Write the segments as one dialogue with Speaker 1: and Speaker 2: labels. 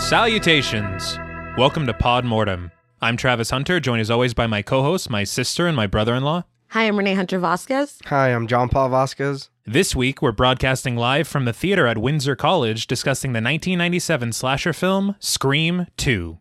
Speaker 1: Salutations! Welcome to Pod Mortem. I'm Travis Hunter, joined as always by my co hosts, my sister, and my brother in law.
Speaker 2: Hi, I'm Renee Hunter Vasquez.
Speaker 3: Hi, I'm John Paul Vasquez.
Speaker 1: This week, we're broadcasting live from the theater at Windsor College discussing the 1997 slasher film Scream 2.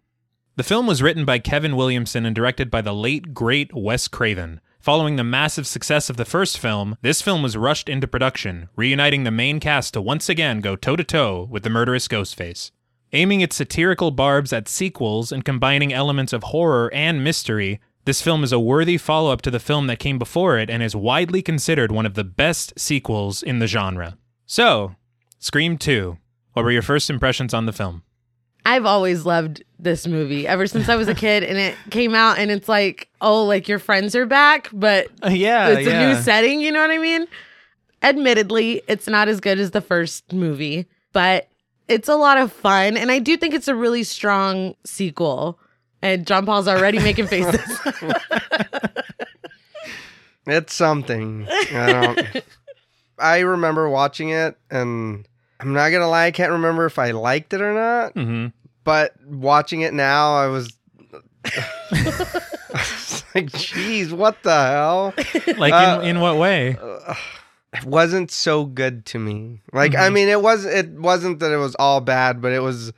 Speaker 1: The film was written by Kevin Williamson and directed by the late, great Wes Craven. Following the massive success of the first film, this film was rushed into production, reuniting the main cast to once again go toe to toe with the murderous Ghostface. Aiming its satirical barbs at sequels and combining elements of horror and mystery, this film is a worthy follow up to the film that came before it and is widely considered one of the best sequels in the genre. So, Scream 2. What were your first impressions on the film?
Speaker 2: I've always loved this movie ever since I was a kid and it came out and it's like, oh, like your friends are back, but
Speaker 3: Uh, yeah,
Speaker 2: it's a new setting, you know what I mean? Admittedly, it's not as good as the first movie, but it's a lot of fun and I do think it's a really strong sequel. And John Paul's already making faces.
Speaker 3: It's something. I don't. I remember watching it, and I'm not gonna lie, I can't remember if I liked it or not.
Speaker 1: Mm-hmm.
Speaker 3: But watching it now, I was, I was like, "Jeez, what the hell?"
Speaker 1: Like,
Speaker 3: Uh,
Speaker 1: in, in what way?
Speaker 3: It wasn't so good to me. Like, I mean, it was. It wasn't that it was all bad, but it was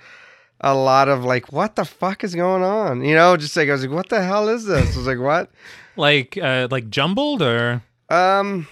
Speaker 3: a lot of like, "What the fuck is going on?" You know, just like I was like, "What the hell is this?" I was like, "What?"
Speaker 1: Like, uh, like jumbled or?
Speaker 3: Um,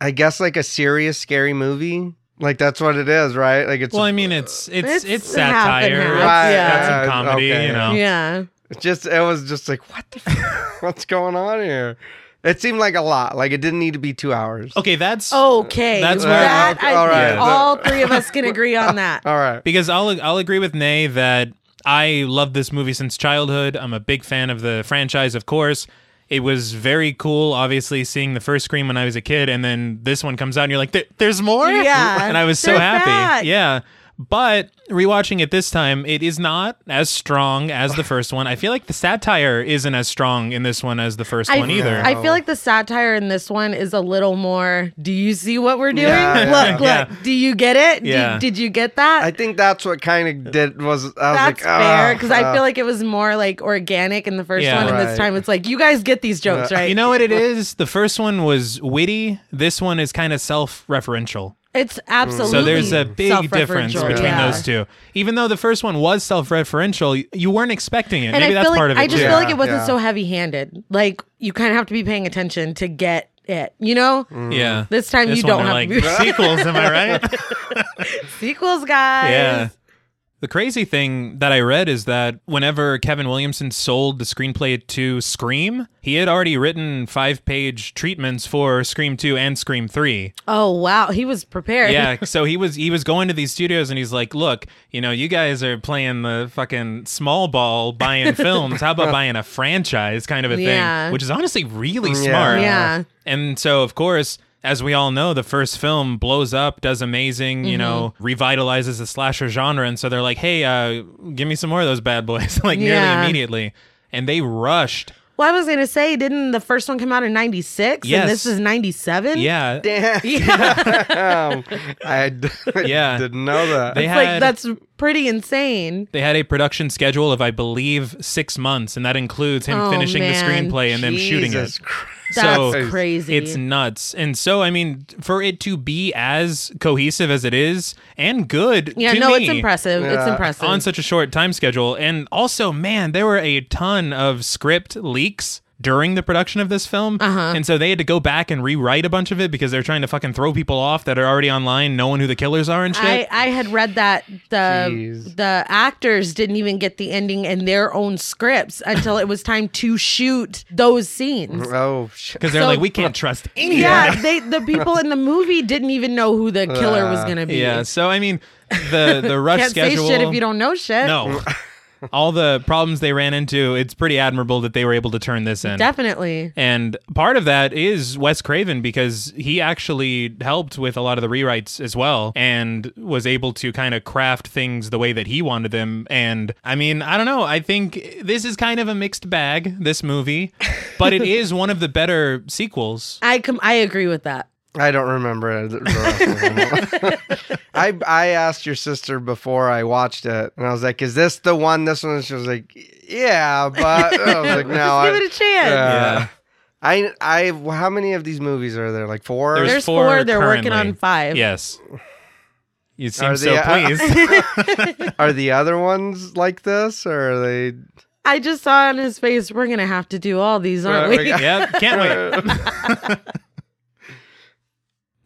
Speaker 3: I guess like a serious scary movie. Like that's what it is, right? Like it's
Speaker 1: Well, I mean, it's it's it's,
Speaker 2: It's half and
Speaker 1: satire.
Speaker 2: half,
Speaker 1: It's got
Speaker 2: yeah.
Speaker 1: some comedy,
Speaker 3: Okay.
Speaker 1: you know.
Speaker 2: yeah.
Speaker 3: it's just it was just like what the f- what's going on here? It seemed like a lot. Like it didn't need to be two hours.
Speaker 1: Okay, that's
Speaker 2: Oh, Okay.
Speaker 1: That's where-
Speaker 2: that, I
Speaker 3: All right.
Speaker 2: think all three of us can agree on that.
Speaker 3: All right.
Speaker 1: because I'll I'll agree with Nay that I love this movie since childhood. I'm a big fan of the franchise, of course. It was very cool, obviously, seeing the first Scream when I was a kid, and then this one comes out, and you're like, "There- "There's more!"
Speaker 2: Yeah,
Speaker 1: and I was so
Speaker 2: they're
Speaker 1: happy.
Speaker 2: back.
Speaker 1: Yeah, but rewatching it this time, it is not as strong as the first one. I feel like the satire isn't as strong in this one as the first one either.
Speaker 2: I feel like the satire in this one is a little more. Do you see what we're doing?
Speaker 3: Yeah,
Speaker 2: look,
Speaker 1: yeah.
Speaker 2: look. Do you get it? Do-
Speaker 1: Yeah.
Speaker 2: Did, you get that?
Speaker 3: I think that's what kind of did was. I was
Speaker 2: That's
Speaker 3: like,
Speaker 2: fair
Speaker 3: "Ah,
Speaker 2: because
Speaker 3: ah."
Speaker 2: I feel like it was more like organic in the first
Speaker 1: Yeah.
Speaker 2: one, and this
Speaker 3: Right.
Speaker 2: time it's like you guys get these jokes, right?
Speaker 1: you know what it is? The first one was witty. This one is kind of self-referential.
Speaker 3: Mm.
Speaker 2: it's absolutely
Speaker 1: So there's a big difference
Speaker 2: self-referential,
Speaker 1: between
Speaker 2: yeah.
Speaker 1: those two. Even though the first one was self-referential, y- you weren't expecting it.
Speaker 2: And
Speaker 1: Maybe
Speaker 2: I
Speaker 1: that's
Speaker 2: feel like
Speaker 1: part of it.
Speaker 2: I just
Speaker 1: too.
Speaker 2: feel like
Speaker 3: Yeah,
Speaker 2: it wasn't
Speaker 3: yeah.
Speaker 2: so heavy-handed. Like you kind of have to be paying attention to get it. You know,
Speaker 3: Mm.
Speaker 1: yeah.
Speaker 2: this time
Speaker 1: This
Speaker 2: you
Speaker 1: one
Speaker 2: don't
Speaker 1: they're
Speaker 2: have
Speaker 1: like
Speaker 2: to be
Speaker 1: sequels, am I right?
Speaker 2: sequels, guys.
Speaker 1: yeah. The crazy thing that I read is that whenever Kevin Williamson sold the screenplay to Scream, he had already written five-page treatments for Scream 2 and Scream 3.
Speaker 2: Oh wow, he was prepared.
Speaker 1: yeah so he was he was going to these studios and he's like look you know you guys are playing the fucking small ball buying films how about buying a franchise kind of a
Speaker 2: Yeah.
Speaker 1: thing which is honestly really
Speaker 3: Yeah.
Speaker 1: smart
Speaker 2: Yeah.
Speaker 1: and so of course as we all know, the first film blows up, does amazing, you know,
Speaker 2: Mm-hmm.
Speaker 1: revitalizes the slasher genre. And so they're like, hey, uh, give me some more of those bad boys, like
Speaker 2: Yeah.
Speaker 1: nearly immediately. And they rushed.
Speaker 2: Well, I was gonna say, didn't the first one come out in '96?
Speaker 1: Yes.
Speaker 2: And this is '97.
Speaker 1: Yeah.
Speaker 3: Damn.
Speaker 2: Yeah.
Speaker 3: "Oh, I d-
Speaker 1: Yeah.
Speaker 3: didn't know that.
Speaker 1: They
Speaker 2: it's
Speaker 1: had-
Speaker 2: like that's pretty insane.
Speaker 1: They had a production schedule of, I believe, six months, and that includes him
Speaker 2: Oh,
Speaker 1: finishing the
Speaker 2: man.
Speaker 1: screenplay and them shooting it.
Speaker 3: Jesus Christ.
Speaker 2: That's
Speaker 1: So,
Speaker 2: crazy.
Speaker 1: It's nuts. And so, I mean, for it to be as cohesive as it is and good,
Speaker 2: yeah,
Speaker 1: to
Speaker 2: no,
Speaker 1: me,
Speaker 2: it's impressive. It's
Speaker 3: Yeah.
Speaker 2: impressive.
Speaker 1: On such a short time schedule. And also, man, there were a ton of script leaks during the production of this film. Uh-huh. And so they had to go back and rewrite a bunch of it because they're trying to fucking throw people off that are already online knowing who the killers are and shit.
Speaker 2: I, I had read that the
Speaker 3: Jeez.
Speaker 2: the actors didn't even get the ending in their own scripts until it was time to shoot those scenes.
Speaker 3: Oh shit.
Speaker 1: because they're
Speaker 2: So-
Speaker 1: like, we can't trust anyone.
Speaker 2: Yeah, they the people in the movie didn't even know who the killer was gonna be.
Speaker 1: Yeah, so I mean, the the rush
Speaker 2: Can't
Speaker 1: schedule.
Speaker 2: say shit if you don't know shit.
Speaker 1: No, all the problems they ran into. It's pretty admirable that they were able to turn this in.
Speaker 2: definitely.
Speaker 1: and part of that is Wes Craven because he actually helped with a lot of the rewrites as well and was able to kind of craft things the way that he wanted them. And I mean, I don't know. I think this is kind of a mixed bag, this movie, but it is one of the better sequels.
Speaker 2: I com- I agree with that.
Speaker 3: I don't remember the the rest of them. I I asked your sister before I watched it, and I was like, "Is this the one?" This one, and she was like, "Yeah," but I was like, "No."
Speaker 2: Just give it
Speaker 3: I,
Speaker 2: a chance.
Speaker 1: Yeah.
Speaker 3: yeah. I I how many of these movies are there? Like four?
Speaker 1: There's-
Speaker 2: There's
Speaker 1: four
Speaker 2: four. They're working
Speaker 1: currently.
Speaker 2: on five.
Speaker 1: Yes. You seem
Speaker 3: Are
Speaker 1: so
Speaker 3: they- uh,
Speaker 1: pleased.
Speaker 3: are the other ones like this, or are they?
Speaker 2: I just saw on his face, we're gonna have to do all these, aren't
Speaker 3: Right,
Speaker 2: we?
Speaker 3: we-
Speaker 1: yep. Can't wait.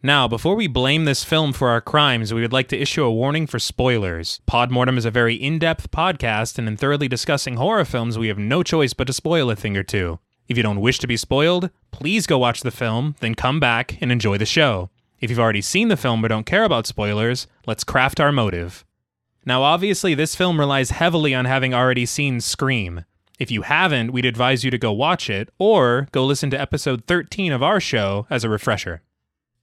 Speaker 1: Now, before we blame this film for our crimes, we would like to issue a warning for spoilers. Podmortem is a very in depth podcast, and in thoroughly discussing horror films, we have no choice but to spoil a thing or two. If you don't wish to be spoiled, please go watch the film, then come back and enjoy the show. If you've already seen the film but don't care about spoilers, let's craft our motive. Now, obviously, this film relies heavily on having already seen Scream. If you haven't, we'd advise you to go watch it or go listen to episode 13 of our show as a refresher.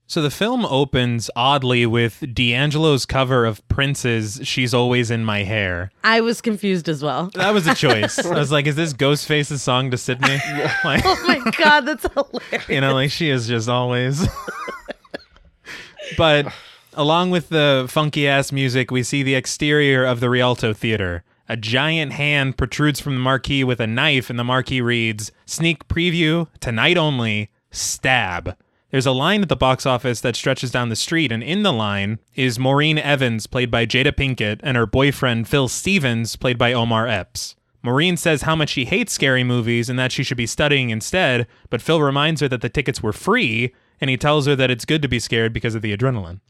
Speaker 1: So the film opens oddly with D'Angelo's cover of Prince's She's Always in My Hair.
Speaker 2: I was confused as well.
Speaker 1: That was a choice. I was like, is this Ghostface's song to Sydney? Like,
Speaker 2: Oh my god, that's hilarious.
Speaker 1: you know, like she is just always. but along with the funky ass music, we see the exterior of the Rialto Theater. A giant hand protrudes from the marquee with a knife, and the marquee reads, Sneak preview, tonight only, stab. There's a line at the box office that stretches down the street, and in the line is Maureen Evans, played by Jada Pinkett, and her boyfriend Phil Stevens, played by Omar Epps. Maureen says how much she hates scary movies and that she should be studying instead, but Phil reminds her that the tickets were free, and he tells her that it's good to be scared because of the adrenaline.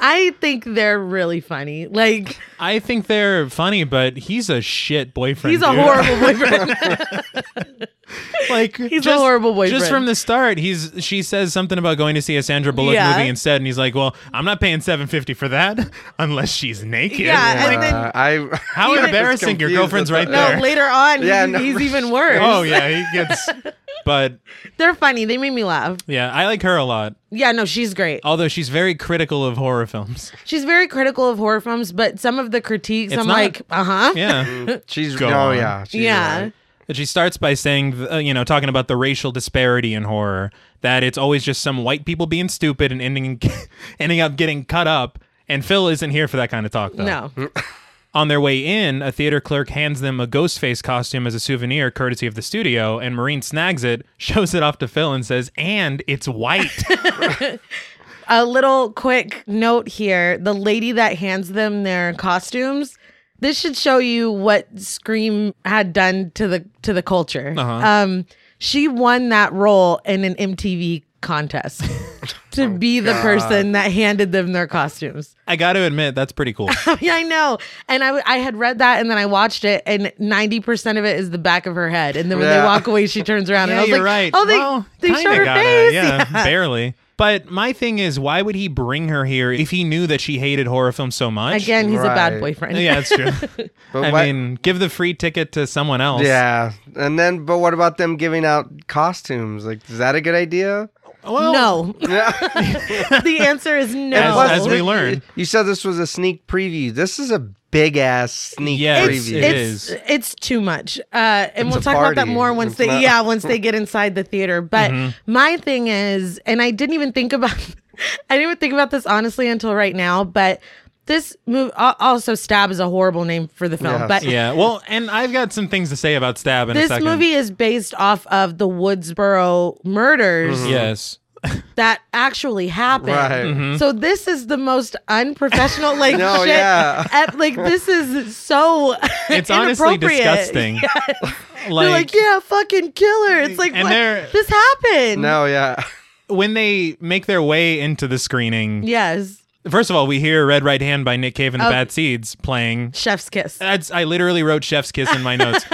Speaker 2: I think they're really funny. Like
Speaker 1: I think they're funny, but he's a shit boyfriend.
Speaker 2: he's a
Speaker 1: dude.
Speaker 2: horrible boyfriend.
Speaker 1: like
Speaker 2: He's a horrible boyfriend.
Speaker 1: Just from the start, he's she says something about going to see a Sandra Bullock
Speaker 2: Yeah.
Speaker 1: movie instead, and he's like, "Well, I'm not paying seven fifty for that unless she's naked."
Speaker 2: Yeah,
Speaker 1: Like,
Speaker 2: and then-
Speaker 3: Uh, I
Speaker 1: how
Speaker 2: even-
Speaker 1: embarrassing! Your
Speaker 3: confused
Speaker 1: girlfriend's
Speaker 3: with
Speaker 1: right
Speaker 3: the-
Speaker 2: no,
Speaker 1: there.
Speaker 2: later on,
Speaker 3: Yeah,
Speaker 2: he's,
Speaker 3: no.
Speaker 2: he's even worse.
Speaker 1: oh yeah, he gets. But
Speaker 2: They're funny. They made me laugh.
Speaker 1: yeah, I like her a lot.
Speaker 2: Yeah, no, she's great.
Speaker 3: Oh.
Speaker 1: Although she's very critical of horror films.
Speaker 2: She's very critical of horror films, but some of the critiques,
Speaker 1: It's
Speaker 2: I'm
Speaker 1: not-
Speaker 2: like, uh huh.
Speaker 1: Yeah.
Speaker 3: she's
Speaker 1: Go
Speaker 3: oh
Speaker 1: on.
Speaker 3: yeah she's
Speaker 2: Yeah.
Speaker 3: right.
Speaker 1: But she starts by saying, uh, you know, talking about the racial disparity in horror, that it's always just some white people being stupid and ending ending up getting cut up. And Phil isn't here for that kind of talk, though.
Speaker 3: Oh.
Speaker 2: No.
Speaker 1: On their way in, a theater clerk hands them a Ghostface costume as a souvenir, courtesy of the studio, and Maureen snags it, shows it off to Phil, and says, "And it's white."
Speaker 2: A little quick note here the lady that hands them their costumes. This should show you what Scream had done to the to the culture.
Speaker 1: Uh-huh.
Speaker 2: Um, she won that role in an MTV contest to
Speaker 1: Oh,
Speaker 2: be the person that handed them their costumes.
Speaker 1: I got to admit, that's pretty cool.
Speaker 2: yeah, I know. And I, w- I had read that and then I watched it, and 90% of it is the back of her head. And then when they
Speaker 3: Yeah.
Speaker 2: walk away, she turns around and I
Speaker 1: Yeah,
Speaker 2: was
Speaker 1: you're
Speaker 2: like,
Speaker 1: right.
Speaker 2: oh, they,
Speaker 1: Well,
Speaker 2: they
Speaker 1: kinda
Speaker 2: showed her
Speaker 1: gotta,
Speaker 2: face.
Speaker 1: Yeah, barely. But my thing is, why would he bring her here if he knew that she hated horror films so much?
Speaker 2: Again, he's a bad
Speaker 3: Right.
Speaker 2: boyfriend.
Speaker 1: Uh, Yeah, that's true.
Speaker 3: But
Speaker 1: I
Speaker 3: what-
Speaker 1: mean, give the free ticket to someone else.
Speaker 3: yeah and then but what about them giving out costumes like is that a good idea
Speaker 1: Well,
Speaker 2: no. the answer is no.
Speaker 1: As-
Speaker 3: Plus,
Speaker 1: as we
Speaker 3: thi-
Speaker 1: learned.
Speaker 3: you said this was a sneak preview this is a big ass sneak
Speaker 1: Yes,
Speaker 3: preview
Speaker 1: it
Speaker 2: it's,
Speaker 1: is.
Speaker 2: It's too much. Uh, and we'll
Speaker 3: a
Speaker 2: talk about that
Speaker 3: party.
Speaker 2: more once
Speaker 3: It's
Speaker 2: they
Speaker 3: not-
Speaker 2: yeah, once they get inside the theater. But
Speaker 1: Mm-hmm.
Speaker 2: my thing is, and I didn't even think about I didn't even think about this honestly until right now, but this move al- also stab is a horrible name for the film,
Speaker 3: Yes.
Speaker 2: but
Speaker 1: Yeah. Well, and I've got some things to say about Stab in a
Speaker 2: this
Speaker 1: second.
Speaker 2: movie is based off of the Woodsboro murders
Speaker 1: Mm. Yes.
Speaker 2: that actually happened.
Speaker 3: Right.
Speaker 1: Mm-hmm.
Speaker 2: So this is the most unprofessional like
Speaker 3: No,
Speaker 2: shit.
Speaker 3: yeah.
Speaker 2: at- like this is so
Speaker 1: It's honestly
Speaker 2: inappropriate.
Speaker 1: disgusting.
Speaker 2: They're like, yeah, fucking kill her. It's like,
Speaker 1: And
Speaker 2: what?
Speaker 1: they're-
Speaker 2: this happened.
Speaker 3: no yeah
Speaker 1: when they make their way into the screening,
Speaker 2: Yes.
Speaker 1: first of all, we hear Red Right Hand by Nick Cave and the
Speaker 2: Oh.
Speaker 1: Bad Seeds playing.
Speaker 2: Chef's kiss.
Speaker 1: That's I literally wrote Chef's Kiss in my notes.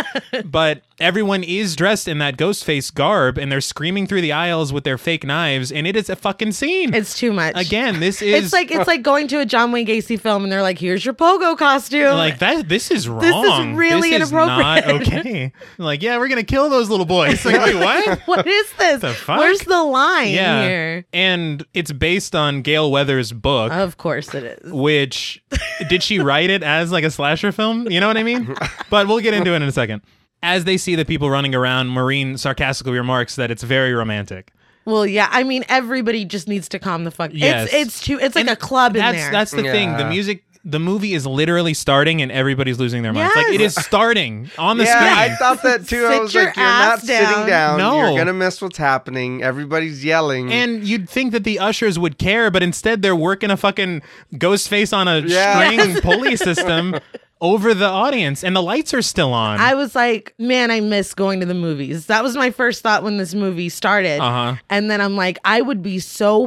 Speaker 1: but everyone is dressed in that ghost face garb and they're screaming through the aisles with their fake knives, and it is a fucking scene.
Speaker 2: It's too much.
Speaker 1: Again, this is
Speaker 2: It's like it's like going to a John Wayne Gacy film and they're like, here's your pogo costume.
Speaker 1: like that this is wrong.
Speaker 2: is really
Speaker 1: This is
Speaker 2: inappropriate.
Speaker 1: not okay. like, yeah, we're gonna kill those little boys. Like, wait, what?
Speaker 2: what is this?
Speaker 1: fuck?
Speaker 2: Where's the line here? Oh.
Speaker 1: And it's based on Gail Weathers' book,
Speaker 2: Of course it is.
Speaker 1: which did she write it as like a slasher film? You know what I mean? But we'll get into it in a second. As they see the people running around, Maureen sarcastically remarks that it's very romantic.
Speaker 2: Well, yeah. I mean, everybody just needs to calm the fuck.
Speaker 1: Yes.
Speaker 2: It's it's too. It's like a club in
Speaker 1: that's
Speaker 2: there.
Speaker 1: that's the thing. The
Speaker 3: Yeah.
Speaker 1: music, the movie is literally starting, and everybody's losing their minds. Like it is starting on the
Speaker 3: yeah,
Speaker 1: screen.
Speaker 3: I thought that too. I
Speaker 2: Sit
Speaker 3: was
Speaker 2: your
Speaker 3: like, you're not
Speaker 2: ass
Speaker 3: sitting
Speaker 2: down.
Speaker 3: down.
Speaker 1: No.
Speaker 3: You're gonna miss what's happening. Everybody's
Speaker 2: Mm.
Speaker 3: yelling.
Speaker 1: and you'd think that the ushers would care, but instead they're working a fucking ghost face on a
Speaker 3: Yeah.
Speaker 1: string pulley system over the audience, and the lights are still on.
Speaker 2: I was like, man, I miss going to the movies. That was my first thought when this movie started.
Speaker 1: Uh-huh.
Speaker 2: And then I'm like, I would be so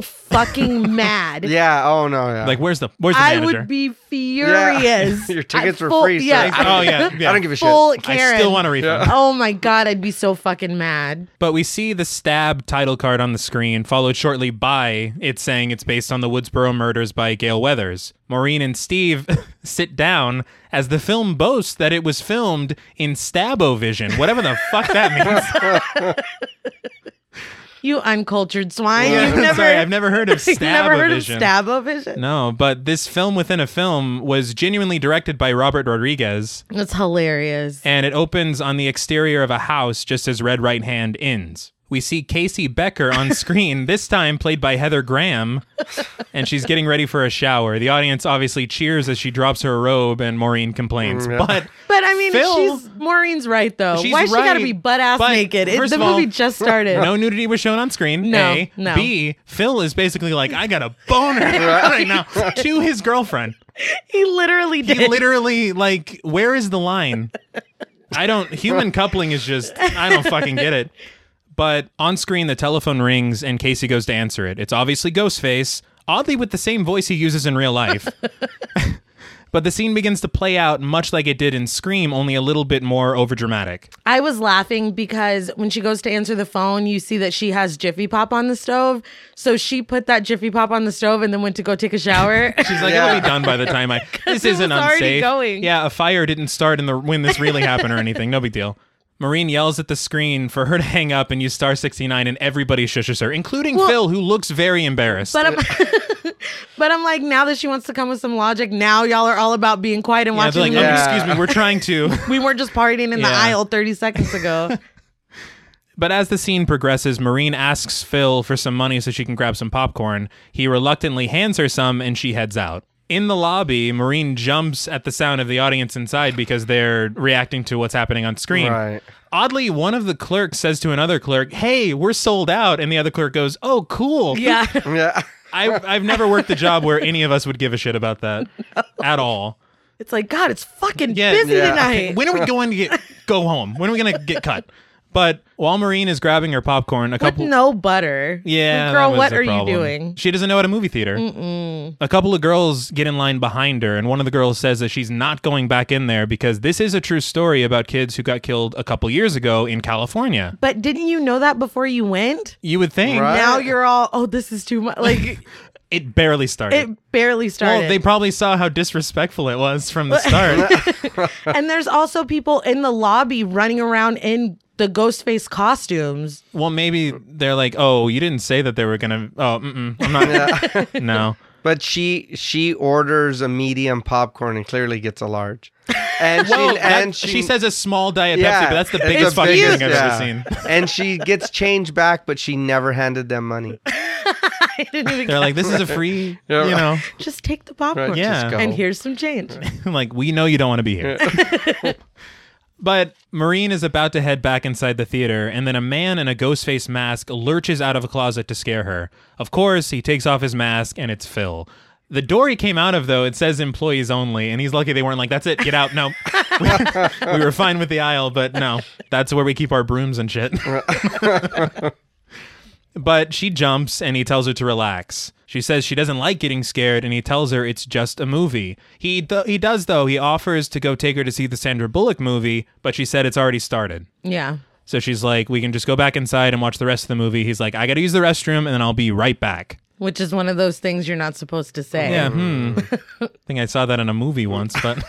Speaker 2: fucking mad.
Speaker 3: yeah. Oh no. Yeah.
Speaker 1: like, where's the where's the
Speaker 2: I
Speaker 1: manager?
Speaker 2: would be furious.
Speaker 3: Your tickets
Speaker 2: I
Speaker 3: were
Speaker 2: full-
Speaker 3: free, so
Speaker 2: Yeah.
Speaker 3: I-
Speaker 1: oh yeah, yeah.
Speaker 3: I don't give a shit.
Speaker 2: full Karen.
Speaker 1: I still want a refund.
Speaker 2: Oh my god, I'd be so fucking mad.
Speaker 1: But we see the stab title card on the screen, followed shortly by it saying it's based on the Woodsboro murders by Gail Weathers. Maureen and Steve sit down as the film boasts that it was filmed in Stabovision, whatever the fuck that means.
Speaker 2: You uncultured swine. You've never,
Speaker 1: Sorry, I've never heard of Stabovision.
Speaker 2: you've never heard of Stabovision.
Speaker 1: No, but this film within a film was genuinely directed by Robert Rodriguez,
Speaker 2: That's hilarious.
Speaker 1: and it opens on the exterior of a house just as Red Right Hand ends. We see Casey Becker on screen, this time played by Heather Graham, and she's getting ready for a shower. The audience obviously cheers as she drops her robe and Maureen complains.
Speaker 3: Yeah.
Speaker 1: But
Speaker 2: But I mean,
Speaker 1: Phil-
Speaker 2: she's Maureen's right though.
Speaker 1: She's
Speaker 2: Why she gotta
Speaker 1: right,
Speaker 2: be butt ass
Speaker 1: but
Speaker 2: naked? It,
Speaker 1: first
Speaker 2: the
Speaker 1: of all,
Speaker 2: movie just started.
Speaker 1: no nudity was shown on screen.
Speaker 2: No,
Speaker 1: A.
Speaker 2: no.
Speaker 1: B. Phil is basically like, I got a boner right now to his girlfriend.
Speaker 2: He literally did.
Speaker 1: He literally, like, where is the line? I don't. Human coupling is just. I don't fucking get it. But on screen, the telephone rings and Casey goes to answer it. It's obviously Ghostface, oddly with the same voice he uses in real life. but the scene begins to play out much like it did in Scream, only a little bit more overdramatic.
Speaker 2: I was laughing because when she goes to answer the phone, you see that she has Jiffy Pop on the stove. So she put that Jiffy Pop on the stove and then went to go take a shower.
Speaker 1: She's like,
Speaker 3: Yeah.
Speaker 1: it'll be done by the time I. This
Speaker 2: it
Speaker 1: isn't
Speaker 2: was already
Speaker 1: unsafe.
Speaker 2: going.
Speaker 1: Yeah, a fire didn't start in the when this really happened or anything. No big deal. Maureen yells at the screen for her to hang up and use star sixty nine, and everybody shushes her, including
Speaker 2: Well-
Speaker 1: Phil, who looks very embarrassed.
Speaker 2: but I'm, but I'm like, now that she wants to come with some logic, now y'all are all about being quiet and
Speaker 1: yeah, they're
Speaker 2: watching.
Speaker 1: like,
Speaker 2: the
Speaker 1: "Oh,
Speaker 2: movie.
Speaker 3: Yeah.
Speaker 1: excuse me, we're trying to.
Speaker 2: We weren't just partying in the
Speaker 1: Yeah.
Speaker 2: aisle 30 seconds ago.
Speaker 1: But as the scene progresses, Maureen asks Phil for some money so she can grab some popcorn. He reluctantly hands her some and she heads out. In the lobby, Maureen jumps at the sound of the audience inside because they're reacting to what's happening on screen.
Speaker 3: Right.
Speaker 1: Oddly, one of the clerks says to another clerk, Hey, we're sold out. And the other clerk goes, Oh, cool.
Speaker 2: yeah.
Speaker 3: yeah.
Speaker 1: I, I've never worked a job where any of us would give a shit about that at all.
Speaker 2: It's like, God, it's fucking
Speaker 1: Yeah,
Speaker 2: busy
Speaker 3: yeah.
Speaker 2: tonight.
Speaker 1: When are we going to get go home? When are we going to get cut? But while Maureen is grabbing her popcorn, a
Speaker 2: With
Speaker 1: couple.
Speaker 2: no butter.
Speaker 1: Yeah, that
Speaker 2: Girl,
Speaker 1: was
Speaker 2: what
Speaker 1: the
Speaker 2: are
Speaker 1: problem.
Speaker 2: you doing?
Speaker 1: She doesn't know at a movie theater. A couple of girls get in line behind her, and one of the girls says that she's not going back in there because this is a true story about kids who got killed a couple years ago in California.
Speaker 2: But didn't you know that before you went?
Speaker 1: You would think
Speaker 3: Right.
Speaker 2: Now you're all, oh, this is too much. Like,
Speaker 1: it barely started.
Speaker 2: it barely started.
Speaker 1: Well, they probably saw how disrespectful it was from the start.
Speaker 2: and there's also people in the lobby running around in the Ghostface costumes.
Speaker 1: well, maybe they're like, "Oh, you didn't say that they were gonna." Oh, mm-mm, I'm not. No.
Speaker 3: But she she orders a medium popcorn and clearly gets a large. And she
Speaker 1: That-
Speaker 3: and
Speaker 1: she, says a small diet Pepsi,
Speaker 3: Yeah,
Speaker 1: but that's the
Speaker 3: it's
Speaker 1: biggest
Speaker 3: the
Speaker 1: fucking
Speaker 3: biggest-
Speaker 1: thing I've
Speaker 3: yeah.
Speaker 1: ever seen.
Speaker 3: and she gets change back, but she never handed them money.
Speaker 2: I didn't even
Speaker 1: They're like, "This is a free," you
Speaker 3: Yeah.
Speaker 1: know,
Speaker 2: just take the popcorn.
Speaker 3: Right,
Speaker 1: Yeah.
Speaker 3: just go.
Speaker 2: And here's some change.
Speaker 1: like we know you don't want to be here. But Maureen is about to head back inside the theater, and then a man in a ghost face mask lurches out of a closet to scare her. Of course, he takes off his mask, and it's Phil. The door he came out of, though, it says employees only, and he's lucky they weren't like, that's it, get out. No. we, we were fine with the aisle, but no, that's where we keep our brooms and shit. but she jumps, and he tells her to relax. She says she doesn't like getting scared, and he tells her it's just a movie. He, th- he does, though. He offers to go take her to see the Sandra Bullock movie, but she said it's already started.
Speaker 2: Yeah.
Speaker 1: So she's like, we can just go back inside and watch the rest of the movie. He's like, I got to use the restroom and then I'll be right back.
Speaker 2: Which is one of those things you're not supposed to say.
Speaker 1: Yeah, hmm. I think I saw that in a movie once, but.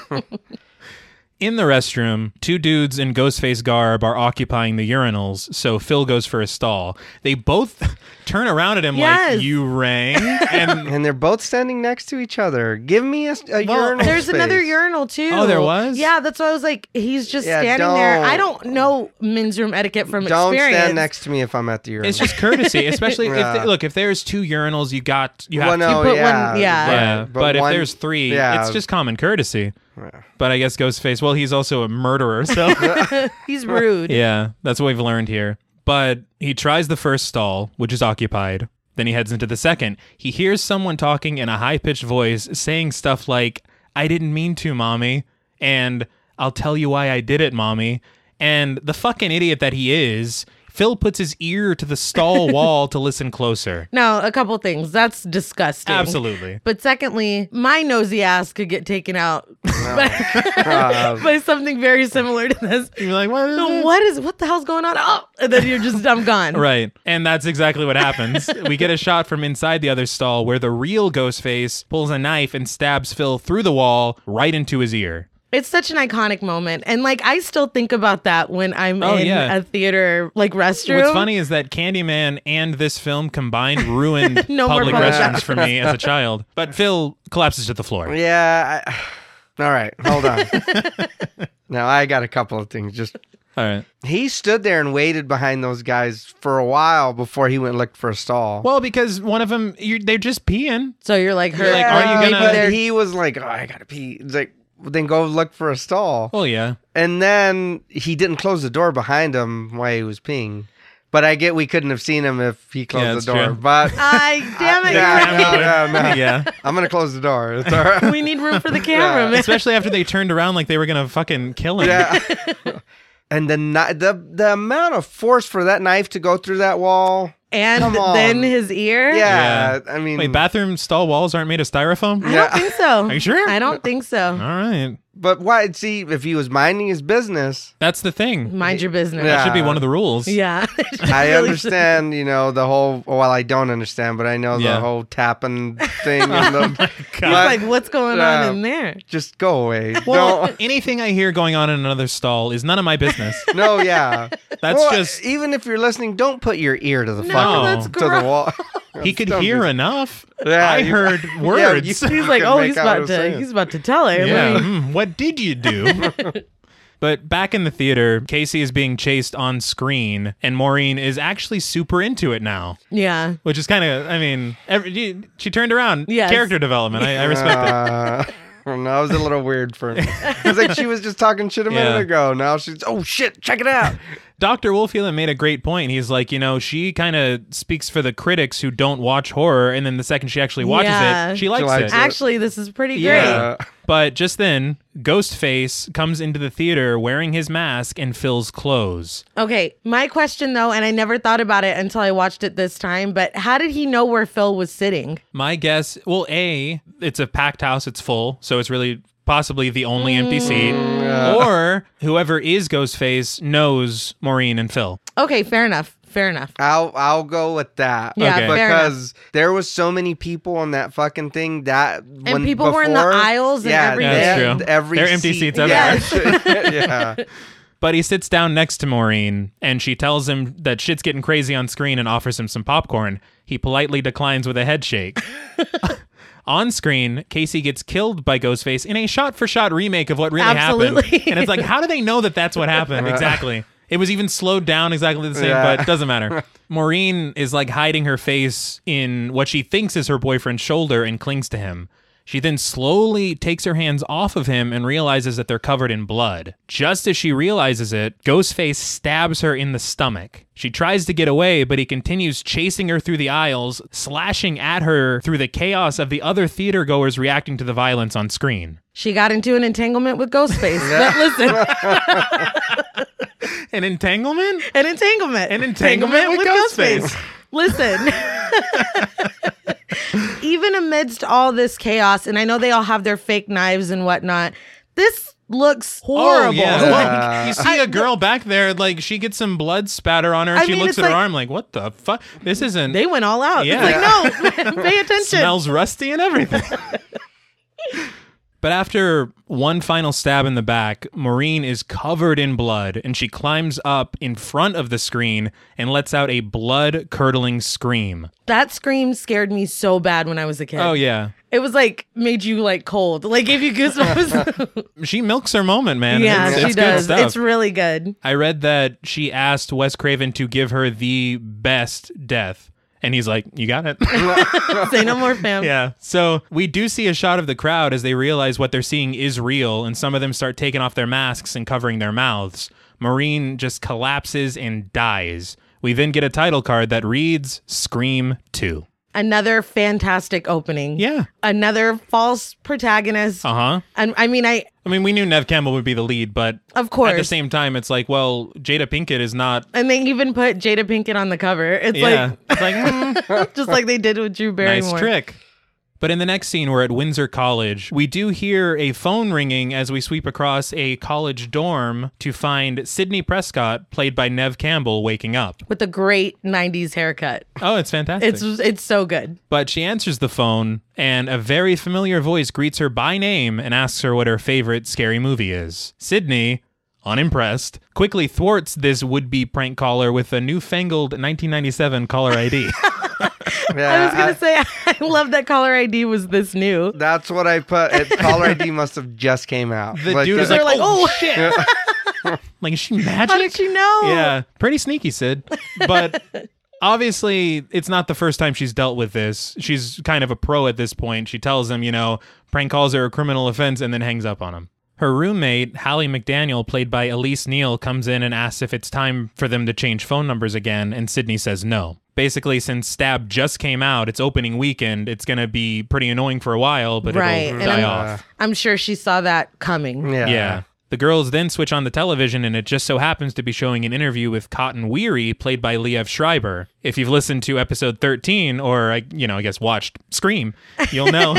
Speaker 1: In the restroom, two dudes in Ghostface garb are occupying the urinals, so Phil goes for a stall. They both turn around at him
Speaker 2: Yes.
Speaker 1: like, You rang? And
Speaker 3: And they're both standing next to each other. Give me a, a
Speaker 1: Well,
Speaker 3: urinal.
Speaker 2: There's
Speaker 3: space.
Speaker 2: another urinal too.
Speaker 1: Oh, there was?
Speaker 2: Yeah, that's why I was like, he's just
Speaker 3: Yeah,
Speaker 2: standing there.
Speaker 3: don't-
Speaker 2: I don't know men's room etiquette from
Speaker 3: Don't
Speaker 2: experience.
Speaker 3: stand next to me if I'm at the urinal.
Speaker 1: it's just courtesy, especially if
Speaker 3: Yeah.
Speaker 1: look if there's two urinals, you got you have
Speaker 3: well,
Speaker 1: to
Speaker 3: no,
Speaker 2: put one-
Speaker 3: yeah,
Speaker 2: yeah.
Speaker 1: Yeah,
Speaker 3: right,
Speaker 1: but, if
Speaker 3: one-
Speaker 1: there's three,
Speaker 3: yeah.
Speaker 1: it's just common courtesy.
Speaker 3: Yeah.
Speaker 1: But I guess Ghostface, well, he's also a murderer, so
Speaker 2: He's rude.
Speaker 1: yeah, that's what we've learned here. But he tries the first stall, which is occupied. Then he heads into the second. He hears someone talking in a high pitched voice, saying stuff like, I didn't mean to, mommy, and I'll tell you why I did it, mommy. And the fucking idiot that he is, Phil puts his ear to the stall wall to listen closer.
Speaker 2: No, a couple things. That's disgusting.
Speaker 1: Absolutely.
Speaker 2: But secondly, my nosy ass could get taken out
Speaker 3: Uh,
Speaker 2: by something very similar to this.
Speaker 1: You're like, what is
Speaker 2: So
Speaker 1: this?"
Speaker 2: what is what the hell's going on? Oh, and then you're just I'm gone.
Speaker 1: Mm-hmm. Right. And that's exactly what happens. we get a shot from inside the other stall where the real Ghostface pulls a knife and stabs Phil through the wall right into his ear.
Speaker 2: It's such an iconic moment, and like I still think about that when I'm
Speaker 1: Oh,
Speaker 2: in
Speaker 1: yeah.
Speaker 2: a theater like restroom.
Speaker 1: What's funny is that Candyman and this film combined ruined
Speaker 2: No more
Speaker 1: public
Speaker 2: public
Speaker 1: restrooms for me as a child. But Phil collapses to the floor.
Speaker 3: yeah. I, all right, hold on. now I got a couple of things. Just
Speaker 1: All right.
Speaker 3: he stood there and waited behind those guys for a while before he went and looked for a stall.
Speaker 1: Well, because one of them, you're, they're just peeing.
Speaker 2: So you're like, her,
Speaker 1: like, are you
Speaker 2: maybe
Speaker 1: gonna-
Speaker 3: but
Speaker 2: they're-
Speaker 3: he was like, "Oh, I gotta pee." It's like, then go look for a stall.
Speaker 1: Well, Oh, yeah.
Speaker 3: And then he didn't close the door behind him while he was peeing. But I get we couldn't have seen him if he closed
Speaker 1: Yeah,
Speaker 3: the
Speaker 1: that's
Speaker 3: door.
Speaker 1: true.
Speaker 3: But
Speaker 2: I damn it, you're
Speaker 3: Yeah,
Speaker 2: right.
Speaker 3: no, no, no.
Speaker 1: Yeah.
Speaker 3: I'm gonna close the door. It's all right.
Speaker 2: we need room for the camera, man.
Speaker 1: Especially after they turned around like they were going to fucking kill him.
Speaker 3: Yeah. and the kni- the the amount of force for that knife to go through that wall.
Speaker 2: And
Speaker 3: Come on.
Speaker 2: then his ear.
Speaker 3: Yeah, I mean,
Speaker 1: Wait, bathroom stall walls aren't made of styrofoam?
Speaker 2: I
Speaker 3: Yeah.
Speaker 2: don't think so.
Speaker 1: Are you sure?
Speaker 2: I don't think
Speaker 1: All
Speaker 2: so.
Speaker 1: right.
Speaker 3: but why? See, if he was minding his business,
Speaker 1: That's the thing.
Speaker 2: Mind your business.
Speaker 1: That should be
Speaker 3: Yeah.
Speaker 1: one of the rules.
Speaker 2: Yeah.
Speaker 3: I
Speaker 2: Really
Speaker 3: understand. You know the whole. Well, I don't understand, but I know
Speaker 1: Yeah.
Speaker 3: the whole tapping thing. and the,
Speaker 1: God.
Speaker 3: but
Speaker 2: like what's going
Speaker 3: Yeah.
Speaker 2: on in there?
Speaker 3: just go away.
Speaker 1: Well,
Speaker 3: Don't-
Speaker 1: anything I hear going on in another stall is none of my business.
Speaker 3: no, yeah.
Speaker 1: That's
Speaker 3: Well,
Speaker 1: just
Speaker 3: even if you're listening, don't put your ear to the
Speaker 2: No,
Speaker 3: fucking
Speaker 1: that's
Speaker 3: to the wall.
Speaker 1: he could
Speaker 3: Don't do
Speaker 1: hear
Speaker 3: that.
Speaker 1: enough.
Speaker 3: Yeah,
Speaker 1: I
Speaker 3: you-
Speaker 1: heard
Speaker 3: Yeah,
Speaker 1: words.
Speaker 3: you-
Speaker 1: Yeah.
Speaker 2: He's like,
Speaker 3: can
Speaker 2: oh,
Speaker 3: make
Speaker 2: he's
Speaker 3: out
Speaker 2: about
Speaker 3: what
Speaker 2: to
Speaker 3: I'm saying.
Speaker 2: he's about to tell her. Let me-
Speaker 1: Mm, what did you do? But back in the theater, Casey is being chased on screen, and Maureen is actually super into it now,
Speaker 2: Yeah.
Speaker 1: which is kind of, I mean, every, she- she turned around.
Speaker 2: Yes.
Speaker 1: Character development. I, I respect it.
Speaker 3: Uh, I don't know. That was a little weird for me. It's like she was just talking shit a minute
Speaker 1: Yeah.
Speaker 3: ago. Now she's, oh shit, check it out.
Speaker 1: Dr. Wolfhelen made a great point. He's like, you know, she kind of speaks for the critics who don't watch horror, and then the second she actually watches
Speaker 2: Yeah.
Speaker 1: it, she likes
Speaker 3: likes
Speaker 1: it.
Speaker 3: it.
Speaker 2: Actually, this is pretty great.
Speaker 1: Yeah.
Speaker 3: Uh,
Speaker 1: But just then, Ghostface comes into the theater wearing his mask and Phil's clothes.
Speaker 2: Okay. My question though, and I never thought about it until I watched it this time, but how did he know where Phil was sitting?
Speaker 1: My guess, well, A, it's a packed house, it's full, so it's really possibly the only empty seat. Or whoever is Ghostface knows Maureen and Phil.
Speaker 2: Okay, fair enough. Fair enough.
Speaker 3: I'll I'll go with that.
Speaker 2: Yeah,
Speaker 1: Okay.
Speaker 2: fair enough.
Speaker 3: because there was so many people on that fucking thing that and when,
Speaker 2: people were in the
Speaker 3: before-
Speaker 2: aisles and
Speaker 3: yeah,
Speaker 2: everything.
Speaker 1: Yeah, that's
Speaker 3: they-
Speaker 1: true.
Speaker 3: Every
Speaker 1: There are empty
Speaker 3: seat-
Speaker 1: seats
Speaker 3: yeah. yeah.
Speaker 1: But he sits down next to Maureen and she tells him that shit's getting crazy on screen and offers him some popcorn. He politely declines with a head shake. on screen, Casey gets killed by Ghostface in a shot for shot remake of what really
Speaker 2: Absolutely.
Speaker 1: happened. And it's like, how do they know that that's what happened? Exactly. It was even slowed down exactly the same,
Speaker 3: Yeah.
Speaker 1: but it doesn't matter. Maureen is like hiding her face in what she thinks is her boyfriend's shoulder and clings to him. She then slowly takes her hands off of him and realizes that they're covered in blood. Just as she realizes it, Ghostface stabs her in the stomach. She tries to get away, but he continues chasing her through the aisles, slashing at her through the chaos of the other theater goers reacting to the violence on screen.
Speaker 2: She got into an entanglement with Ghostface. But listen,
Speaker 1: An entanglement?
Speaker 2: an entanglement.
Speaker 1: An entanglement with Ghostface.
Speaker 2: Listen. Even amidst all this chaos, and I know they all have their fake knives and whatnot, this looks horrible.
Speaker 1: Oh, yeah.
Speaker 2: Like,
Speaker 1: Like, you see a girl back there, like she gets some blood spatter on her. And
Speaker 2: I
Speaker 1: she
Speaker 2: mean,
Speaker 1: looks
Speaker 2: it's
Speaker 1: at her
Speaker 2: like-
Speaker 1: arm, like, what the fuck? This isn't.
Speaker 2: they went all out.
Speaker 1: Yeah.
Speaker 2: It's like, no, pay attention.
Speaker 1: smells rusty and everything. But after one final stab in the back, Maureen is covered in blood and she climbs up in front of the screen and lets out a blood curdling scream.
Speaker 2: That scream scared me so bad when I was a kid.
Speaker 1: Oh, yeah.
Speaker 2: It was like made you like cold, like gave you goosebumps.
Speaker 1: She milks her moment, man.
Speaker 2: yeah,
Speaker 1: It's-
Speaker 2: she
Speaker 1: it's good
Speaker 2: does.
Speaker 1: stuff.
Speaker 2: It's really good.
Speaker 1: I read that she asked Wes Craven to give her the best death, and he's like, "You got it."
Speaker 2: Say no more, fam.
Speaker 1: yeah. So we do see a shot of the crowd as they realize what they're seeing is real, and some of them start taking off their masks and covering their mouths. Marine just collapses and dies. We then get a title card that reads "Scream 2."
Speaker 2: Another fantastic opening.
Speaker 1: Yeah.
Speaker 2: Another false protagonist.
Speaker 1: Uh huh.
Speaker 2: And I mean, I
Speaker 1: I mean, we knew Nev Campbell would be the lead, but
Speaker 2: of
Speaker 1: at the
Speaker 2: course.
Speaker 1: same time, it's like, well, Jada Pinkett is not.
Speaker 2: and they even put Jada Pinkett on the cover. It's
Speaker 1: Yeah. it's like. hmm.
Speaker 2: like just like they did with Drew Barrymore.
Speaker 1: Nice trick. But in the next scene, we're at Windsor College. We do hear a phone ringing as we sweep across a college dorm to find Sidney Prescott, played by Nev Campbell, waking up.
Speaker 2: with a great '90s haircut.
Speaker 1: Oh, it's fantastic.
Speaker 2: It's it's so good.
Speaker 1: but she answers the phone, and a very familiar voice greets her by name and asks her what her favorite scary movie is. Sidney, unimpressed, quickly thwarts this would be prank caller with a newfangled 1997 caller ID.
Speaker 2: I
Speaker 3: Yeah,
Speaker 2: was gonna say I love that caller ID was this new.
Speaker 3: that's what I put. It, caller ID must have just came out. uh,
Speaker 1: The dude is
Speaker 3: that-
Speaker 1: like,
Speaker 2: They're like,
Speaker 1: oh,
Speaker 2: "Oh."
Speaker 1: shit. like, is she magic?
Speaker 2: How did she know?
Speaker 1: Yeah, pretty sneaky, Sid. But obviously, it's not the first time she's dealt with this. She's kind of a pro at this point. She tells him, you know, prank calls are a criminal offense and then hangs up on him. Her roommate, Hallie McDaniel, played by Elise Neal, comes in and asks if it's time for them to change phone numbers again, and Sydney says no. Basically, since Stab just came out, it's opening weekend. It's going to be pretty annoying for a while, but
Speaker 2: Right,
Speaker 1: it'll
Speaker 2: and
Speaker 1: die
Speaker 2: I'm-
Speaker 1: off.
Speaker 2: I'm sure she saw that coming.
Speaker 3: yeah.
Speaker 1: Yeah. The girls then switch on the television, and it just so happens to be showing an interview with Cotton Weary, played by Liev Schreiber. If you've listened to episode 13, or, I- you know, I guess watched Scream, you'll know.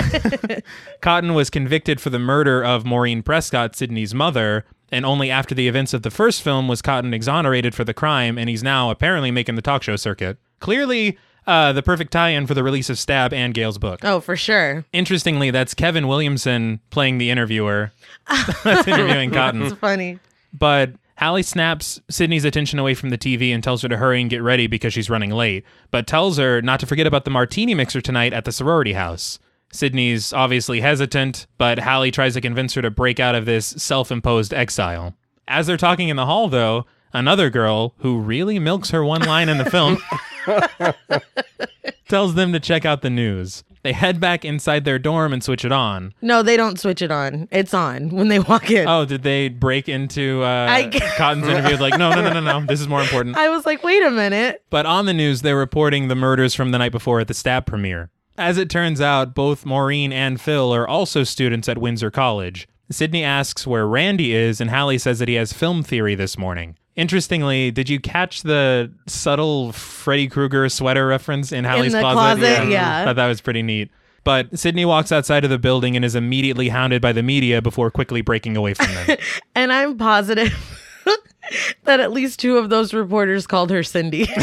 Speaker 1: Cotton was convicted for the murder of Maureen Prescott, Sydney's mother, and only after the events of the first film was Cotton exonerated for the crime, and he's now apparently making the talk show circuit. Clearly, uh, the perfect tie in for the release of Stab and Gail's book.
Speaker 2: Oh, for sure.
Speaker 1: Interestingly, that's Kevin Williamson playing the interviewer. that's interviewing Cotton.
Speaker 2: It's funny.
Speaker 1: But Hallie snaps Sydney's attention away from the TV and tells her to hurry and get ready because she's running late, but tells her not to forget about the martini mixer tonight at the sorority house. Sydney's obviously hesitant, but Hallie tries to convince her to break out of this self imposed exile. As they're talking in the hall, though, another girl, who really milks her one line in the film, tells them to check out the news. They head back inside their dorm and switch it on.
Speaker 2: No, they don't switch it on. It's on when they walk in.
Speaker 1: Oh, did they break into
Speaker 2: I
Speaker 1: uh,
Speaker 2: g-
Speaker 1: Cotton's interview? Like, no, no, no, no, no. This is more important.
Speaker 2: I was like, wait a minute.
Speaker 1: But on the news, they're reporting the murders from the night before at the stab premiere. As it turns out, both Maureen and Phil are also students at Windsor College. Sydney asks where Randy is, and Hallie says that he has film theory this morning. Interestingly, did you catch the subtle Freddy Krueger sweater reference in Hallie's
Speaker 2: the
Speaker 1: closet?
Speaker 2: closet, yeah.
Speaker 1: Thought that was pretty neat. But Sydney walks outside of the building and is immediately hounded by the media before quickly breaking away from them.
Speaker 2: And I'm positive that at least two of those reporters called her Cindy.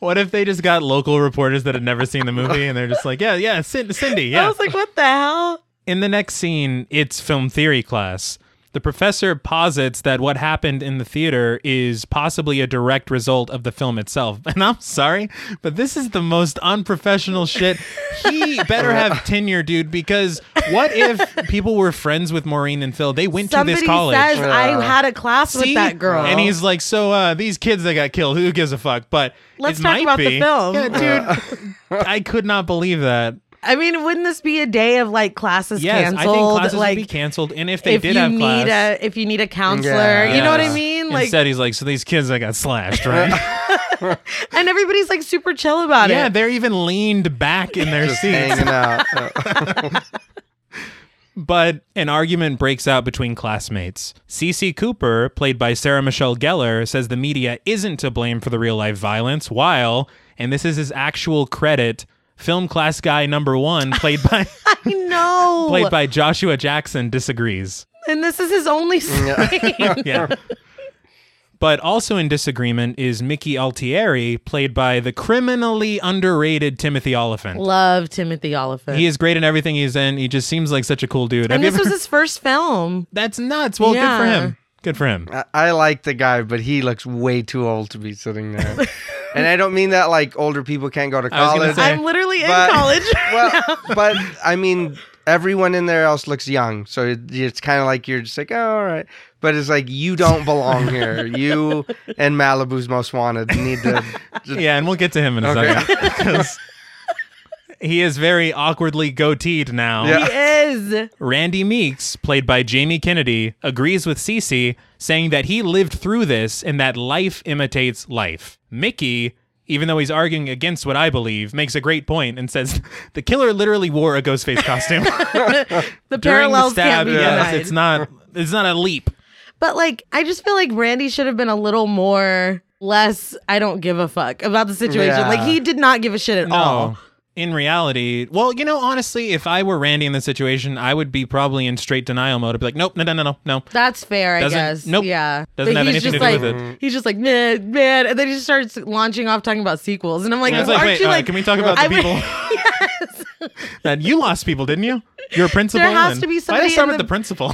Speaker 1: What if they just got local reporters that had never seen the movie and they're just like, yeah, yeah, Cin- Cindy, yeah.
Speaker 2: I was like, what the hell?
Speaker 1: in the next scene, it's film theory class. The professor posits that what happened in the theater is possibly a direct result of the film itself. And I'm sorry, but this is the most unprofessional shit. He better have tenure, dude, because what if people were friends with Maureen and Phil? They went
Speaker 2: Somebody
Speaker 1: to this college.
Speaker 2: says I had a class with
Speaker 1: See?
Speaker 2: that girl.
Speaker 1: And he's like, so uh, these kids that got killed, who gives a fuck? But
Speaker 2: Let's
Speaker 1: it
Speaker 2: talk
Speaker 1: might
Speaker 2: about the
Speaker 1: be-
Speaker 2: film.
Speaker 1: Yeah, dude, I could not believe that.
Speaker 2: I mean, wouldn't this be a day of like classes
Speaker 1: Yes,
Speaker 2: canceled?
Speaker 1: I think classes
Speaker 2: like,
Speaker 1: would be canceled, and if they
Speaker 2: if
Speaker 1: did
Speaker 2: you
Speaker 1: have
Speaker 2: need
Speaker 1: class,
Speaker 2: a if you need a counselor,
Speaker 3: Yeah.
Speaker 2: you know what I
Speaker 3: Yes.
Speaker 2: mean? Like,
Speaker 1: instead he's like, so these kids that got slashed, right?
Speaker 2: and everybody's like super chill about
Speaker 1: yeah,
Speaker 2: it.
Speaker 1: they're even leaned back in their
Speaker 3: Just
Speaker 1: seats.
Speaker 3: hanging out. Uh,
Speaker 1: But an argument breaks out between classmates. Cece Cooper, played by Sarah Michelle Gellar, says the media isn't to blame for the real life violence, while, and this is his actual credit, film class guy number one, played by
Speaker 2: I know.
Speaker 1: played by Joshua Jackson, disagrees.
Speaker 2: and this is his only. scene.
Speaker 1: Yeah. But also in disagreement is Mickey Altieri, played by the criminally underrated Timothy Oliphant.
Speaker 2: Love Timothy Oliphant.
Speaker 1: He is great in everything he's in. He just seems like such a cool dude. Have
Speaker 2: and
Speaker 1: you
Speaker 2: this
Speaker 1: ever-
Speaker 2: was his first film.
Speaker 1: That's nuts. Well, good
Speaker 2: Yeah.
Speaker 1: for him. Good for him.
Speaker 3: I, I like the guy, but he looks way too old to be sitting there. and I don't mean that like older people can't go to
Speaker 1: I was gonna
Speaker 3: college.
Speaker 1: say-
Speaker 2: I'm literally in
Speaker 3: But-
Speaker 2: college.
Speaker 3: well, but I mean, everyone in there else looks young, so it, it's kind of like you're just like, oh, all right. But it's like you don't belong here. you and Malibu's Most Wanted need to.
Speaker 1: Yeah, and we'll get to him in a
Speaker 3: Okay.
Speaker 1: second. 'Cause he is very awkwardly goateed now.
Speaker 3: Yeah.
Speaker 2: he is.
Speaker 1: Randy Meeks, played by Jamie Kennedy, agrees with Cece, saying that he lived through this and that life imitates life. Mickey, even though he's arguing against what I believe, makes a great point and says the killer literally wore a Ghostface costume
Speaker 2: The
Speaker 1: during the
Speaker 2: parallels
Speaker 1: stab.
Speaker 2: can't be
Speaker 1: yes,
Speaker 2: denied.
Speaker 1: it's not. It's not a leap.
Speaker 2: But like, I just feel like Randy should have been a little more less. I don't give a fuck about the situation.
Speaker 3: Yeah.
Speaker 2: Like he did not give a shit at all.
Speaker 1: In reality, well, you know, honestly, if I were Randy in this situation, I would be probably in straight denial mode. I'd be like, nope, no, no, no, no, no.
Speaker 2: That's fair, I
Speaker 1: Doesn't-
Speaker 2: guess.
Speaker 1: nope.
Speaker 2: Yeah.
Speaker 1: Doesn't
Speaker 2: but
Speaker 1: have
Speaker 2: he's
Speaker 1: anything
Speaker 2: just
Speaker 1: to
Speaker 2: like
Speaker 1: do with
Speaker 2: he's just like man, man, and then he just starts launching off talking about sequels, and I'm like,
Speaker 1: And it's like,
Speaker 2: aren't
Speaker 1: wait,
Speaker 2: you
Speaker 1: uh,
Speaker 2: like?
Speaker 1: can we talk about the
Speaker 2: I'm-
Speaker 1: people? that you lost people, didn't you? Your principal.
Speaker 2: There has
Speaker 1: and-
Speaker 2: to be
Speaker 1: Why did I
Speaker 2: somebody
Speaker 1: start
Speaker 2: in
Speaker 1: with
Speaker 2: the-
Speaker 1: the principal?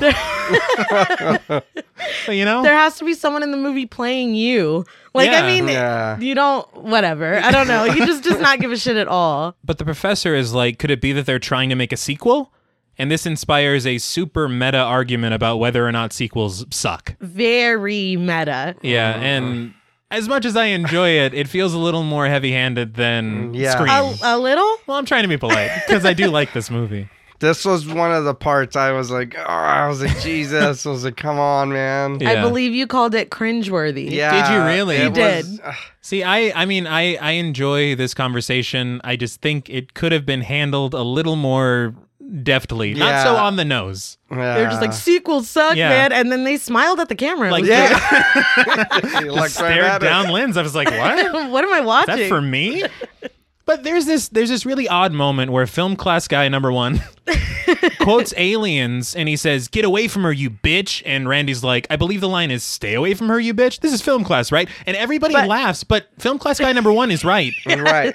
Speaker 1: But, you know,
Speaker 2: there has to be someone in the movie playing you. Like,
Speaker 1: Yeah.
Speaker 2: I mean,
Speaker 3: Yeah.
Speaker 2: you don't. Whatever. I don't know. He just does not give a shit at all.
Speaker 1: but the professor is like, could it be that they're trying to make a sequel? And this inspires a super meta argument about whether or not sequels suck.
Speaker 2: Very meta.
Speaker 1: Yeah, and as much as I enjoy it, it feels a little more heavy-handed than
Speaker 3: Yeah.
Speaker 1: Scream.
Speaker 2: A, a little.
Speaker 1: well, I'm trying to be polite because I do like this movie.
Speaker 3: This was one of the parts I was like, oh, I was like, Jesus. I was like, come on, man.
Speaker 1: Yeah.
Speaker 2: I believe you called it cringeworthy.
Speaker 3: Yeah.
Speaker 1: Did you really? You
Speaker 3: it was-
Speaker 2: did.
Speaker 3: ugh,
Speaker 1: See, I I mean I I enjoy this conversation. I just think it could have been handled a little more deftly. Not
Speaker 3: Yeah.
Speaker 1: so on the nose.
Speaker 3: yeah.
Speaker 2: They're just like sequels suck,
Speaker 1: Yeah.
Speaker 2: man, and then they smiled at the camera.
Speaker 1: Like
Speaker 2: Like,
Speaker 3: yeah. He
Speaker 1: Just
Speaker 3: looked right
Speaker 1: stared
Speaker 3: at it.
Speaker 1: down lens. I was like, "What? Is
Speaker 2: what am I watching?
Speaker 1: that for me?" But there's this there's this really odd moment where film class guy number 1 quotes aliens and he says, "Get away from her, you bitch." And Randy's like, "I believe the line is stay away from her, you bitch." This is film class, right? And everybody
Speaker 2: But-
Speaker 1: laughs, but film class guy number 1 is right.
Speaker 3: Right.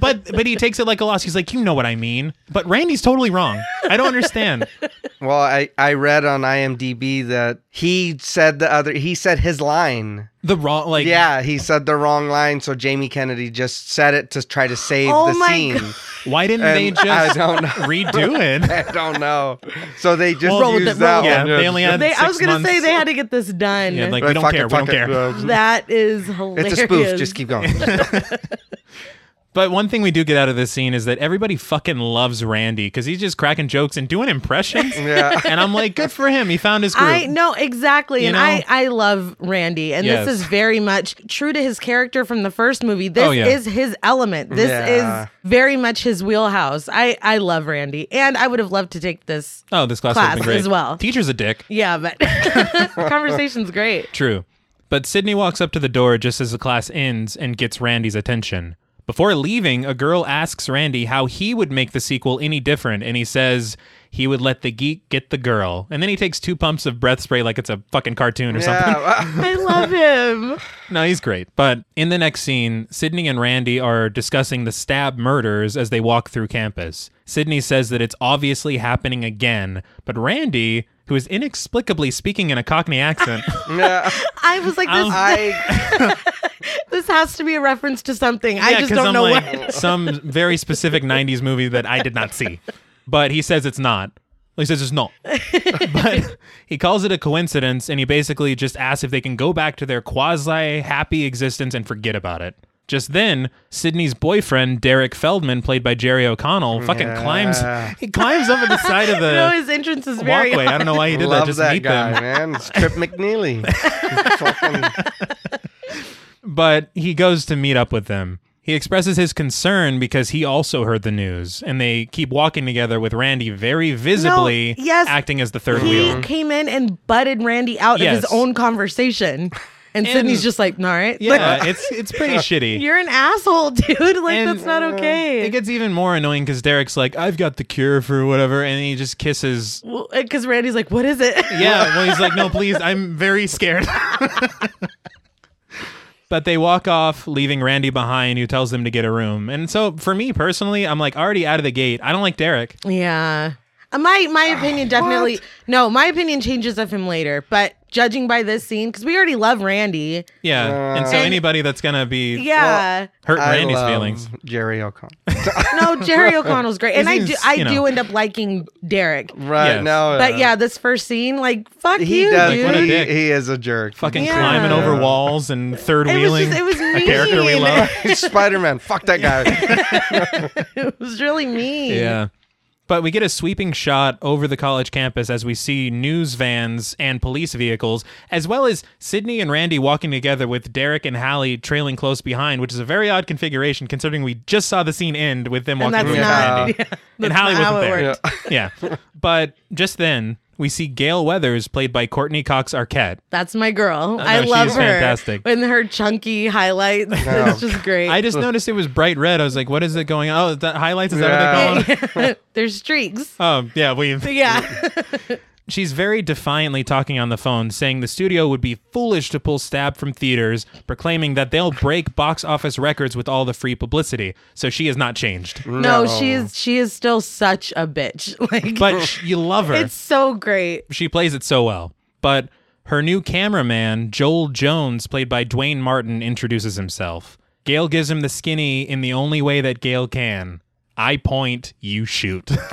Speaker 1: but but he takes it like a loss. He's like, you know what I mean. But Randy's totally wrong. I don't understand.
Speaker 3: Well, I, I read on IMDb that he said the other he said his line.
Speaker 1: The wrong like
Speaker 3: Yeah, he said the wrong line, so Jamie Kennedy just said it to try to save
Speaker 2: Oh
Speaker 3: the
Speaker 2: my
Speaker 3: scene.
Speaker 2: God.
Speaker 1: Why didn't they
Speaker 3: And I
Speaker 1: just
Speaker 3: don't know.
Speaker 1: redo it?
Speaker 3: I don't know. So they just
Speaker 1: Roll
Speaker 2: with
Speaker 3: used
Speaker 2: it, roll
Speaker 3: that
Speaker 2: with
Speaker 1: Yeah,
Speaker 3: one.
Speaker 1: they only had
Speaker 2: They, I was
Speaker 1: six
Speaker 2: gonna
Speaker 1: months.
Speaker 2: say they had to get this done.
Speaker 1: Yeah, like
Speaker 3: Right,
Speaker 1: we don't
Speaker 3: fuck it,
Speaker 1: care. We
Speaker 3: fuck
Speaker 1: don't
Speaker 3: it.
Speaker 1: care.
Speaker 2: that is hilarious.
Speaker 3: It's a spoof. Just keep going.
Speaker 1: But one thing we do get out of this scene is that everybody fucking loves Randy because he's just cracking jokes and doing impressions.
Speaker 3: Yeah.
Speaker 1: And I'm like, good for him. He found his group.
Speaker 2: I know exactly,
Speaker 1: You
Speaker 2: and
Speaker 1: know?
Speaker 2: I I love Randy, and
Speaker 1: Yes.
Speaker 2: this is very much true to his character from the first movie. This
Speaker 1: Oh, yeah.
Speaker 2: is his element. This
Speaker 3: Yeah.
Speaker 2: is very much his wheelhouse. I I love Randy, and I would have loved to take this.
Speaker 1: oh, this class,
Speaker 2: Class
Speaker 1: has been great
Speaker 2: as well.
Speaker 1: Teacher's a dick.
Speaker 2: Yeah, but conversation's great.
Speaker 1: True. But Sydney walks up to the door just as the class ends and gets Randy's attention. Before leaving, a girl asks Randy how he would make the sequel any different, and he says he would let the geek get the girl. And then he takes two pumps of breath spray like it's a fucking cartoon or something.
Speaker 3: yeah.
Speaker 2: I love him.
Speaker 1: No, he's great. But in the next scene, Sydney and Randy are discussing the stab murders as they walk through campus. Sydney says that it's obviously happening again, but Randy, who is inexplicably speaking in a Cockney accent,
Speaker 3: yeah.
Speaker 2: I was like,
Speaker 1: Um,
Speaker 2: this,
Speaker 3: I
Speaker 2: this has to be a reference to something. I
Speaker 1: Yeah,
Speaker 2: just
Speaker 1: 'cause
Speaker 2: don't
Speaker 1: I'm
Speaker 2: know
Speaker 1: like,
Speaker 2: what.
Speaker 1: Some very specific '90s movie that I did not see, but he says it's not. Well, He says it's not, but he calls it a coincidence, and he basically just asks if they can go back to their quasi happy existence and forget about it. Just then, Sydney's boyfriend Derek Feldman, played by Jerry O'Connell, fucking
Speaker 3: Yeah.
Speaker 1: climbs. He climbs up at the side of the
Speaker 2: No, his entrance is very.
Speaker 1: uh, walkway. I don't know why he did that.
Speaker 3: love
Speaker 1: Just
Speaker 3: that
Speaker 1: meet
Speaker 3: guy,
Speaker 1: them.
Speaker 3: man. It's Trip McNeely. Fucking-
Speaker 1: but he goes to meet up with them. He expresses his concern because he also heard the news, and they keep walking together with Randy very visibly
Speaker 2: yes.
Speaker 1: acting as the third
Speaker 2: He
Speaker 1: wheel.
Speaker 2: came in and butted Randy out of
Speaker 1: Yes.
Speaker 2: his own conversation. And,
Speaker 1: And-
Speaker 2: Sydney's just like, all right. Like,
Speaker 1: Yeah, it's it's pretty shitty.
Speaker 2: you're an asshole, dude. Like,
Speaker 1: And- uh,
Speaker 2: that's not okay.
Speaker 1: It gets even more annoying because Derek's like, I've got the cure for whatever, and he just kisses.
Speaker 2: Because uh, Randy's like, what is it?
Speaker 1: Yeah, well, he's like, no, please, I'm very scared. but they walk off, leaving Randy behind, who tells them to get a room. And so for me personally, I'm like already out of the gate. I don't like Derek.
Speaker 2: Yeah. Uh, My my opinion definitely no, my opinion changes of him later, but judging by this scene cuz we already love Randy.
Speaker 1: Yeah, and so
Speaker 2: And-
Speaker 1: anybody that's gonna be
Speaker 2: Yeah.
Speaker 1: hurt
Speaker 3: I
Speaker 1: Randy's
Speaker 3: love
Speaker 1: feelings.
Speaker 3: Jerry O'Connell.
Speaker 2: no, Jerry O'Connell's great. And I do
Speaker 1: He's-
Speaker 2: I
Speaker 1: you know.
Speaker 2: do end up liking Derek.
Speaker 3: Right
Speaker 1: Yes.
Speaker 3: now,
Speaker 2: But yeah, this first scene like fuck
Speaker 3: he
Speaker 2: you,
Speaker 3: does.
Speaker 2: dude.
Speaker 1: Like, what a
Speaker 3: he,
Speaker 1: dick.
Speaker 3: he is a jerk.
Speaker 1: Fucking
Speaker 2: Yeah.
Speaker 1: climbing over walls and third
Speaker 2: it was
Speaker 1: wheeling.
Speaker 2: just it was mean.
Speaker 1: character we love.
Speaker 3: Spider Man. Fuck that guy.
Speaker 2: it was really mean.
Speaker 1: Yeah. But we get a sweeping shot over the college campus as we see news vans and police vehicles, as well as Sydney and Randy walking together with Derek and Hallie trailing close behind, which is a very odd configuration considering we just saw the scene end with them
Speaker 2: And
Speaker 1: walking
Speaker 2: that's
Speaker 1: with
Speaker 2: not
Speaker 1: Randy.
Speaker 2: yeah, that's
Speaker 1: And Hallie
Speaker 2: not how
Speaker 1: wasn't
Speaker 2: it
Speaker 1: there.
Speaker 2: worked.
Speaker 1: Yeah. But just then, we see Gail Weathers, played by Courtney Cox Arquette.
Speaker 2: That's my girl. I
Speaker 1: no,
Speaker 2: love
Speaker 1: she's
Speaker 2: her.
Speaker 1: fantastic.
Speaker 2: And her chunky highlights. It's just great.
Speaker 1: I just noticed it was bright red. I was like, what is it going on? Oh, that highlights? Is that what they call it?
Speaker 2: There's streaks.
Speaker 1: Oh, yeah. We,
Speaker 2: Yeah.
Speaker 1: She's very defiantly talking on the phone, saying the studio would be foolish to pull Stab from theaters, proclaiming that they'll break box office records with all the free publicity. So she has not changed.
Speaker 2: No,
Speaker 3: No.
Speaker 2: she is she is still such a bitch. Like
Speaker 1: But sh- you love her.
Speaker 2: it's so great.
Speaker 1: she plays it so well. But her new cameraman, Joel Jones, played by Dwayne Martin, introduces himself. Gail gives him the skinny in the only way that Gail can. I point, you shoot.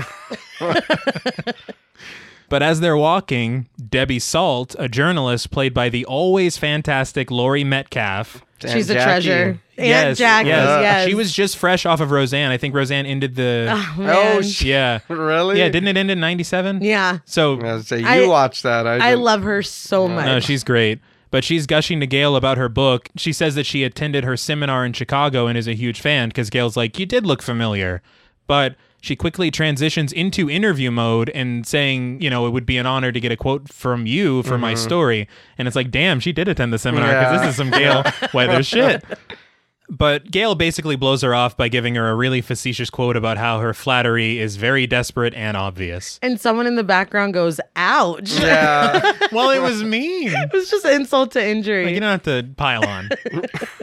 Speaker 1: but as they're walking, Debbie Salt, a journalist played by the always fantastic Lori Metcalf,
Speaker 3: Damn,
Speaker 2: She's a
Speaker 3: Jackie.
Speaker 2: treasure. Aunt
Speaker 1: yes,
Speaker 2: Jack
Speaker 1: yes. Uh,
Speaker 2: is, yes.
Speaker 1: She was just fresh off of Roseanne. I think Roseanne ended the
Speaker 3: Oh,
Speaker 2: Man.
Speaker 3: sh-
Speaker 1: yeah,
Speaker 3: really?
Speaker 1: yeah. Didn't it end in '97?
Speaker 2: Yeah.
Speaker 1: So
Speaker 3: I was gonna say
Speaker 2: I-
Speaker 3: you watch that. I,
Speaker 2: I
Speaker 3: didn't-
Speaker 2: love her so much.
Speaker 1: No, she's great. But she's gushing to Gail about her book. She says that she attended her seminar in Chicago and is a huge fan because Gail's like, You did look familiar. But she quickly transitions into interview mode and saying, You know, it would be an honor to get a quote from you for my story. And it's like, Damn, she did attend the seminar because
Speaker 3: Yeah.
Speaker 1: this is some Gail weather shit. But Gail basically blows her off by giving her a really facetious quote about how her flattery is very desperate and obvious.
Speaker 2: and someone in the background goes, ouch.
Speaker 3: Yeah.
Speaker 1: well, it was mean.
Speaker 2: it was just insult to injury.
Speaker 1: Like, you don't have to pile on.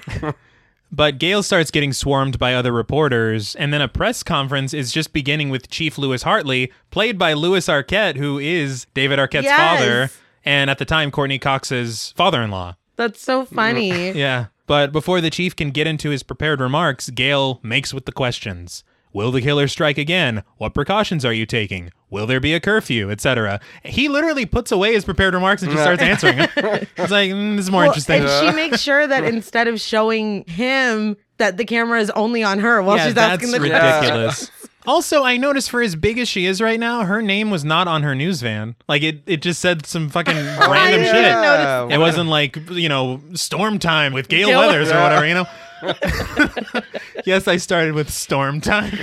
Speaker 1: but Gail starts getting swarmed by other reporters, and then a press conference is just beginning with Chief Lewis Hartley, played by Lewis Arquette, who is David Arquette's
Speaker 2: Yes.
Speaker 1: father, and at the time, Courtney Cox's father in law.
Speaker 2: That's so funny.
Speaker 1: Yeah. But before the chief can get into his prepared remarks, Gail makes with the questions. Will the killer strike again? What precautions are you taking? Will there be a curfew, etc.? He literally puts away his prepared remarks and just starts answering them. it's like, mm, this is more
Speaker 2: Well,
Speaker 1: interesting.
Speaker 2: And she makes sure that instead of showing him that the camera is only on her while she's asking the
Speaker 3: ridiculous.
Speaker 2: question.
Speaker 1: Also, I noticed for as big as she is right now, her name was not on her news van. Like it, it just said some fucking random
Speaker 2: didn't
Speaker 1: shit.
Speaker 2: notice
Speaker 3: Yeah.
Speaker 1: It wasn't like you know storm time with Gail
Speaker 2: Gail-
Speaker 1: Weathers or whatever. You know. yes, I started with storm time.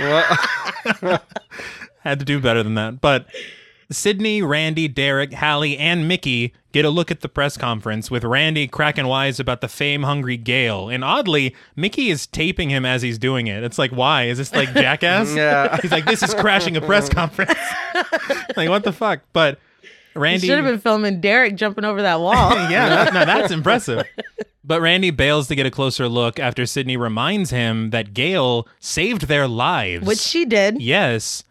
Speaker 1: Had to do better than that, but. Sydney, Randy, Derek, Hallie, and Mickey get a look at the press conference with Randy cracking wise about the fame hungry Gale. And oddly, Mickey is taping him as he's doing it. It's like, why? Is this like jackass?
Speaker 3: Yeah.
Speaker 1: He's like, this is crashing a press conference. like, what the fuck? But Randy.
Speaker 2: Should have been filming Derek jumping over that wall.
Speaker 1: yeah, that, now that's impressive. But Randy bails to get a closer look after Sydney reminds him that Gale saved their lives.
Speaker 2: Which she did.
Speaker 1: Yes.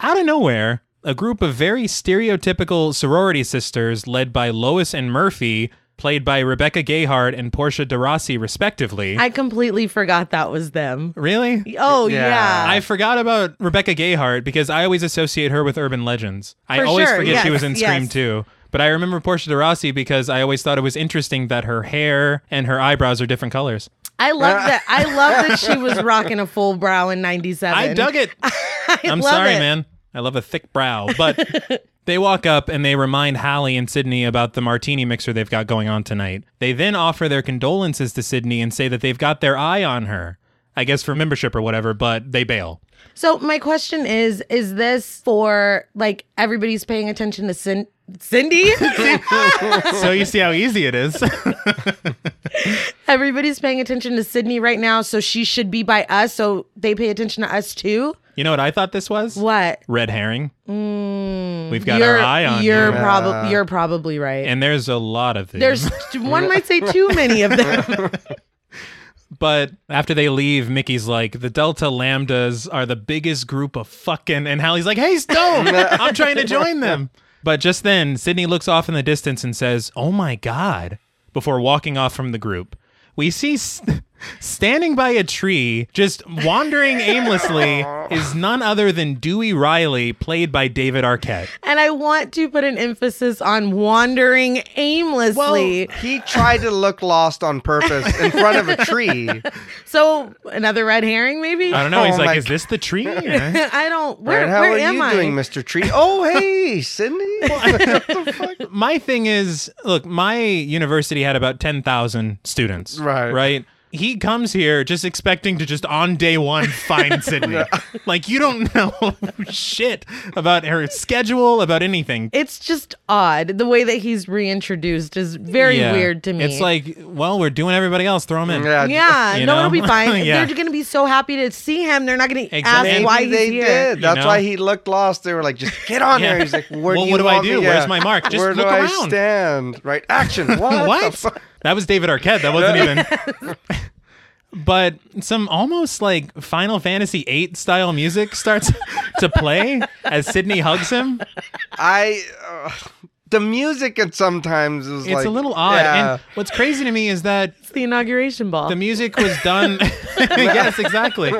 Speaker 1: Out of nowhere, a group of very stereotypical sorority sisters led by Lois and Murphy, played by Rebecca Gayhart and Portia de Rossi, respectively.
Speaker 2: I completely forgot that was them.
Speaker 1: really?
Speaker 2: Oh
Speaker 3: Yeah.
Speaker 2: yeah.
Speaker 1: I forgot about Rebecca Gayhart because I always associate her with urban legends. I
Speaker 2: For
Speaker 1: always
Speaker 2: sure,
Speaker 1: forget she
Speaker 2: yes,
Speaker 1: was in Scream
Speaker 2: yes.
Speaker 1: 2. But I remember Portia de Rossi because I always thought it was interesting that her hair and her eyebrows are different colors.
Speaker 2: I, love that. I love that she was rocking a full brow in '97.
Speaker 1: I dug it. I'm
Speaker 2: love
Speaker 1: sorry,
Speaker 2: it.
Speaker 1: man. I love a thick brow. But they walk up and they remind Hallie and Sydney about the martini mixer they've got going on tonight. They then offer their condolences to Sydney and say that they've got their eye on her. I guess for membership or whatever, but they bail.
Speaker 2: So my question is: Is this for like everybody's paying attention to Cin- Cindy?
Speaker 1: so you see how easy it is.
Speaker 2: everybody's paying attention to Sydney right now, so she should be by us, so they pay attention to us too.
Speaker 1: You know what I thought this was?
Speaker 2: What?
Speaker 1: Red herring.
Speaker 2: Mm,
Speaker 1: We've got
Speaker 2: you're,
Speaker 1: our eye on
Speaker 2: you're
Speaker 1: you.
Speaker 2: probably
Speaker 3: Yeah.
Speaker 2: you're probably right.
Speaker 1: And there's a lot of these.
Speaker 2: There's one might say too many of them.
Speaker 1: But after they leave, Mickey's like, the Delta Lambdas are the biggest group of fucking. And Hallie's like, hey, Stone, I'm trying to join them. But just then, Sydney looks off in the distance and says, oh my God, before walking off from the group. We see st- standing by a tree, just wandering aimlessly, is none other than Dewey Riley, played by David Arquette.
Speaker 2: and I want to put an emphasis on wandering aimlessly.
Speaker 3: He tried to look lost on purpose in front of a tree.
Speaker 2: so another red herring, maybe?
Speaker 1: I don't know. He's
Speaker 3: Oh
Speaker 1: like,
Speaker 3: my
Speaker 1: is this the tree?
Speaker 2: I don't. Where,
Speaker 3: Right, how
Speaker 2: where
Speaker 3: are
Speaker 2: am
Speaker 3: you
Speaker 2: I?
Speaker 3: doing, Mr. Tree? Oh, hey, Sydney.
Speaker 1: my thing is look my university had about 10,000 students
Speaker 3: Right.
Speaker 1: right he comes here just expecting to just on day one find Sydney. like you don't know shit about her schedule, about anything.
Speaker 2: It's just odd. The way that he's reintroduced is very
Speaker 1: Yeah.
Speaker 2: weird to me.
Speaker 1: It's like, well, we're doing everybody else. Throw them in.
Speaker 3: Yeah,
Speaker 2: yeah,
Speaker 1: you
Speaker 2: no, it'll
Speaker 1: know?
Speaker 2: be fine.
Speaker 1: Yeah.
Speaker 2: They're going to be so happy to see him. They're not going to
Speaker 1: Exactly.
Speaker 2: ask
Speaker 1: Maybe
Speaker 2: why he's
Speaker 3: they
Speaker 2: E here.
Speaker 3: did. That's
Speaker 1: know?
Speaker 3: why he looked lost. They were like, "Just get on
Speaker 1: Yeah.
Speaker 3: there." He's like, "Where
Speaker 1: Well,
Speaker 3: do you
Speaker 1: what do I
Speaker 3: want me-
Speaker 1: do?
Speaker 3: yeah.
Speaker 1: Where's my mark? Just
Speaker 3: Where
Speaker 1: look
Speaker 3: do
Speaker 1: around."
Speaker 3: I stand? Right, action. What? the
Speaker 1: what?
Speaker 3: fuck?
Speaker 1: That was David Arquette. That wasn't even. But some almost like Final Fantasy VIII style music starts to play as Sydney hugs him.
Speaker 3: I. Uh, the music at sometimes was
Speaker 1: It's
Speaker 3: like
Speaker 1: a little odd.
Speaker 3: Yeah.
Speaker 1: And what's crazy to me is that
Speaker 2: It's the inauguration ball.
Speaker 1: the music was done. yes, exactly.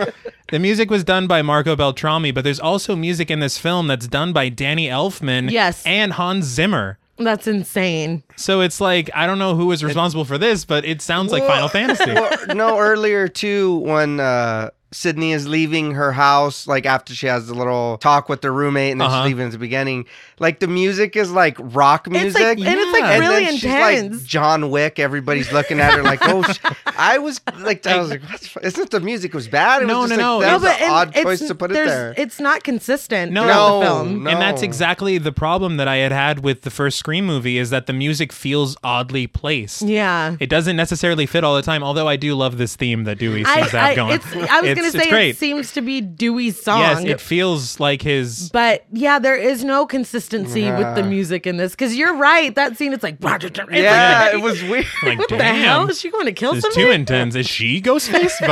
Speaker 1: The music was done by Marco Beltrami, but there's also music in this film that's done by Danny Elfman
Speaker 2: Yes.
Speaker 1: and Hans Zimmer.
Speaker 2: That's insane.
Speaker 1: So it's like, I don't know who was responsible for this, but it sounds like Final Fantasy.
Speaker 3: Well, no, earlier too, when uh, Sydney is leaving her house, like after she has the little talk with her roommate, and then
Speaker 1: Uh-huh.
Speaker 3: she's leaving at the beginning. Like the music is like rock
Speaker 2: It's like,
Speaker 3: music,
Speaker 2: and it's like
Speaker 1: Yeah.
Speaker 3: And
Speaker 2: really
Speaker 3: then she's
Speaker 2: intense.
Speaker 3: Like John Wick. Everybody's looking at her like, oh, sh-. I was like, I was like, what the fu- isn't the music was bad? It
Speaker 1: No,
Speaker 3: was
Speaker 1: no,
Speaker 3: just
Speaker 1: no,
Speaker 3: like, That
Speaker 1: No,
Speaker 3: was an
Speaker 2: and
Speaker 3: odd
Speaker 2: it's-
Speaker 3: choice to put it
Speaker 2: there's-
Speaker 3: there.
Speaker 2: It's not consistent
Speaker 1: No.
Speaker 2: throughout the
Speaker 3: No.
Speaker 2: film.
Speaker 1: And that's
Speaker 3: No.
Speaker 1: exactly the problem that I had had with the first Scream movie is that the music feels oddly placed.
Speaker 2: Yeah.
Speaker 1: It doesn't necessarily fit all the time, although I do love this theme that Dewey seems
Speaker 2: I,
Speaker 1: to have
Speaker 2: I,
Speaker 1: going.
Speaker 2: it's, I was going to
Speaker 1: It's-
Speaker 2: say
Speaker 1: it's great.
Speaker 2: it seems to be Dewey's song.
Speaker 1: yes, it feels like his
Speaker 2: but yeah, there is no consistency with the music in this because you're right. That scene, it's like, it's
Speaker 3: yeah,
Speaker 2: like-
Speaker 3: it was weird.
Speaker 1: like
Speaker 2: what the
Speaker 1: damn,
Speaker 2: hell is she going to kill
Speaker 1: This is
Speaker 2: somebody?
Speaker 1: too intense. Is she Ghostface?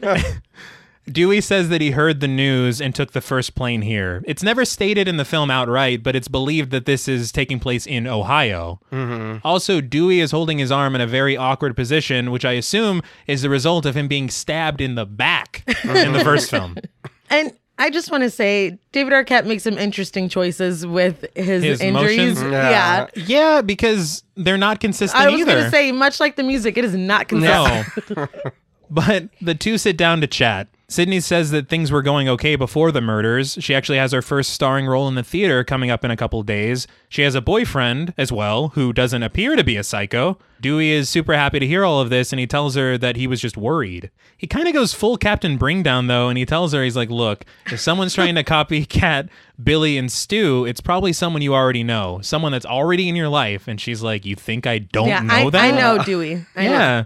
Speaker 1: But Dewey says that he heard the news and took the first plane here. It's never stated in the film outright, but it's believed that this is taking place in Ohio.
Speaker 2: Mm-hmm.
Speaker 1: Also, Dewey is holding his arm in a very awkward position, which I assume is the result of him being stabbed in the back in the first film.
Speaker 2: And I just want to say, David Arquette makes some interesting choices with his,
Speaker 1: His
Speaker 2: injuries.
Speaker 1: motions?
Speaker 2: Yeah.
Speaker 3: Yeah.
Speaker 1: Yeah, because they're not consistent
Speaker 2: I was
Speaker 1: either.
Speaker 2: going to say, much like the music, it is not consistent.
Speaker 1: No. but the two sit down to chat. Sydney says that things were going okay before the murders. She actually has her first starring role in the theater coming up in a couple days. She has a boyfriend as well who doesn't appear to be a psycho. Dewey is super happy to hear all of this and he tells her that he was just worried. He kind of goes full Captain Bringdown though and he tells her he's like, "Look, if someone's trying to copycat Billy and Stu, it's probably someone you already know, someone that's already in your life." And she's like, "You think I don't
Speaker 2: Yeah,
Speaker 1: know
Speaker 2: I,
Speaker 1: that?"
Speaker 2: I know Dewey. I know.
Speaker 1: Yeah.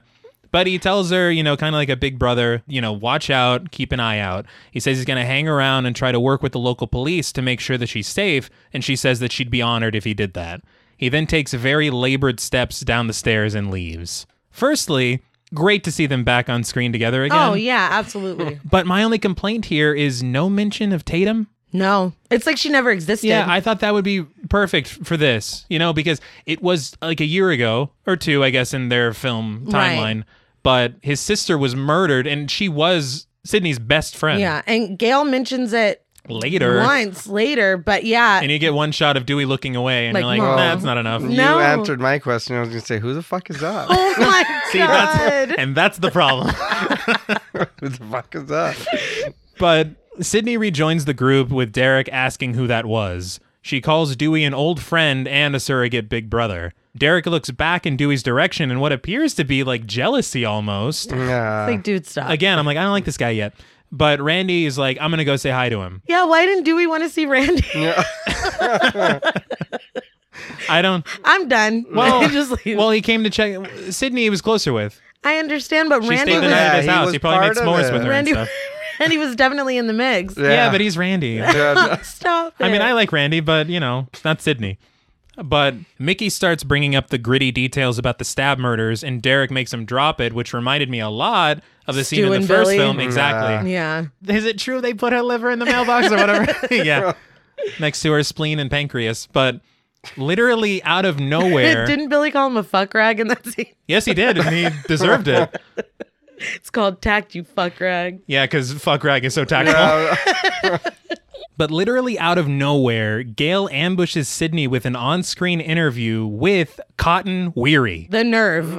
Speaker 1: But he tells her, you know, kind of like a big brother, you know, watch out, keep an eye out. He says he's going to hang around and try to work with the local police to make sure that she's safe. And she says that she'd be honored if he did that. He then takes very labored steps down the stairs and leaves. Firstly, great to see them back on screen together again.
Speaker 2: Oh, yeah, absolutely.
Speaker 1: But my only complaint here is no mention of Tatum.
Speaker 2: no. It's like she never existed.
Speaker 1: Yeah, I thought that would be perfect for this, you know, because it was like a year ago or two, I guess, in their film
Speaker 2: Right.
Speaker 1: timeline. But his sister was murdered, and she was Sydney's best friend.
Speaker 2: yeah. And Gail mentions it
Speaker 1: Later,
Speaker 2: once later, but yeah.
Speaker 1: and you get one shot of Dewey looking away, and
Speaker 2: Like,
Speaker 1: you're like,
Speaker 2: "Mom."
Speaker 1: "Nah, that's not enough.
Speaker 3: You
Speaker 2: No.
Speaker 3: answered my question. I was gonna say, who the fuck is that?
Speaker 2: oh, my God.
Speaker 1: That's, and that's the problem.
Speaker 3: who the fuck is that?
Speaker 1: But Sydney rejoins the group with Derek asking who that was. She calls Dewey an old friend and a surrogate big brother. Derek looks back in Dewey's direction in what appears to be like jealousy almost.
Speaker 3: Yeah.
Speaker 2: Like, dude, stop.
Speaker 1: again, I'm like, I don't like this guy yet. But Randy is like, I'm gonna go say hi to him.
Speaker 2: yeah, why didn't Dewey want to see Randy?
Speaker 1: I don't.
Speaker 2: I'm done.
Speaker 1: Well,
Speaker 2: just leave.
Speaker 1: well, he came to check. Sydney, he was closer with.
Speaker 2: I understand, but
Speaker 1: She
Speaker 2: Randy
Speaker 1: stayed the
Speaker 2: was
Speaker 1: night at his
Speaker 3: Yeah, he
Speaker 1: house.
Speaker 3: was
Speaker 1: He probably made
Speaker 3: part of
Speaker 1: s'mores with
Speaker 3: it.
Speaker 1: her and
Speaker 2: Randy,
Speaker 1: stuff.
Speaker 2: Randy was definitely in the mix.
Speaker 1: Yeah, but he's Randy.
Speaker 3: Yeah.
Speaker 2: Stop.
Speaker 1: I mean,
Speaker 2: it.
Speaker 1: I like Randy, but you know, it's not Sydney. But Mickey starts bringing up the gritty details about the stab murders, and Derek makes him drop it, which reminded me a lot of the scene
Speaker 2: Stu
Speaker 1: in the
Speaker 2: and
Speaker 1: first
Speaker 2: Billy.
Speaker 1: film. Exactly.
Speaker 2: Yeah.
Speaker 1: Is it true they put her liver in the mailbox or whatever? yeah. Next to her spleen and pancreas, but literally out of nowhere.
Speaker 2: Didn't Billy call him a fuck rag in that scene?
Speaker 1: yes, he did, and he deserved it.
Speaker 2: It's called tact, you fuck rag.
Speaker 1: Yeah, because fuck rag is so tactful. But literally out of nowhere, Gail ambushes Sydney with an on screen interview with Cotton Weary.
Speaker 2: The nerve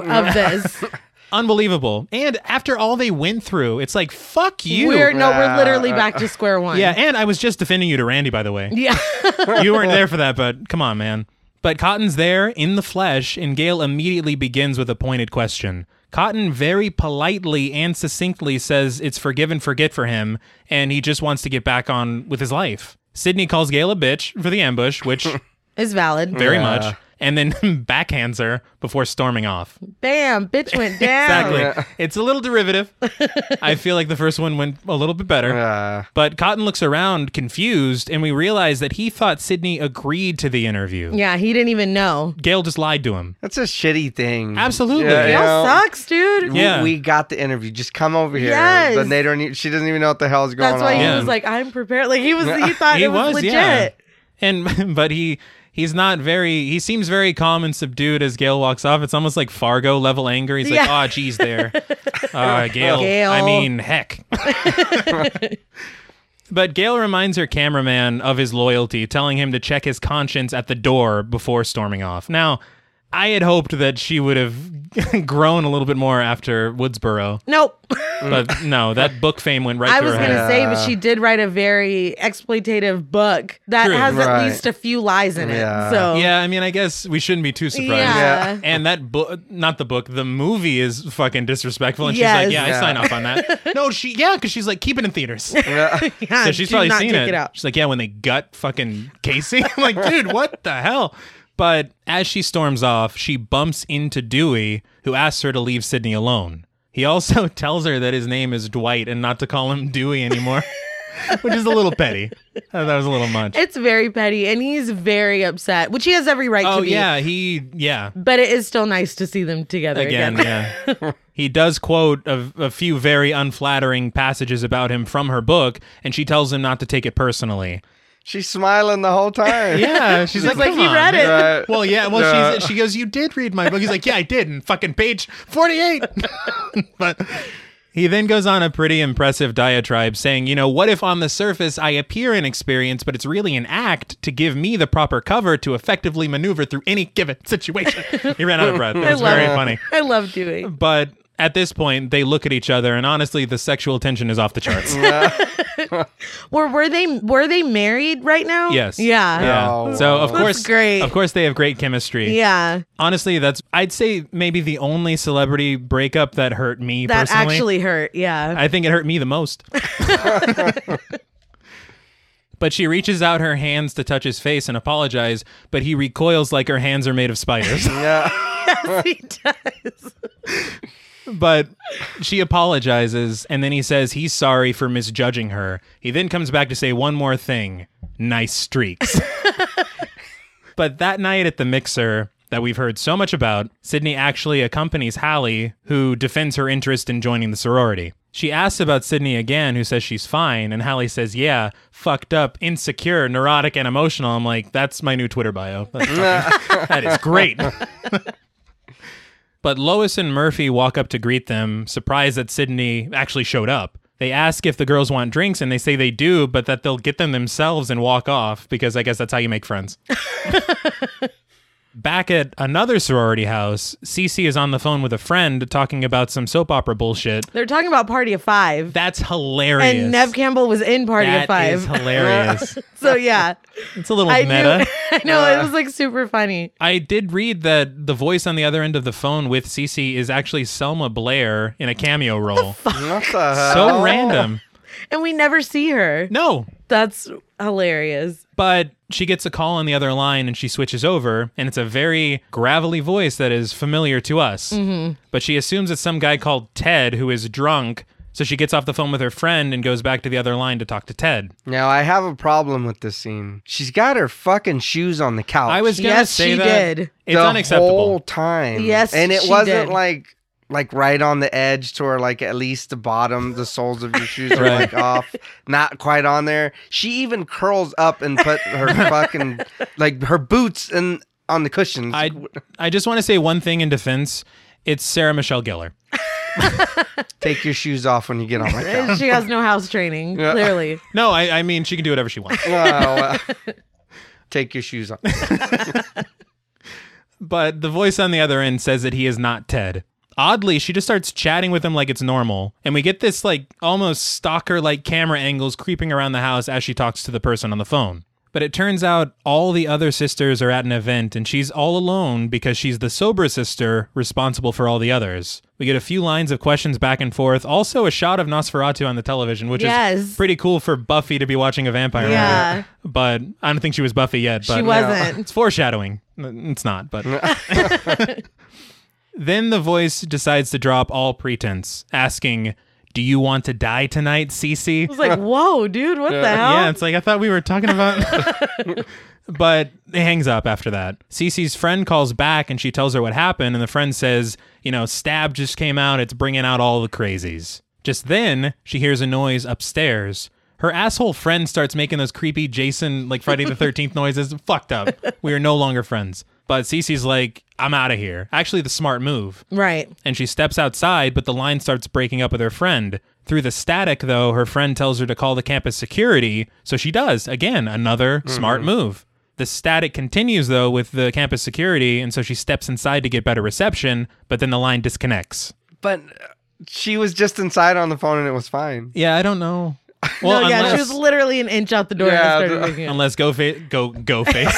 Speaker 2: of this.
Speaker 1: Unbelievable. And after all they went through, it's like, fuck you.
Speaker 2: we're no, we're
Speaker 3: Ah,
Speaker 2: literally
Speaker 3: ah,
Speaker 2: back to square one.
Speaker 1: Yeah, and I was just defending you to Randy, by the way.
Speaker 2: Yeah.
Speaker 1: You weren't there for that, but come on, man. But Cotton's there in the flesh, and Gail immediately begins with a pointed question. Cotton very politely and succinctly says it's forgive and forget for him, and he just wants to get back on with his life. Sydney calls Gail a bitch for the ambush, which
Speaker 2: Is valid.
Speaker 1: very
Speaker 3: Yeah.
Speaker 1: much, and then backhands her before storming off.
Speaker 2: Bam, bitch went down.
Speaker 1: Exactly.
Speaker 3: Oh, Yeah.
Speaker 1: It's a little derivative. I feel like the first one went a little bit better.
Speaker 3: Uh,
Speaker 1: But Cotton looks around confused, and we realize that he thought Sydney agreed to the interview.
Speaker 2: Yeah, he didn't even know.
Speaker 1: Gail just lied to him.
Speaker 3: that's a shitty thing.
Speaker 1: Absolutely.
Speaker 3: Yeah,
Speaker 1: Gail
Speaker 2: That
Speaker 3: yeah.
Speaker 2: sucks, dude.
Speaker 3: We,
Speaker 1: Yeah.
Speaker 3: we got the interview. Just come over here.
Speaker 2: Yes.
Speaker 3: Then they don't. Need, she doesn't even know what the hell is going
Speaker 2: That's why
Speaker 3: on.
Speaker 2: he
Speaker 1: Yeah.
Speaker 2: was like, I'm prepared. Like he was he thought
Speaker 1: He
Speaker 2: it was,
Speaker 1: was,
Speaker 2: legit.
Speaker 1: yeah. And but he he's not very he seems very calm and subdued as Gail walks off. It's almost like Fargo level anger. He's like,
Speaker 2: Yeah.
Speaker 1: "Ah, geez, there, uh, Gail,
Speaker 2: Gail.
Speaker 1: I mean, heck." but Gail reminds her cameraman of his loyalty, telling him to check his conscience at the door before storming off. Now, I had hoped that she would have grown a little bit more after Woodsboro,
Speaker 2: Nope.
Speaker 1: but no, that book fame went right
Speaker 2: Mm. I
Speaker 1: through
Speaker 2: was
Speaker 1: her
Speaker 2: gonna
Speaker 1: head.
Speaker 2: say, but she did write a very exploitative book that
Speaker 1: True.
Speaker 2: has at
Speaker 3: Right.
Speaker 2: least a few lies in it.
Speaker 3: Yeah.
Speaker 2: So
Speaker 1: Yeah, I mean, I guess we shouldn't be too surprised.
Speaker 2: Oh. Yeah.
Speaker 3: Yeah.
Speaker 1: And that book, not the book, the movie is fucking disrespectful. And
Speaker 2: Yes.
Speaker 1: she's like, yeah, I
Speaker 3: Yeah.
Speaker 1: sign off on that. no, she, yeah, because she's like, keep it in theaters.
Speaker 3: Yeah.
Speaker 2: Yeah,
Speaker 1: So she's
Speaker 2: do
Speaker 1: probably
Speaker 2: not
Speaker 1: seen
Speaker 2: take
Speaker 1: it.
Speaker 2: out.
Speaker 1: She's like, yeah, when they gut fucking Casey. I'm like, dude, what the hell? But as she storms off, she bumps into Dewey, who asks her to leave Sydney alone. He also tells her that his name is Dwight and not to call him Dewey anymore, which is a little petty. That was a little much.
Speaker 2: It's very petty, and he's very upset, which he has every right
Speaker 1: oh,
Speaker 2: to be.
Speaker 1: yeah, he, yeah.
Speaker 2: But it is still nice to see them together again.
Speaker 1: again, yeah. he does quote a, a few very unflattering passages about him from her book, and she tells him not to take it personally.
Speaker 3: She's smiling the whole time.
Speaker 1: Yeah, she's like,
Speaker 2: like,
Speaker 1: "Come
Speaker 2: he
Speaker 1: on."
Speaker 2: read it.
Speaker 3: Right.
Speaker 1: Well, yeah. Well,
Speaker 3: Yeah.
Speaker 1: she's, she goes, "You did read my book." He's like, "Yeah, I did." And fucking page forty-eight. but he then goes on a pretty impressive diatribe, saying, "You know, what if on the surface I appear inexperienced, but it's really an act to give me the proper cover to effectively maneuver through any given situation." he ran out of breath. It was
Speaker 2: love
Speaker 1: very
Speaker 2: it.
Speaker 1: funny.
Speaker 2: I love doing.
Speaker 1: But at this point, they look at each other, and honestly, the sexual tension is off the charts.
Speaker 2: Were were they were they married right now?
Speaker 1: yes.
Speaker 2: Yeah.
Speaker 1: Yeah.
Speaker 3: Oh,
Speaker 1: So of
Speaker 2: wow.
Speaker 1: course,
Speaker 2: That's great.
Speaker 1: Of course, they have great chemistry.
Speaker 2: Yeah.
Speaker 1: Honestly, that's I'd say maybe the only celebrity breakup that hurt me
Speaker 2: That
Speaker 1: personally.
Speaker 2: actually hurt. Yeah.
Speaker 1: I think it hurt me the most. but she reaches out her hands to touch his face and apologize, but he recoils like her hands are made of spiders.
Speaker 3: Yeah.
Speaker 2: yes, he does.
Speaker 1: but she apologizes and then he says he's sorry for misjudging her. He then comes back to say one more thing nice streaks. but that night at the mixer that we've heard so much about, Sydney actually accompanies Hallie, who defends her interest in joining the sorority. She asks about Sydney again, who says she's fine, and Hallie says, Yeah, fucked up, insecure, neurotic, and emotional. I'm like, That's my new Twitter bio. That's fucking- that is great. But Lois and Murphy walk up to greet them, surprised that Sydney actually showed up. They ask if the girls want drinks, and they say they do, but that they'll get them themselves and walk off because I guess that's how you make friends. Back at another sorority house, Cece is on the phone with a friend talking about some soap opera bullshit.
Speaker 2: They're talking about Party of Five.
Speaker 1: That's hilarious.
Speaker 2: and Nev Campbell was in Party
Speaker 1: That
Speaker 2: of Five.
Speaker 1: is hilarious.
Speaker 2: so yeah.
Speaker 1: it's a little
Speaker 2: I
Speaker 1: meta.
Speaker 2: knew I know, it
Speaker 1: Uh.
Speaker 2: was like super funny.
Speaker 1: I did read that the voice on the other end of the phone with Cece is actually Selma Blair in a cameo role.
Speaker 2: Oh.
Speaker 3: What the hell?
Speaker 1: So random.
Speaker 2: And we never see her.
Speaker 1: No,
Speaker 2: That's hilarious.
Speaker 1: But she gets a call on the other line and she switches over, and it's a very gravelly voice that is familiar to us. Mm-hmm. But she assumes it's some guy called Ted who is drunk. So she gets off the phone with her friend and goes back to the other line to talk to Ted.
Speaker 3: Now I have a problem with this scene. She's got her fucking shoes on the couch.
Speaker 1: I was gonna
Speaker 2: Yes,
Speaker 1: say
Speaker 2: Oh, she
Speaker 1: that
Speaker 2: did.
Speaker 1: it's
Speaker 3: the
Speaker 1: unacceptable.
Speaker 3: whole time.
Speaker 2: Yes,
Speaker 3: and it
Speaker 2: she
Speaker 3: wasn't
Speaker 2: did.
Speaker 3: like like right on the edge to where like at least the bottom, the soles of your shoes are
Speaker 1: Right.
Speaker 3: like off, not quite on there. She even curls up and put her fucking like her boots in on the cushions.
Speaker 1: I I just want to say one thing in defense. It's Sarah Michelle Gellar.
Speaker 3: Take your shoes off when you get on my couch.
Speaker 2: She has no house training,
Speaker 3: Yeah.
Speaker 2: clearly.
Speaker 1: No, I, I mean she can do whatever she wants.
Speaker 3: Oh, well. uh, Take your shoes off.
Speaker 1: But the voice on the other end says that he is not Ted. Oddly, she just starts chatting with him like it's normal, and we get this like almost stalker like camera angles creeping around the house as she talks to the person on the phone. But it turns out all the other sisters are at an event and she's all alone because she's the sober sister responsible for all the others. We get a few lines of questions back and forth, also a shot of Nosferatu on the television, which
Speaker 2: Yes.
Speaker 1: is pretty cool for Buffy to be watching a vampire movie.
Speaker 2: Yeah.
Speaker 1: But I don't think she was Buffy yet. But
Speaker 2: she wasn't.
Speaker 1: it's foreshadowing. N- It's not, but. then the voice decides to drop all pretense, asking, Do you want to die tonight, Cece?
Speaker 2: I was like, whoa, dude, what the hell?
Speaker 1: Yeah, it's like, I thought we were talking about. but it hangs up after that. Cece's friend calls back and she tells her what happened, and the friend says, You know, Stab just came out. It's bringing out all the crazies. Just then, she hears a noise upstairs. Her asshole friend starts making those creepy Jason, like Friday the 13th noises. Fucked up. We are no longer friends. But Cece's like, I'm out of here. Actually, the smart move
Speaker 2: right.
Speaker 1: and she steps outside, but the line starts breaking up with her friend. Through the static, though, her friend tells her to call the campus security, so she does. Again, another smart move. The static continues, though, with the campus security, and so she steps inside to get better reception, but then the line disconnects.
Speaker 3: But uh, she was just inside on the phone and it was fine.
Speaker 1: Yeah, I don't know. Well,
Speaker 2: no, yeah,
Speaker 1: unless,
Speaker 2: she was literally an inch out the door
Speaker 3: Yeah,
Speaker 2: and I started
Speaker 3: the-
Speaker 2: making it.
Speaker 1: unless go fa- go go face,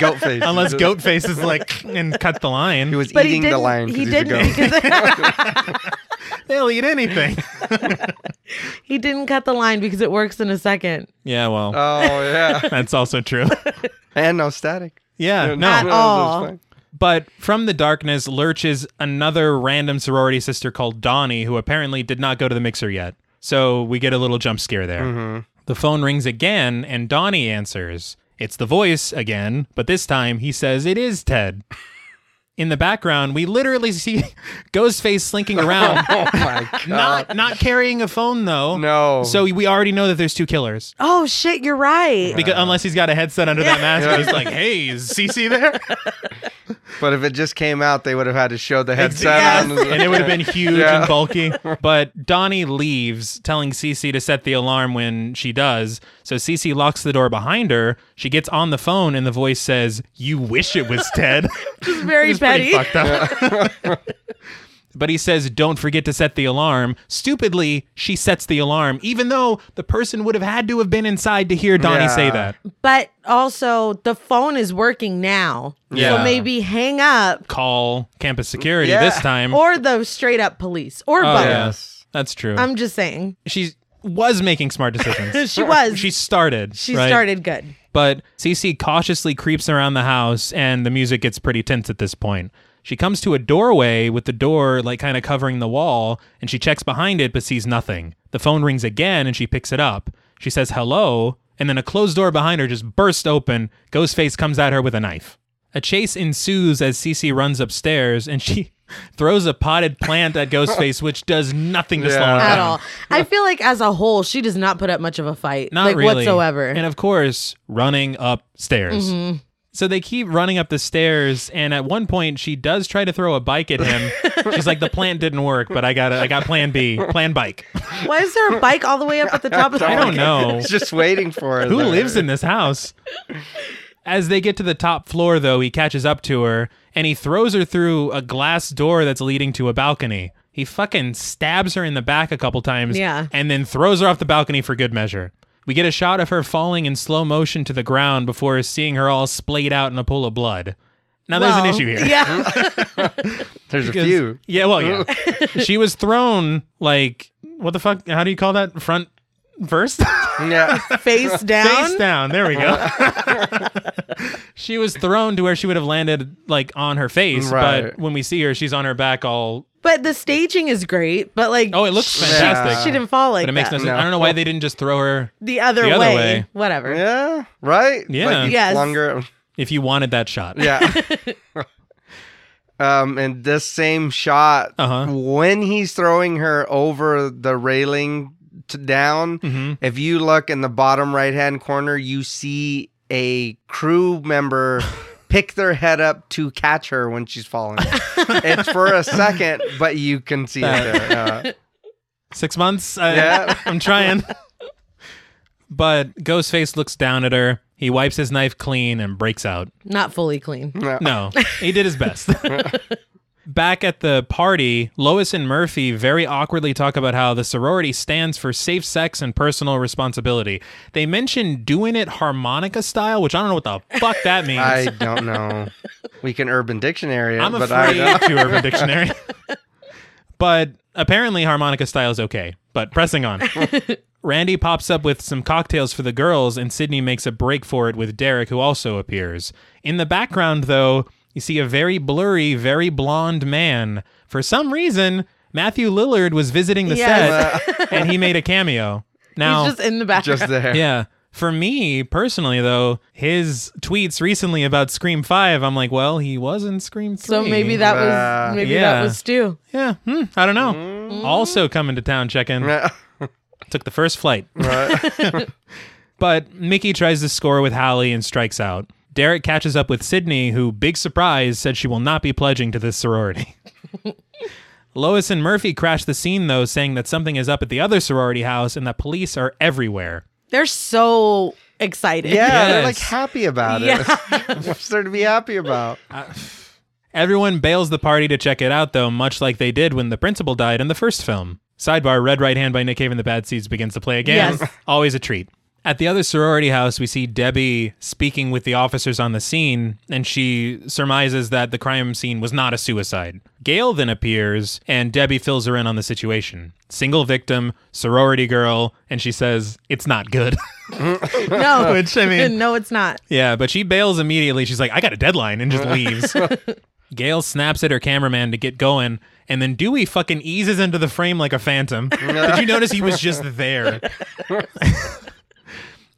Speaker 3: Goat face.
Speaker 1: unless goat face is like and cut the line.
Speaker 3: He was
Speaker 2: But
Speaker 3: eating
Speaker 2: he
Speaker 3: the
Speaker 2: didn't.
Speaker 3: lion. 'cause
Speaker 2: he
Speaker 3: he's a
Speaker 2: didn't
Speaker 3: goat.
Speaker 2: because
Speaker 1: They'll eat anything.
Speaker 2: he didn't cut the line because it works in a second.
Speaker 1: yeah, well,
Speaker 3: Oh yeah,
Speaker 1: that's also true.
Speaker 3: and no static.
Speaker 1: Yeah, no,
Speaker 2: At
Speaker 3: it was
Speaker 2: all.
Speaker 3: fine.
Speaker 1: But from the darkness lurches another random sorority sister called Donnie, who apparently did not go to the mixer yet. So we get a little jump scare there. The phone rings again, and Donnie answers. It's the voice again, but this time he says it is Ted. In the background, we literally see Ghostface slinking around,
Speaker 3: Oh my god.
Speaker 1: not not carrying a phone though.
Speaker 3: No.
Speaker 1: So we already know that there's two killers.
Speaker 2: Oh shit, you're right.
Speaker 1: Because unless he's got a headset under that mask, and he's like, "Hey, is CC there?"
Speaker 3: But if it just came out, they would have had to show the headset
Speaker 2: Yes.
Speaker 3: on. the-
Speaker 1: and it would have been huge
Speaker 3: Yeah.
Speaker 1: and bulky. But Donnie leaves, telling Cece to set the alarm when she does. So Cece locks the door behind her. She gets on the phone, and the voice says, "You wish it was Ted."
Speaker 2: It's very
Speaker 1: It's pretty
Speaker 2: petty.
Speaker 1: fucked up. But he says, don't forget to set the alarm. Stupidly, she sets the alarm, even though the person would have had to have been inside to hear Donnie
Speaker 3: Yeah.
Speaker 1: say that.
Speaker 2: But also, the phone is working now.
Speaker 1: Yeah.
Speaker 2: So maybe hang up
Speaker 1: Call campus security
Speaker 3: Yeah.
Speaker 1: this time.
Speaker 2: or the straight up police or
Speaker 1: Oh,
Speaker 2: both.
Speaker 1: yeah.
Speaker 3: Yes.
Speaker 1: That's true.
Speaker 2: I'm just saying.
Speaker 1: she was making smart decisions.
Speaker 2: She was.
Speaker 1: she started.
Speaker 2: she
Speaker 1: right?
Speaker 2: started good.
Speaker 1: But Cece cautiously creeps around the house, and the music gets pretty tense at this point. She comes to a doorway with the door like kind of covering the wall, and she checks behind it but sees nothing. The phone rings again, and she picks it up. She says hello, and then a closed door behind her just bursts open. Ghostface comes at her with a knife. A chase ensues as Cece runs upstairs, and she throws a potted plant at Ghostface, which does nothing to slow her
Speaker 3: Yeah.
Speaker 1: down
Speaker 2: At all. I feel like as a whole, she does not put up much of a fight.
Speaker 1: not
Speaker 2: like
Speaker 1: really
Speaker 2: whatsoever. Mm-hmm.
Speaker 1: and of course running upstairs so they keep running up the stairs and at one point she does try to throw a bike at him she's like the plan didn't work but i got i got plan b plan bike
Speaker 2: Why is there a bike all the way up at the top of the
Speaker 1: i don't know
Speaker 3: It's just waiting for her.
Speaker 1: who
Speaker 3: there.
Speaker 1: lives in this house as they get to the top floor though he catches up to her and he throws her through a glass door that's leading to a balcony he fucking stabs her in the back a couple times
Speaker 2: Yeah.
Speaker 1: and then throws her off the balcony for good measure. We get a shot of her falling in slow motion to the ground before seeing her all splayed out in a pool of blood. Now there's an
Speaker 2: Well,
Speaker 1: issue here.
Speaker 2: Yeah.
Speaker 3: There's a
Speaker 1: 'Cause-
Speaker 3: few.
Speaker 1: Yeah, well, yeah. she was thrown like what the fuck? How do you call that? Front first?
Speaker 3: Yeah.
Speaker 2: Face down.
Speaker 1: Face down. There we go.
Speaker 3: Uh-huh.
Speaker 1: she was thrown to where she would have landed like on her face, but
Speaker 3: Right.
Speaker 1: when we see her, she's on her back all.
Speaker 2: But the staging is great. But like,
Speaker 1: Oh, it looks
Speaker 2: she-
Speaker 1: fantastic.
Speaker 2: She didn't fall like
Speaker 1: But it makes
Speaker 2: that.
Speaker 1: no sense. I
Speaker 3: No.
Speaker 1: don't know why they didn't just throw her.
Speaker 2: The other,
Speaker 1: The other
Speaker 2: way,
Speaker 1: way.
Speaker 2: whatever.
Speaker 3: Yeah. Right?
Speaker 1: Yeah.
Speaker 3: Like,
Speaker 2: Yes.
Speaker 3: Longer.
Speaker 1: If you wanted that shot,
Speaker 3: Yeah. um, and this same shot
Speaker 1: Uh-huh.
Speaker 3: when he's throwing her over the railing to down.
Speaker 1: Mhm.
Speaker 3: If you look in the bottom right hand corner, you see a crew member pick their head up to catch her when she's falling. it's for a second, but you can see it there. Uh,
Speaker 1: six months. I,
Speaker 3: Yeah.
Speaker 1: I'm trying. but Ghostface looks down at her. He wipes his knife clean and breaks out.
Speaker 2: Not fully clean.
Speaker 1: No, he did his best. Back at the party, Lois and Murphy very awkwardly talk about how the sorority stands for safe sex and personal responsibility. They mention doing it harmonica style, which I don't know what the fuck that means.
Speaker 3: I don't know. We can Urban Dictionary it,
Speaker 1: I'm
Speaker 3: but I
Speaker 1: afraid
Speaker 3: don't.
Speaker 1: to Urban Dictionary. but apparently, harmonica style is okay. But pressing on. Randy pops up with some cocktails for the girls, and Sydney makes a break for it with Derek, who also appears. In the background, though, you see a very blurry, very blonde man. For some reason, Matthew Lillard was visiting the
Speaker 2: Yes.
Speaker 1: set, and he made a cameo. Now,
Speaker 2: He's just in the background.
Speaker 3: Just there.
Speaker 1: yeah. For me personally, though, his tweets recently about Scream 5, I'm like, well, he was in Scream 3.
Speaker 2: so maybe that
Speaker 3: Uh,
Speaker 2: was maybe
Speaker 1: yeah.
Speaker 2: that was Stu.
Speaker 1: Yeah. Hmm, I don't know. Also coming to town, check in.
Speaker 3: Mm. Right.
Speaker 1: Took the first flight.
Speaker 3: Right.
Speaker 1: But Mickey tries to score with Hallie and strikes out. Derek catches up with Sydney, who, big surprise, said she will not be pledging to this sorority. Lois and Murphy crash the scene, though, saying that something is up at the other sorority house and that police are everywhere.
Speaker 2: They're so excited.
Speaker 3: Yeah, they're like
Speaker 1: Yes.
Speaker 3: happy about
Speaker 2: Yeah.
Speaker 3: it. What's there to be happy about?
Speaker 1: Everyone bails the party to check it out, though, much like they did when the principal died in the first film. Sidebar Red Right Hand by Nick Cave and the Bad Seeds begins to play again.
Speaker 2: Yes.
Speaker 1: Always a treat. At the other sorority house, we see Debbie speaking with the officers on the scene, and she surmises that the crime scene was not a suicide. Gail then appears, and Debbie fills her in on the situation. Single victim, sorority girl, and she says, It's not good.
Speaker 2: No.
Speaker 1: Which, I mean,
Speaker 2: no, it's not.
Speaker 1: yeah, but she bails immediately. She's like, I got a deadline, and just leaves. Gail snaps at her cameraman to get going, and then Dewey fucking eases into the frame like a phantom. Did you notice he was just there?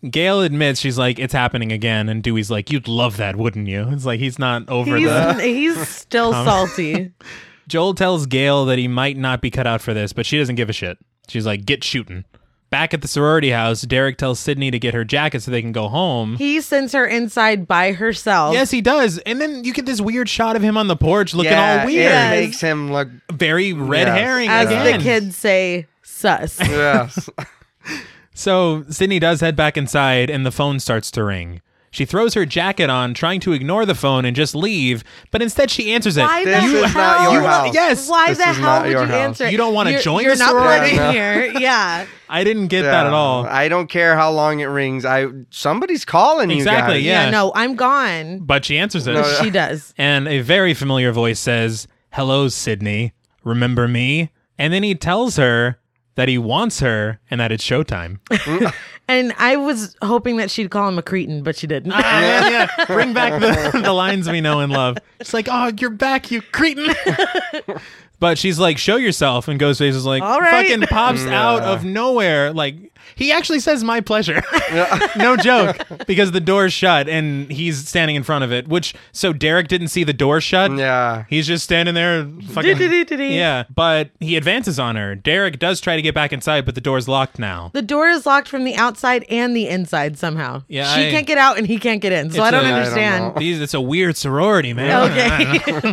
Speaker 1: Gail admits she's like, it's happening again, and Dewey's like, you'd love that, wouldn't you? It's like he's not over
Speaker 2: He's
Speaker 1: the.
Speaker 2: he's still
Speaker 3: Um,
Speaker 2: salty.
Speaker 1: Joel tells Gail that he might not be cut out for this, but she doesn't give a shit. She's like, get shooting. Back at the sorority house, Derek tells Sydney to get her jacket so they can go home.
Speaker 2: He sends her inside by herself.
Speaker 1: Yes, he does. And then you get this weird shot of him on the porch looking all weird.
Speaker 2: Yes.
Speaker 3: It makes him look.
Speaker 1: Very red
Speaker 3: Yes.
Speaker 1: herring
Speaker 2: as
Speaker 1: again.
Speaker 2: the kids say, sus.
Speaker 3: Yes.
Speaker 1: So Sydney does head back inside and the phone starts to ring. She throws her jacket on, trying to ignore the phone and just leave, but instead she answers it.
Speaker 2: Why
Speaker 3: This
Speaker 2: the
Speaker 3: is
Speaker 2: hell?
Speaker 3: not your
Speaker 2: You-
Speaker 3: house.
Speaker 1: yes.
Speaker 2: Why
Speaker 3: This
Speaker 2: the
Speaker 3: is
Speaker 2: hell
Speaker 3: not
Speaker 2: would you
Speaker 3: your house.
Speaker 2: answer? it?
Speaker 1: You don't wanna
Speaker 2: You're-
Speaker 1: join
Speaker 2: You're
Speaker 1: the
Speaker 2: not
Speaker 1: sorority?
Speaker 2: part of
Speaker 3: Yeah, no.
Speaker 2: here. Yeah.
Speaker 1: I didn't get that at all.
Speaker 3: I don't care how long it rings. I somebody's calling
Speaker 1: Exactly,
Speaker 3: you guys.
Speaker 1: Yeah.
Speaker 2: yeah. No, I'm gone.
Speaker 1: But she answers it.
Speaker 3: No.
Speaker 2: She does.
Speaker 1: And a very familiar voice says, Hello, Sydney. Remember me? And then he tells her that he wants her and that it's showtime.
Speaker 2: And I was hoping that she'd call him a cretin, but she didn't.
Speaker 1: Ah, man, yeah. Bring back the, the lines we know and love. It's like, oh, you're back, you cretin. but she's like, show yourself. And Ghostface is like,
Speaker 2: All right.
Speaker 1: fucking pops out of nowhere. Like, he actually says, my pleasure. no joke. Because the door's shut and he's standing in front of it, which, so Derek didn't see the door shut.
Speaker 3: Yeah.
Speaker 1: He's just standing there fucking.
Speaker 2: Do-do-do-do-do.
Speaker 1: Yeah, but he advances on her. Derek does try to get back inside, but the door's locked now.
Speaker 2: The door is locked from the outside and the inside somehow.
Speaker 1: Yeah,
Speaker 2: she
Speaker 1: I-
Speaker 2: can't get out and he can't get in. So I
Speaker 1: It's
Speaker 2: don't
Speaker 1: a- I don't
Speaker 2: understand.
Speaker 3: know.
Speaker 1: These, it's a weird sorority, man.
Speaker 2: okay.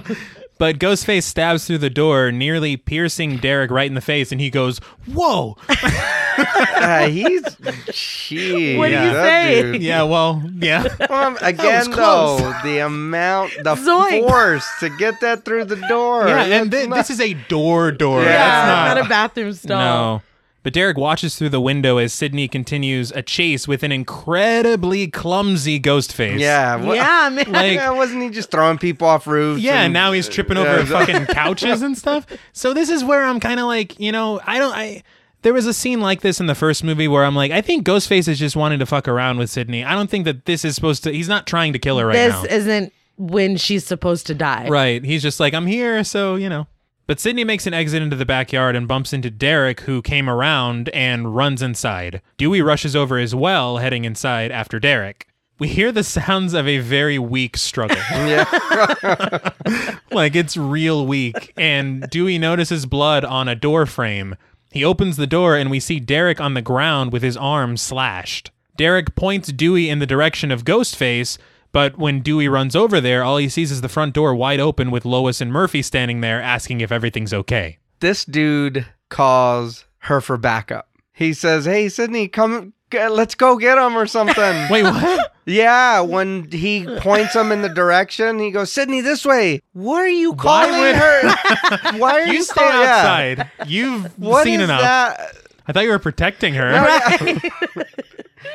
Speaker 1: But Ghostface stabs through the door, nearly piercing Derek right in the face, and he goes, Whoa!
Speaker 3: Uh, he's. Jeez,
Speaker 2: What do you
Speaker 3: that
Speaker 2: say?
Speaker 3: dude.
Speaker 1: yeah, well, yeah.
Speaker 3: Um, again,
Speaker 1: close.
Speaker 3: though, the amount, the
Speaker 2: Zoink.
Speaker 3: force to get that through the door.
Speaker 1: yeah and
Speaker 3: That's
Speaker 1: thi-
Speaker 3: not-
Speaker 1: this is a door door.
Speaker 3: Yeah.
Speaker 1: That's
Speaker 2: Yeah,
Speaker 1: not,
Speaker 2: not a bathroom stall.
Speaker 1: No. But Derek watches through the window as Sydney continues a chase with an incredibly clumsy ghost face.
Speaker 3: Yeah. what-
Speaker 2: Yeah, man.
Speaker 1: Like-
Speaker 3: yeah, wasn't he just throwing people off roofs?
Speaker 1: Yeah,
Speaker 3: and-
Speaker 1: and now he's tripping over
Speaker 3: Yeah,
Speaker 1: fucking couches and stuff. So this is where I'm kind of like, you know, I don't I There was a scene like this in the first movie where I'm like, I think Ghostface is just wanting to fuck around with Sydney. I don't think that this is supposed to. He's not trying to kill her right
Speaker 2: this
Speaker 1: now.
Speaker 2: isn't when she's supposed to die.
Speaker 1: Right. He's just like, I'm here, so, you know. But Sydney makes an exit into the backyard and bumps into Derek, who came around and runs inside. Dewey rushes over as well, heading inside after Derek. We hear the sounds of a very weak struggle. like, it's real weak. And Dewey notices blood on a door frame. He opens the door, and we see Derek on the ground with his arm slashed. Derek points Dewey in the direction of Ghostface, but when Dewey runs over there, all he sees is the front door wide open with Lois and Murphy standing there asking if everything's okay.
Speaker 3: This dude calls her for backup. He says, "Hey, Sydney, come, g- let's go get him or something."
Speaker 1: Wait, what?
Speaker 3: yeah, when he points him in the direction, he goes, "Sydney, this way." What are you
Speaker 1: Why
Speaker 3: calling
Speaker 1: would-
Speaker 3: her? Why are you,
Speaker 1: you stay
Speaker 3: call- yeah.
Speaker 1: outside. You've
Speaker 3: What
Speaker 1: seen
Speaker 3: is
Speaker 1: enough.
Speaker 3: that?
Speaker 1: I thought you were protecting her.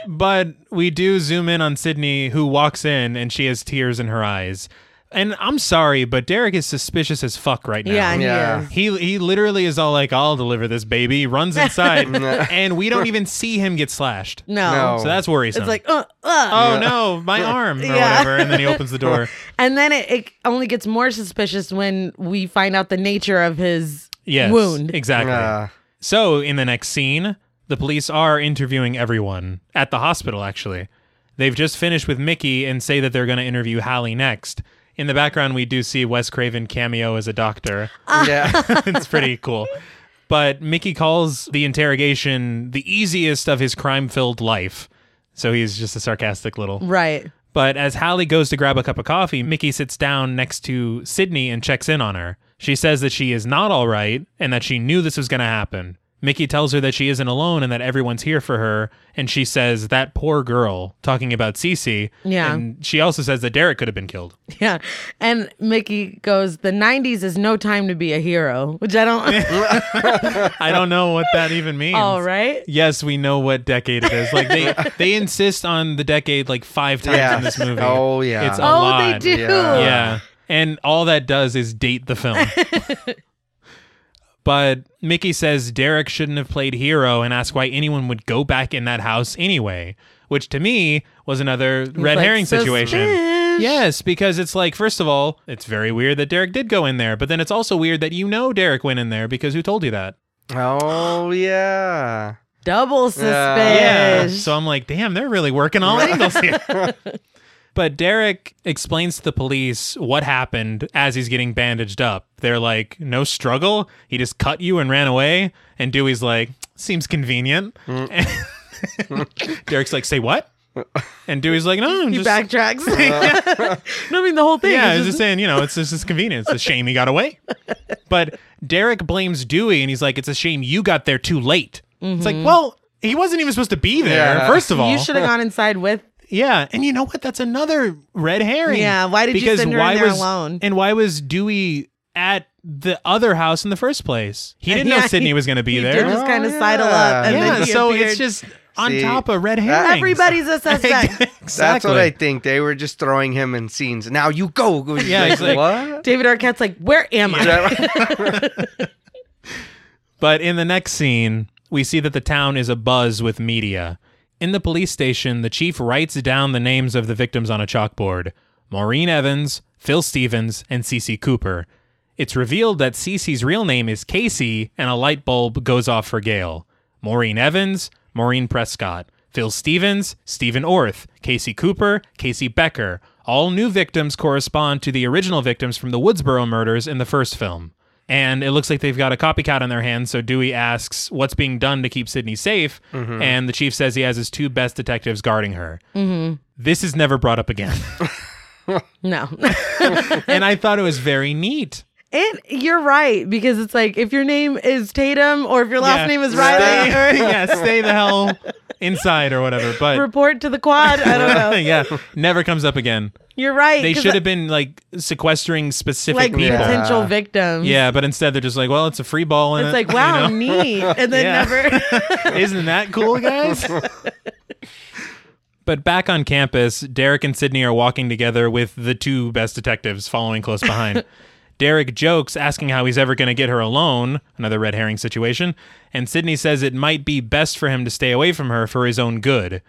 Speaker 1: but we do zoom in on Sydney, who walks in and she has tears in her eyes. And I'm sorry, but Derek is suspicious as fuck right now.
Speaker 2: Yeah,
Speaker 3: Yeah.
Speaker 2: yeah.
Speaker 1: He he literally is all like, "I'll deliver this baby." Runs inside, and we don't even see him get slashed.
Speaker 2: No.
Speaker 3: No.
Speaker 1: So that's worrisome.
Speaker 2: It's like, uh, uh.
Speaker 1: oh no, my arm or
Speaker 2: Yeah.
Speaker 1: whatever, and then he opens the door.
Speaker 2: And then it, it only gets more suspicious when we find out the nature of his
Speaker 1: Yes,
Speaker 2: wound.
Speaker 1: exactly.
Speaker 3: Yeah.
Speaker 1: So in the next scene, the police are interviewing everyone at the hospital. Actually, they've just finished with Mickey and say that they're going to interview Hallie next. In the background, we do see Wes Craven cameo as a doctor.
Speaker 3: Uh, yeah.
Speaker 1: it's pretty cool. But Mickey calls the interrogation the easiest of his crime filled life. So he's just a sarcastic little.
Speaker 2: Right.
Speaker 1: But as Hallie goes to grab a cup of coffee, Mickey sits down next to Sydney and checks in on her. She says that she is not all right and that she knew this was going to happen. Mickey tells her that she isn't alone and that everyone's here for her. And she says, that poor girl, talking about Cece.
Speaker 2: Yeah.
Speaker 1: And she also says that Derek could have been killed.
Speaker 2: Yeah. And Mickey goes, The 90s is no time to be a hero, which I don't.
Speaker 1: I don't know what that even means.
Speaker 2: All right.
Speaker 1: Yes, we know what decade it is. Like they they insist on the decade like five times
Speaker 3: Yeah.
Speaker 1: in this movie.
Speaker 3: Oh, yeah.
Speaker 1: it's a
Speaker 2: Oh,
Speaker 1: lot.
Speaker 2: they do.
Speaker 3: Yeah.
Speaker 1: Yeah, Uh, and all that does is date the film. but Mickey says Derek shouldn't have played hero and asks why anyone would go back in that house anyway, which to me was another red
Speaker 2: Like,
Speaker 1: herring situation.
Speaker 2: suspicious.
Speaker 1: Yes, because it's like, first of all, it's very weird that Derek did go in there, but then it's also weird that you know Derek went in there because who told you that?
Speaker 3: Oh yeah.
Speaker 2: Double suspicious.
Speaker 1: Yeah. So I'm like, damn, they're really working all angles here. but Derek explains to the police what happened as he's getting bandaged up. They're like, no struggle. He just cut you and ran away. And Dewey's like, seems convenient. And Derek's like, say what? And Dewey's like, no, I'm
Speaker 2: he
Speaker 1: just.
Speaker 2: backtracks. no, I mean, the whole thing.
Speaker 1: yeah, I was
Speaker 2: is just-
Speaker 1: just saying, you know, it's just it's convenient. It's a shame he got away. But Derek blames Dewey and he's like, it's a shame you got there too late. It's like, well, he wasn't even supposed to be there,
Speaker 3: Yeah.
Speaker 1: first of all.
Speaker 2: Mm-hmm. you should have gone inside with.
Speaker 1: Yeah, and you know what? That's another red herring.
Speaker 2: Yeah, why did you
Speaker 1: because
Speaker 2: send her in
Speaker 1: why
Speaker 2: there
Speaker 1: was,
Speaker 2: alone?
Speaker 1: And why was Dewey at the other house in the first place? He didn't know
Speaker 2: Yeah,
Speaker 1: Sydney
Speaker 2: he-
Speaker 1: was going to be
Speaker 2: He
Speaker 1: there.
Speaker 2: did just kind of
Speaker 3: Oh,
Speaker 2: sidle
Speaker 3: yeah.
Speaker 2: up. And
Speaker 1: yeah,
Speaker 2: then he
Speaker 1: so
Speaker 2: appeared.
Speaker 1: it's just on
Speaker 3: See,
Speaker 1: top of red herrings.
Speaker 2: Everybody's a suspect.
Speaker 3: That's
Speaker 1: exactly.
Speaker 3: what I think. They were just throwing him in scenes. Now you go.
Speaker 1: Yeah,
Speaker 3: Like,
Speaker 1: he's like-
Speaker 3: what?
Speaker 2: David Arquette's like, Where am I?
Speaker 1: But in the next scene, we see that the town is abuzz with media. In the police station, the chief writes down the names of the victims on a chalkboard Maureen Evans, Phil Stevens, and Cece Cooper. It's revealed that Cece's real name is Casey, and a light bulb goes off for Gail. Maureen Evans, Maureen Prescott, Phil Stevens, Stephen Orth, Casey Cooper, Casey Becker. All new victims correspond to the original victims from the Woodsboro murders in the first film. And it looks like they've got a copycat on their hands. So Dewey asks, What's being done to keep Sydney safe? And the chief says he has his two best detectives guarding her. Mm-hmm. This is never brought up again.
Speaker 2: No.
Speaker 1: and I thought it was very neat.
Speaker 2: and you're right, because it's like, if your name is Tatum or if your last
Speaker 1: Yeah.
Speaker 2: name is
Speaker 1: Stay-
Speaker 2: Riley, or
Speaker 1: yeah, stay the hell inside or whatever. But
Speaker 2: report to the quad. I don't know.
Speaker 1: yeah, never comes up again.
Speaker 2: You're right.
Speaker 1: They
Speaker 2: 'cause
Speaker 1: should have been like sequestering specific
Speaker 2: like
Speaker 1: people. Yeah.
Speaker 2: potential victims.
Speaker 1: but instead they're just like, well, it's a free ball. In
Speaker 2: It's
Speaker 1: it,
Speaker 2: like,
Speaker 1: you
Speaker 2: wow,
Speaker 1: know?
Speaker 2: neat. And then
Speaker 1: Yeah.
Speaker 2: never.
Speaker 1: Isn't that cool, guys? but back on campus, Derek and Sydney are walking together with the two best detectives following close behind. Derek jokes, asking how he's ever going to get her alone, another red herring situation, and Sydney says it might be best for him to stay away from her for his own good.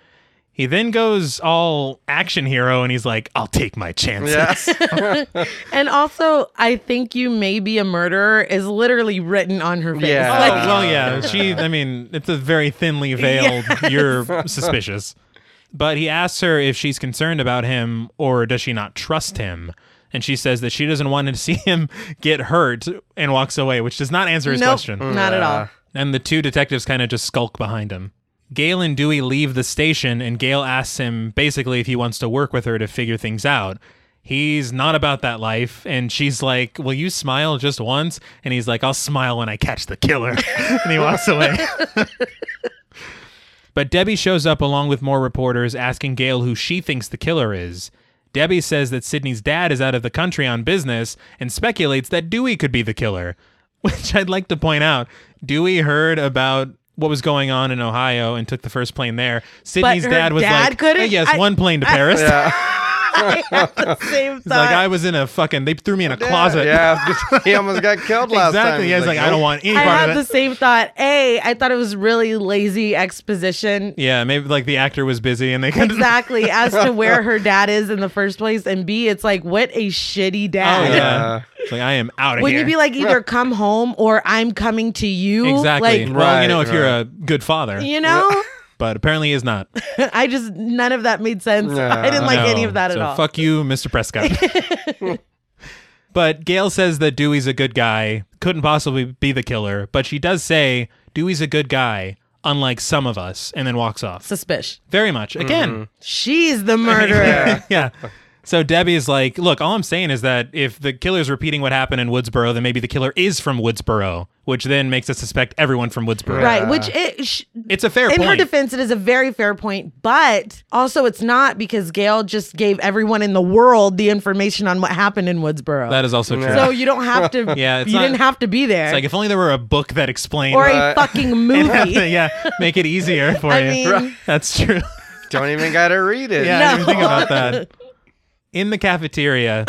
Speaker 1: He then goes all action hero and he's like, I'll take my chances.
Speaker 3: Yeah.
Speaker 2: And also, I think you may be a murderer is literally written on her face.
Speaker 3: Yeah.
Speaker 1: Oh,
Speaker 2: Like,
Speaker 1: well, yeah. She, I mean, it's a very thinly veiled, you're suspicious. But he asks her if she's concerned about him or does she not trust him? And she says that she doesn't want to see him get hurt and walks away, which does not answer his
Speaker 2: nope,
Speaker 1: Oh, question.
Speaker 2: not at all.
Speaker 1: And the two detectives kind of just skulk behind him. Gail and Dewey leave the station, and Gail asks him basically if he wants to work with her to figure things out. He's not about that life, and she's like, Will you smile just once? And he's like, I'll smile when I catch the killer. and he walks away. But Debbie shows up along with more reporters asking Gail who she thinks the killer is. Debbie says that Sydney's dad is out of the country on business and speculates that Dewey could be the killer, which I'd like to point out. Dewey heard about what was going on in Ohio and took the first plane there. Sydney's
Speaker 2: her
Speaker 1: dad was
Speaker 2: dad
Speaker 1: like,
Speaker 2: couldn't-
Speaker 1: "Hey, yes,
Speaker 2: I-
Speaker 1: one plane to Paris.
Speaker 2: I have the same
Speaker 1: He's like, I
Speaker 2: thought.
Speaker 1: was in a fucking, they threw me in a closet.
Speaker 3: Yeah, he almost got killed last time.
Speaker 1: exactly. Yeah, he's like, I don't
Speaker 3: "Nope."
Speaker 1: want any
Speaker 2: I,
Speaker 1: part
Speaker 2: had
Speaker 1: of
Speaker 2: the
Speaker 1: it.
Speaker 2: same thought. A, I thought it was really lazy exposition.
Speaker 1: Yeah, maybe like the actor was busy and they couldn't.
Speaker 2: Exactly as to where her dad is in the first place, and B, it's like what a shitty
Speaker 1: Oh,
Speaker 2: dad.
Speaker 1: yeah. It's like, I am out of
Speaker 2: Wouldn't
Speaker 1: here.
Speaker 2: you be like either come home or I'm coming to you?
Speaker 1: Exactly.
Speaker 2: Like,
Speaker 1: well, you
Speaker 3: Right,
Speaker 1: know, if you're
Speaker 3: right.
Speaker 1: a good father,
Speaker 2: you know,
Speaker 1: but apparently he is not.
Speaker 2: I just none of that made sense.
Speaker 3: Yeah.
Speaker 2: I didn't like
Speaker 1: No.
Speaker 2: any of that
Speaker 1: so
Speaker 2: at all.
Speaker 1: Fuck you, Mr. Prescott. but Gail says that Dewey's a good guy, couldn't possibly be the killer, but she does say Dewey's a good guy, unlike some of us, and then walks off.
Speaker 2: Suspicious.
Speaker 1: Very much. Again.
Speaker 2: She's the murderer.
Speaker 3: Mm-hmm.
Speaker 1: yeah. So Debbie's like, look, all I'm saying is that if the killer's repeating what happened in Woodsboro, then maybe the killer is from Woodsboro, which then makes us suspect everyone from Woodsboro.
Speaker 2: Right, which it, sh-
Speaker 1: It's a Uh, fair
Speaker 2: in
Speaker 1: point.
Speaker 2: her defense, it is a very fair point, but also it's not because Gail just gave everyone in the world the information on what happened in Woodsboro.
Speaker 1: that is also true.
Speaker 2: so you don't have to.
Speaker 1: Yeah, it's
Speaker 2: you
Speaker 1: not-
Speaker 2: didn't have to be there,
Speaker 1: It's like if only there were a book that explained.
Speaker 2: or a
Speaker 3: Right.
Speaker 2: fucking movie.
Speaker 1: yeah, make it easier for
Speaker 2: I
Speaker 1: you.
Speaker 2: mean-
Speaker 1: That's true.
Speaker 3: Don't even gotta read it.
Speaker 1: Yeah, I didn't
Speaker 2: No.
Speaker 1: even think about that. In the cafeteria,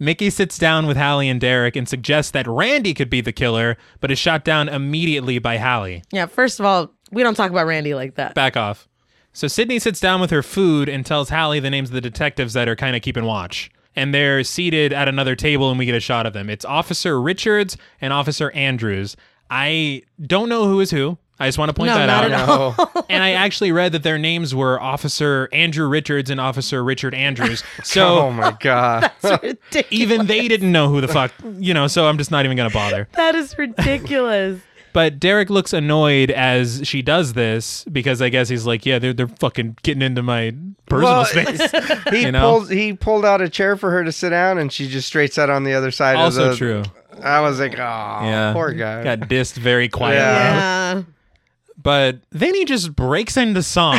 Speaker 1: Mickey sits down with Hallie and Derek and suggests that Randy could be the killer, but is shot down immediately by Hallie.
Speaker 2: yeah. First of all, we don't talk about Randy like that.
Speaker 1: Back off. So Sydney sits down with her food and tells Hallie the names of the detectives that are kind of keeping watch. And they're seated at another table, and we get a shot of them. It's Officer Richards and Officer Andrews. I don't know who is who. I just want to point
Speaker 2: No,
Speaker 1: that
Speaker 2: not
Speaker 1: out.
Speaker 2: at all.
Speaker 3: Oh,
Speaker 1: and I actually read that their names were Officer Andrew Richards and Officer Richard Andrews. So
Speaker 3: oh my god.
Speaker 2: That's ridiculous.
Speaker 1: even they didn't know who the fuck, you know, so I'm just not even going to bother.
Speaker 2: That is ridiculous.
Speaker 1: But Derek looks annoyed as she does this because I guess he's like, yeah, they're, they're fucking getting into my personal
Speaker 3: Well,
Speaker 1: space.
Speaker 3: He
Speaker 1: You know?
Speaker 3: pulled he pulled out a chair for her to sit down, and she just straight sat on the other side.
Speaker 1: also
Speaker 3: of the,
Speaker 1: true.
Speaker 3: I was like, oh,
Speaker 1: Yeah.
Speaker 3: poor guy.
Speaker 1: Got dissed very quietly.
Speaker 3: Yeah.
Speaker 2: yeah.
Speaker 1: But then he just breaks into song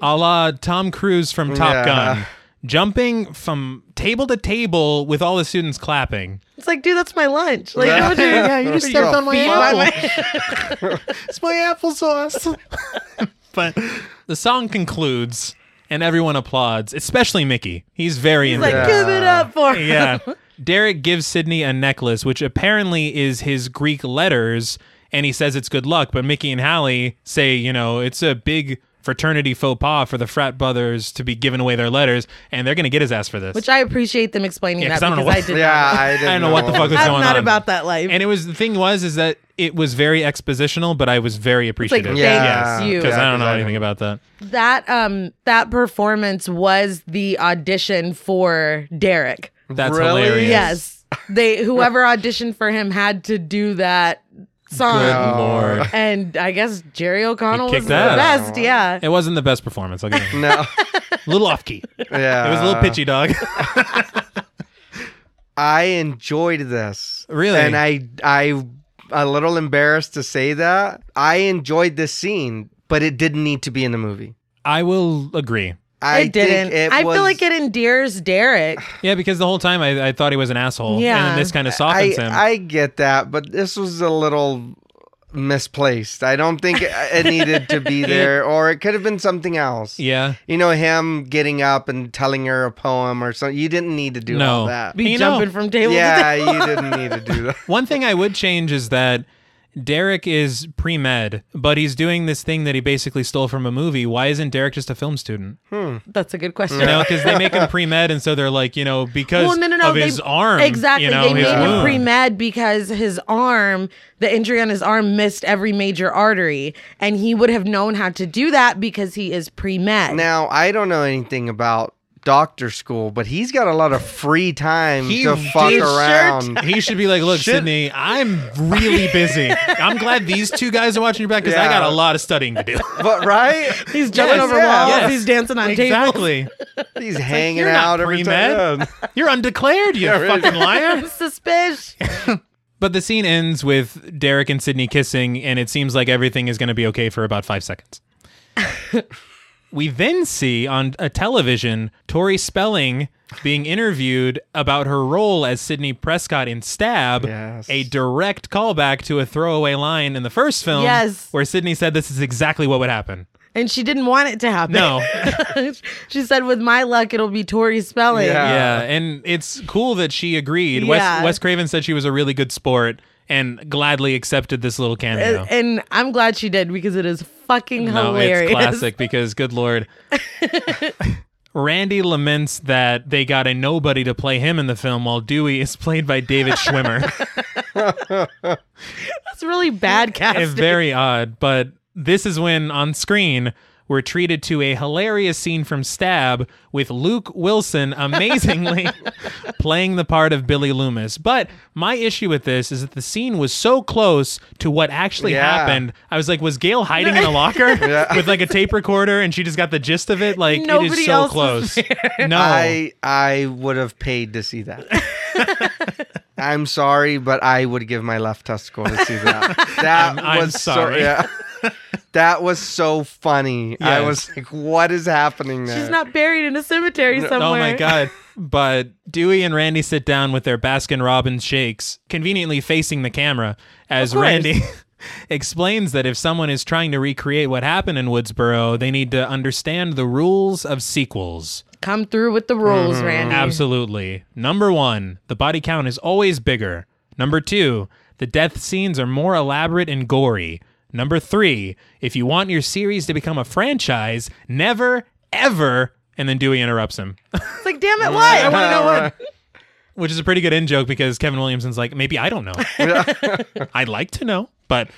Speaker 1: a la Tom Cruise from Top
Speaker 3: Yeah.
Speaker 1: Gun, jumping from table to table with all the students clapping.
Speaker 2: It's like, dude, that's my lunch. Like,
Speaker 3: Yeah.
Speaker 2: don't you-
Speaker 3: Yeah, you just stepped on my apple.
Speaker 1: it's my applesauce. but the song concludes and everyone applauds, especially Mickey. He's very
Speaker 2: It's like,
Speaker 1: into it.
Speaker 2: give it up for him.
Speaker 1: Yeah. Derek gives Sydney a necklace, which apparently is his Greek letters, and he says it's good luck. But Mickey and Hallie say, you know, it's a big fraternity faux pas for the frat brothers to be giving away their letters, and they're going to get his ass for this.
Speaker 2: Which I appreciate them explaining
Speaker 1: Yeah,
Speaker 2: that
Speaker 1: 'cause I don't know
Speaker 2: because I
Speaker 1: what-
Speaker 2: did.
Speaker 3: Yeah, I didn't
Speaker 1: I don't know what the fuck was
Speaker 2: not.
Speaker 1: going
Speaker 2: I'm not
Speaker 1: on.
Speaker 2: about that life.
Speaker 1: and it was the thing was is that it was very expositional, but I was very appreciative.
Speaker 2: thank
Speaker 3: Yeah.
Speaker 2: you.
Speaker 1: because I don't know
Speaker 3: Yeah,
Speaker 1: anything about that.
Speaker 2: that um that performance was the audition for Derek.
Speaker 1: That's
Speaker 3: Really?
Speaker 1: hilarious.
Speaker 2: Yes. They whoever auditioned for him had to do that song.
Speaker 1: Good
Speaker 3: Oh.
Speaker 1: lord.
Speaker 2: And I guess Jerry O'Connell was
Speaker 1: kicked
Speaker 2: the
Speaker 1: ass.
Speaker 2: best, yeah.
Speaker 1: It wasn't the best performance. I'll give it.
Speaker 3: No,
Speaker 1: a little off key.
Speaker 3: yeah,
Speaker 1: It was a
Speaker 2: Uh.
Speaker 1: little pitchy, dog.
Speaker 3: I enjoyed this
Speaker 1: Really?
Speaker 3: and I I a little embarrassed to say that I enjoyed this scene, but it didn't need to be in the movie.
Speaker 1: I will agree.
Speaker 3: I
Speaker 2: it didn't.
Speaker 3: Think it
Speaker 2: I
Speaker 3: was,
Speaker 2: feel like it endears Derek.
Speaker 1: Yeah, because the whole time I, I thought he was an asshole.
Speaker 2: Yeah.
Speaker 1: And then this kind of
Speaker 3: I
Speaker 1: softens him.
Speaker 3: I get that, but this was a little misplaced. I don't think it it needed to be there, or it could have been something else.
Speaker 1: Yeah.
Speaker 3: You know, him getting up and telling her a poem or something. You didn't need to do
Speaker 1: No.
Speaker 3: all that.
Speaker 1: You
Speaker 2: Be
Speaker 1: know-
Speaker 2: jumping from table to
Speaker 3: yeah,
Speaker 2: table.
Speaker 3: you didn't need to do that.
Speaker 1: One thing I would change is that Derek is pre med, but he's doing this thing that he basically stole from a movie. Why isn't Derek just a film student?
Speaker 2: That's a good question.
Speaker 1: You know, because they make him pre med, and so they're like, you know, because
Speaker 2: well, no, no, no.
Speaker 1: of
Speaker 2: they,
Speaker 1: his arm.
Speaker 2: Exactly.
Speaker 1: You know,
Speaker 2: they made
Speaker 1: his
Speaker 2: him
Speaker 1: wound.
Speaker 2: pre med because his arm, the injury on his arm, missed every major artery, and he would have known how to do that because he is pre med.
Speaker 3: Now, I don't know anything about doctor school, but he's got a lot of free time
Speaker 1: He
Speaker 3: to fuck
Speaker 1: did-
Speaker 3: around.
Speaker 1: He should be like, look,
Speaker 3: Shit.
Speaker 1: Sydney, I'm really busy. I'm glad these two guys are watching your back because I
Speaker 3: Yeah.
Speaker 1: got a lot of studying to do.
Speaker 3: But right,
Speaker 2: He's jumping
Speaker 3: Yes,
Speaker 2: over
Speaker 3: yeah.
Speaker 2: walls.
Speaker 1: Yes.
Speaker 2: He's dancing on tables.
Speaker 1: exactly.
Speaker 3: he's hanging
Speaker 1: You're
Speaker 3: out
Speaker 1: not pre
Speaker 3: every time.
Speaker 1: med. You're undeclared, you
Speaker 3: really.
Speaker 1: fucking liar.
Speaker 2: Suspicious.
Speaker 1: But the scene ends with Derek and Sydney kissing, and it seems like everything is going to be okay for about five seconds. we then see on a television Tori Spelling being interviewed about her role as Sydney Prescott in Stab,
Speaker 3: Yes.
Speaker 1: a direct callback to a throwaway line in the first film
Speaker 2: Yes.
Speaker 1: where Sydney said this is exactly what would happen.
Speaker 2: And she didn't want it to happen.
Speaker 1: No.
Speaker 2: she said, with my luck, it'll be Tori Spelling.
Speaker 3: Yeah.
Speaker 1: yeah, and it's cool that she agreed. Wes,
Speaker 2: Uh, Yeah.
Speaker 1: Wes Craven said she was a really good sport and gladly accepted this little cameo.
Speaker 2: And, and I'm glad she did because it is fucking
Speaker 1: it's
Speaker 2: hilarious.
Speaker 1: classic because good lord. Randy laments that they got a nobody to play him in the film while Dewey is played by David Schwimmer.
Speaker 2: That's really bad
Speaker 1: it's
Speaker 2: casting.
Speaker 1: very odd, but this is when on screen we're treated to a hilarious scene from Stab with Luke Wilson amazingly playing the part of Billy Loomis. But my issue with this is that the scene was so close to what actually
Speaker 3: Yeah.
Speaker 1: happened. I was like, was Gail hiding in a locker with like a tape recorder and she just got the gist of it? Like it
Speaker 2: Nobody
Speaker 1: is so
Speaker 2: else was
Speaker 1: close. No.
Speaker 3: I I would have paid to see that. I'm sorry, but I would give my left testicle to see that. That
Speaker 1: I'm
Speaker 3: was
Speaker 1: sorry.
Speaker 3: So, yeah. That was so funny. I
Speaker 1: Yes.
Speaker 3: was like, "What is happening?" There?
Speaker 2: She's not buried in a cemetery somewhere.
Speaker 1: Oh my god. But Dewey and Randy sit down with their Baskin Robbins shakes, conveniently facing the camera, as
Speaker 2: course.
Speaker 1: Randy explains that if someone is trying to recreate what happened in Woodsboro, they need to understand the rules of sequels.
Speaker 2: Come through with the rules,
Speaker 3: Mm-hmm.
Speaker 2: Randy.
Speaker 1: Absolutely. Number one, the body count is always bigger. Number two, the death scenes are more elaborate and gory. Number three, if you want your series to become a franchise, never, ever. And then Dewey interrupts him.
Speaker 2: It's like, damn it, what? I want to know what.
Speaker 1: which is a pretty good in joke because Kevin Williamson's like, maybe I don't know. I'd like to know, but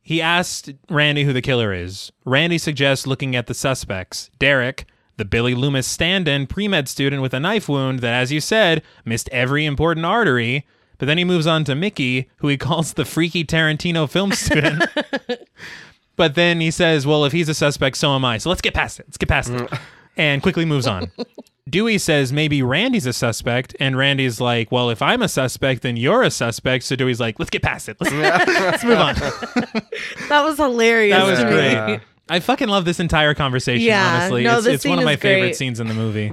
Speaker 1: he asked Randy who the killer is. Randy suggests looking at the suspects. Derek, the Billy Loomis stand-in pre-med student with a knife wound that, as you said, missed every important artery. But then he moves on to Mickey, who he calls the freaky Tarantino film student. but then he says, "Well, if he's a suspect, so am I. So let's get past it. Let's get past it." And quickly moves on. Dewey says maybe Randy's a suspect, and Randy's like, "Well, if I'm a suspect, then you're a suspect." So Dewey's like, "Let's get past it. Let's, let's move on."
Speaker 2: That was hilarious.
Speaker 1: That was
Speaker 2: to me.
Speaker 1: great.
Speaker 3: Yeah.
Speaker 1: I fucking love this entire conversation.
Speaker 2: Yeah.
Speaker 1: honestly,
Speaker 2: No,
Speaker 1: it's,
Speaker 2: the
Speaker 1: it's one
Speaker 2: scene
Speaker 1: of my
Speaker 2: is great.
Speaker 1: favorite scenes in the movie.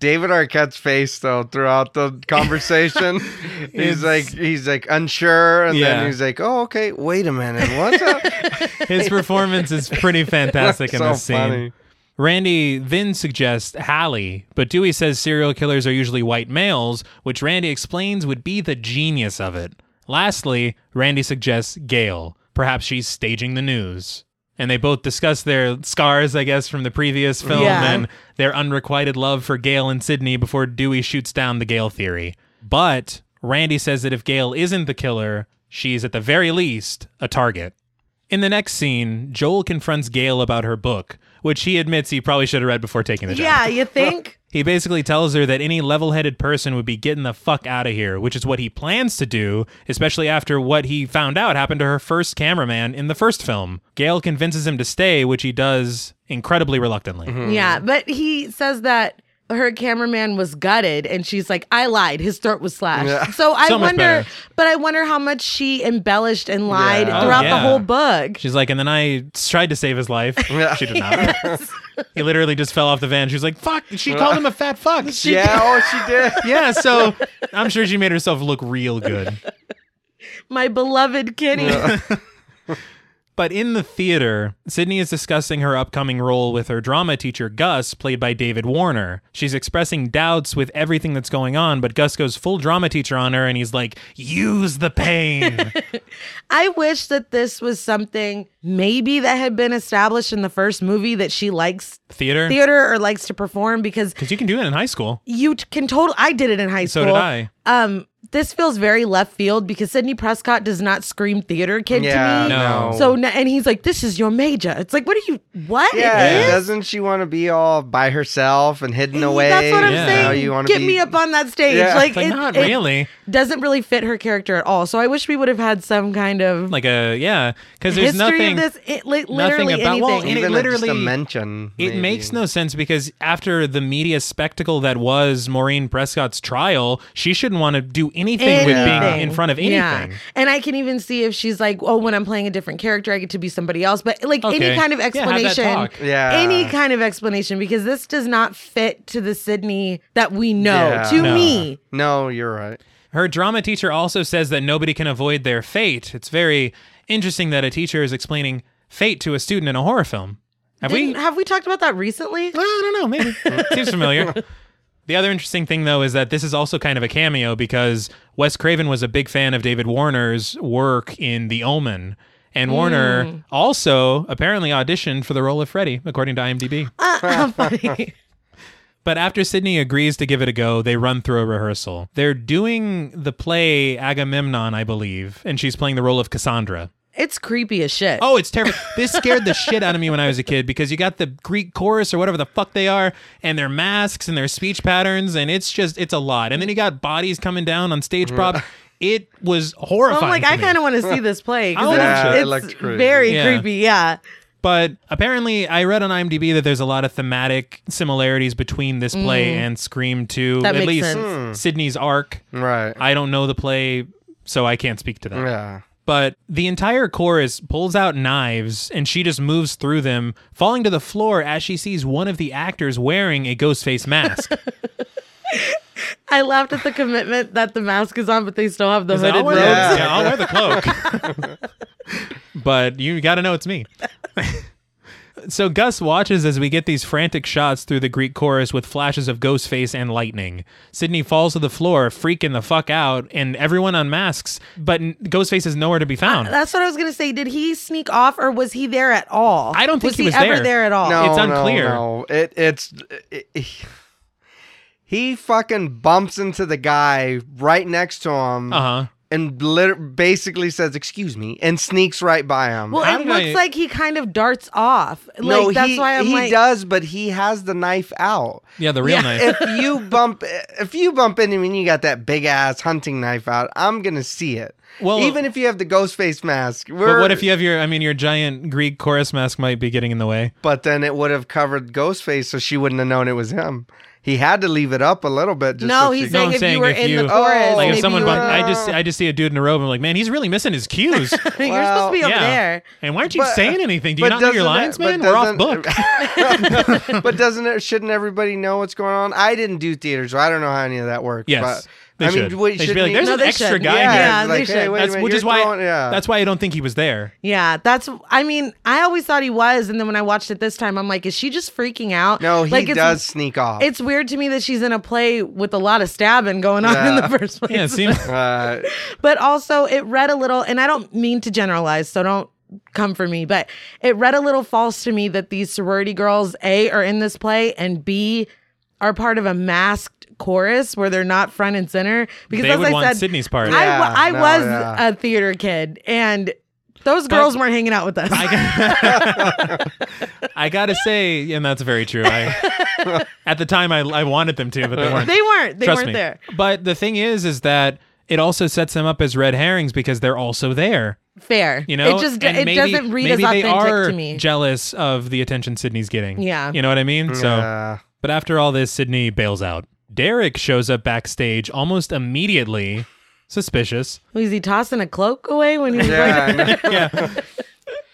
Speaker 3: David Arquette's face though throughout the conversation.
Speaker 1: It's-
Speaker 3: he's like he's like unsure and
Speaker 1: Yeah.
Speaker 3: then he's like, "Oh, okay, wait a minute. What's up?"
Speaker 1: His performance is pretty fantastic in
Speaker 3: so
Speaker 1: this scene.
Speaker 3: funny.
Speaker 1: Randy then suggests Hallie, but Dewey says serial killers are usually white males, which Randy explains would be the genius of it. Lastly, Randy suggests Gail. Perhaps she's staging the news. And they both discuss their scars, I guess, from the previous film
Speaker 2: Yeah.
Speaker 1: and their unrequited love for Gail and Sydney before Dewey shoots down the Gail theory. But Randy says that if Gail isn't the killer, she's at the very least a target. In the next scene, Joel confronts Gail about her book, which he admits he probably should have read before taking the job.
Speaker 2: Yeah, you think?
Speaker 1: He basically tells her that any level headed person would be getting the fuck out of here, which is what he plans to do, especially after what he found out happened to her first cameraman in the first film. Gail convinces him to stay, which he does incredibly reluctantly.
Speaker 3: Hmm.
Speaker 2: Yeah, but he says that her cameraman was gutted and she's like i lied his throat was slashed
Speaker 3: Yeah.
Speaker 2: so i
Speaker 1: So much
Speaker 2: wonder
Speaker 1: better.
Speaker 2: but i wonder how much she embellished and lied
Speaker 3: Yeah.
Speaker 1: Oh,
Speaker 2: throughout the
Speaker 1: yeah.
Speaker 2: whole book
Speaker 1: She's like, and then I tried to save his life. She did not. He literally just fell off the van. She was like, fuck. She called him a fat fuck.
Speaker 3: yeah, oh, she did.
Speaker 1: yeah, so I'm sure she made herself look real good.
Speaker 2: my beloved kitty
Speaker 1: But in the theater, Sydney is discussing her upcoming role with her drama teacher, Gus, played by David Warner. She's expressing doubts with everything that's going on, but Gus goes full drama teacher on her and he's like, use the pain.
Speaker 2: I wish that this was something maybe that had been established in the first movie that she likes
Speaker 1: theater?
Speaker 2: theater or likes to perform because
Speaker 1: Because you can do that in high school.
Speaker 2: you t- can total. I did it in high
Speaker 1: So
Speaker 2: school.
Speaker 1: did I.
Speaker 2: Um, this feels very left field because Sidney Prescott does not scream theater kid
Speaker 3: yeah,
Speaker 2: to me.
Speaker 1: No.
Speaker 3: no.
Speaker 2: So n- and he's like, "This is your major." It's like, what are you? What? It
Speaker 3: yeah,
Speaker 2: is?
Speaker 3: doesn't she want to be all by herself and hidden away?
Speaker 2: That's what I'm
Speaker 1: Yeah.
Speaker 3: You know,
Speaker 2: saying.
Speaker 3: you wanna
Speaker 2: Get
Speaker 3: be-
Speaker 2: me up on that stage.
Speaker 3: Yeah.
Speaker 2: Like,
Speaker 1: It's like,
Speaker 2: it,
Speaker 1: not
Speaker 2: it
Speaker 1: really.
Speaker 2: doesn't really fit her character at all. So I wish we would have had some kind of
Speaker 1: Like a, yeah. Because there's
Speaker 2: history
Speaker 1: nothing.
Speaker 2: of this. It, li- literally
Speaker 1: about- well,
Speaker 2: anything.
Speaker 1: and it
Speaker 3: Even
Speaker 1: literally-
Speaker 3: just a mention.
Speaker 1: It
Speaker 3: maybe.
Speaker 1: makes no sense because after the media spectacle that was Maureen Prescott's trial, she shouldn't want to do anything, with being in
Speaker 2: Anything.
Speaker 1: front of anything.
Speaker 2: Yeah. And I can even see if she's like, oh, when I'm playing a different character, I get to be somebody else. But like
Speaker 1: Okay.
Speaker 2: any kind of
Speaker 1: Yeah, have that
Speaker 2: explanation.
Speaker 1: talk.
Speaker 3: Yeah.
Speaker 2: Any kind of explanation because this does not fit to the Sydney that we know.
Speaker 3: Yeah.
Speaker 2: to
Speaker 1: No.
Speaker 2: me.
Speaker 3: No, you're right.
Speaker 1: Her drama teacher also says that nobody can avoid their fate. It's very interesting that a teacher is explaining fate to a student in a horror film. Have we?
Speaker 2: Didn't- have we talked about that recently?
Speaker 1: Well, I don't know. Maybe seems familiar. The other interesting thing, though, is that this is also kind of a cameo because Wes Craven was a big fan of David Warner's work in The Omen, and Warner also apparently auditioned for the role of Freddy, according to IMDb.
Speaker 2: How funny.
Speaker 1: But after Sydney agrees to give it a go, they run through a rehearsal. They're doing the play Agamemnon, I believe, and she's playing the role of Cassandra.
Speaker 2: it's creepy as shit.
Speaker 1: Oh, it's terrible. this scared the shit out of me when I was a kid because you got the Greek chorus or whatever the fuck they are, and their masks and their speech patterns, and it's just, it's a lot. And then you got bodies coming down on stage prop. It was horrifying.
Speaker 2: I'm like,
Speaker 1: to
Speaker 2: I
Speaker 1: me.
Speaker 2: kind of want to see this play. 'cause
Speaker 1: I wanna watch it.
Speaker 3: It
Speaker 2: it's
Speaker 3: looks creepy.
Speaker 2: very
Speaker 1: Yeah.
Speaker 2: creepy. Yeah.
Speaker 1: But apparently, I read on IMDb that there's a lot of thematic similarities between this play and Scream 2.
Speaker 2: Mm. That
Speaker 1: at
Speaker 2: makes
Speaker 1: least
Speaker 2: sense.
Speaker 1: Sydney's arc.
Speaker 3: Right.
Speaker 1: I don't know the play, so I can't speak to that.
Speaker 3: yeah.
Speaker 1: But the entire chorus pulls out knives and she just moves through them, falling to the floor as she sees one of the actors wearing a ghost face mask.
Speaker 2: I laughed at the commitment that the mask is on, but they still have the
Speaker 1: Like,
Speaker 2: hooded
Speaker 1: I'll, wear
Speaker 2: robes.
Speaker 1: the,
Speaker 3: robes.
Speaker 1: yeah, I'll wear the cloak. but you got to know it's me. so Gus watches as we get these frantic shots through the Greek chorus with flashes of ghost face and lightning. Sydney falls to the floor, freaking the fuck out, and everyone unmasks, but n- Ghostface is nowhere to be found.
Speaker 2: That's what I was gonna say. Did he sneak off, or was he there at all?
Speaker 1: I don't think
Speaker 2: was
Speaker 1: he was
Speaker 2: ever
Speaker 1: there.
Speaker 2: there. at all.
Speaker 3: No,
Speaker 1: It's
Speaker 3: no,
Speaker 1: unclear.
Speaker 3: No, It it's it- he fucking bumps into the guy right next to him
Speaker 2: Uh-huh.
Speaker 1: Uh huh.
Speaker 3: and lit- basically says, "Excuse me," and sneaks right by him.
Speaker 2: Well,
Speaker 1: How
Speaker 2: it
Speaker 1: did I-
Speaker 2: looks like he kind of darts off. Like
Speaker 3: no,
Speaker 2: that's
Speaker 3: he,
Speaker 2: why I'm
Speaker 3: he
Speaker 2: like,
Speaker 3: does, but he has the knife out.
Speaker 1: Yeah, the real
Speaker 2: Yeah.
Speaker 1: knife.
Speaker 3: if you bump if you bump into me and you got that big ass hunting knife out, I'm gonna see it.
Speaker 1: Well-
Speaker 3: Well, even if you have the ghost face mask, we're,
Speaker 1: But what if you have your? I mean, your giant Greek chorus mask might be getting in the way.
Speaker 3: But then it would have covered ghost face, so she wouldn't have known it was him. He had to leave it up a little bit. Just
Speaker 2: no,
Speaker 3: so
Speaker 2: he's
Speaker 3: she-
Speaker 1: No, I'm
Speaker 2: saying if
Speaker 1: saying
Speaker 2: you were
Speaker 1: if
Speaker 2: in
Speaker 1: you-
Speaker 2: the chorus,
Speaker 3: Oh,
Speaker 1: Like if
Speaker 2: maybe
Speaker 1: someone,
Speaker 2: you
Speaker 1: bumped,
Speaker 2: were-
Speaker 1: I just, I just see a dude in a robe. I'm like, man, he's really missing his cues.
Speaker 2: you're supposed to be over
Speaker 1: yeah.
Speaker 2: there.
Speaker 1: And why aren't you
Speaker 3: But-
Speaker 1: saying anything? Do you not know your lines,
Speaker 3: doesn't it-
Speaker 1: man?
Speaker 3: but
Speaker 1: We're off
Speaker 3: doesn't-
Speaker 1: book.
Speaker 3: but doesn't it? Shouldn't everybody know what's going on? I didn't do theater, so I don't know how any of that works.
Speaker 1: Yes,
Speaker 3: but,
Speaker 1: they
Speaker 3: I mean,
Speaker 1: should.
Speaker 3: wait,
Speaker 1: They should be
Speaker 3: shouldn't
Speaker 1: like,
Speaker 3: he-
Speaker 1: there's
Speaker 2: No,
Speaker 1: an
Speaker 2: they
Speaker 1: extra
Speaker 2: should.
Speaker 1: guy
Speaker 3: yeah,
Speaker 1: here.
Speaker 2: Yeah,
Speaker 3: it's
Speaker 2: they
Speaker 3: like,
Speaker 2: should.
Speaker 3: hey, wait
Speaker 1: That's,
Speaker 3: a minute,
Speaker 1: which
Speaker 3: you're
Speaker 1: is why,
Speaker 3: throwing- yeah.
Speaker 1: that's why I don't think he was there.
Speaker 2: Yeah, that's. I mean, I always thought he was, and then when I watched it this time, I'm like, is she just freaking out?
Speaker 3: no, he
Speaker 2: like, it's-
Speaker 3: does sneak off.
Speaker 2: It's weird to me that she's in a play with a lot of stabbing going on in
Speaker 3: Yeah.
Speaker 2: the first place.
Speaker 1: Yeah, it seems.
Speaker 3: uh,
Speaker 2: but also it read a little and i don't mean to generalize so don't come for me but it read a little false to me that these sorority girls a are in this play and b are part of a masked chorus where they're not front and center because
Speaker 1: They
Speaker 2: as
Speaker 1: would
Speaker 2: i
Speaker 1: want
Speaker 2: said
Speaker 1: Sydney's part.
Speaker 2: i,
Speaker 3: Yeah,
Speaker 2: wa- I
Speaker 3: no,
Speaker 2: was
Speaker 3: yeah.
Speaker 2: a theater kid and those girls weren't hanging out with us
Speaker 1: I gotta say, and that's very true. I, at the time, I, I wanted them to, but they weren't.
Speaker 2: they weren't they
Speaker 1: Trust
Speaker 2: weren't
Speaker 1: me.
Speaker 2: there
Speaker 1: But the thing is, is that it also sets them up as red herrings because they're also there.
Speaker 2: fair
Speaker 1: You know,
Speaker 2: it just
Speaker 1: And
Speaker 2: it
Speaker 1: maybe-
Speaker 2: doesn't read as
Speaker 1: maybe
Speaker 2: authentic
Speaker 1: they are
Speaker 2: to me
Speaker 1: Jealous of the attention Sydney's getting.
Speaker 2: Yeah.
Speaker 1: you know what I mean. So,
Speaker 3: yeah.
Speaker 1: but after all this, Sydney bails out. Derek shows up backstage almost immediately, suspicious.
Speaker 2: was he tossing a cloak away when he was
Speaker 3: Yeah, I know.
Speaker 1: yeah.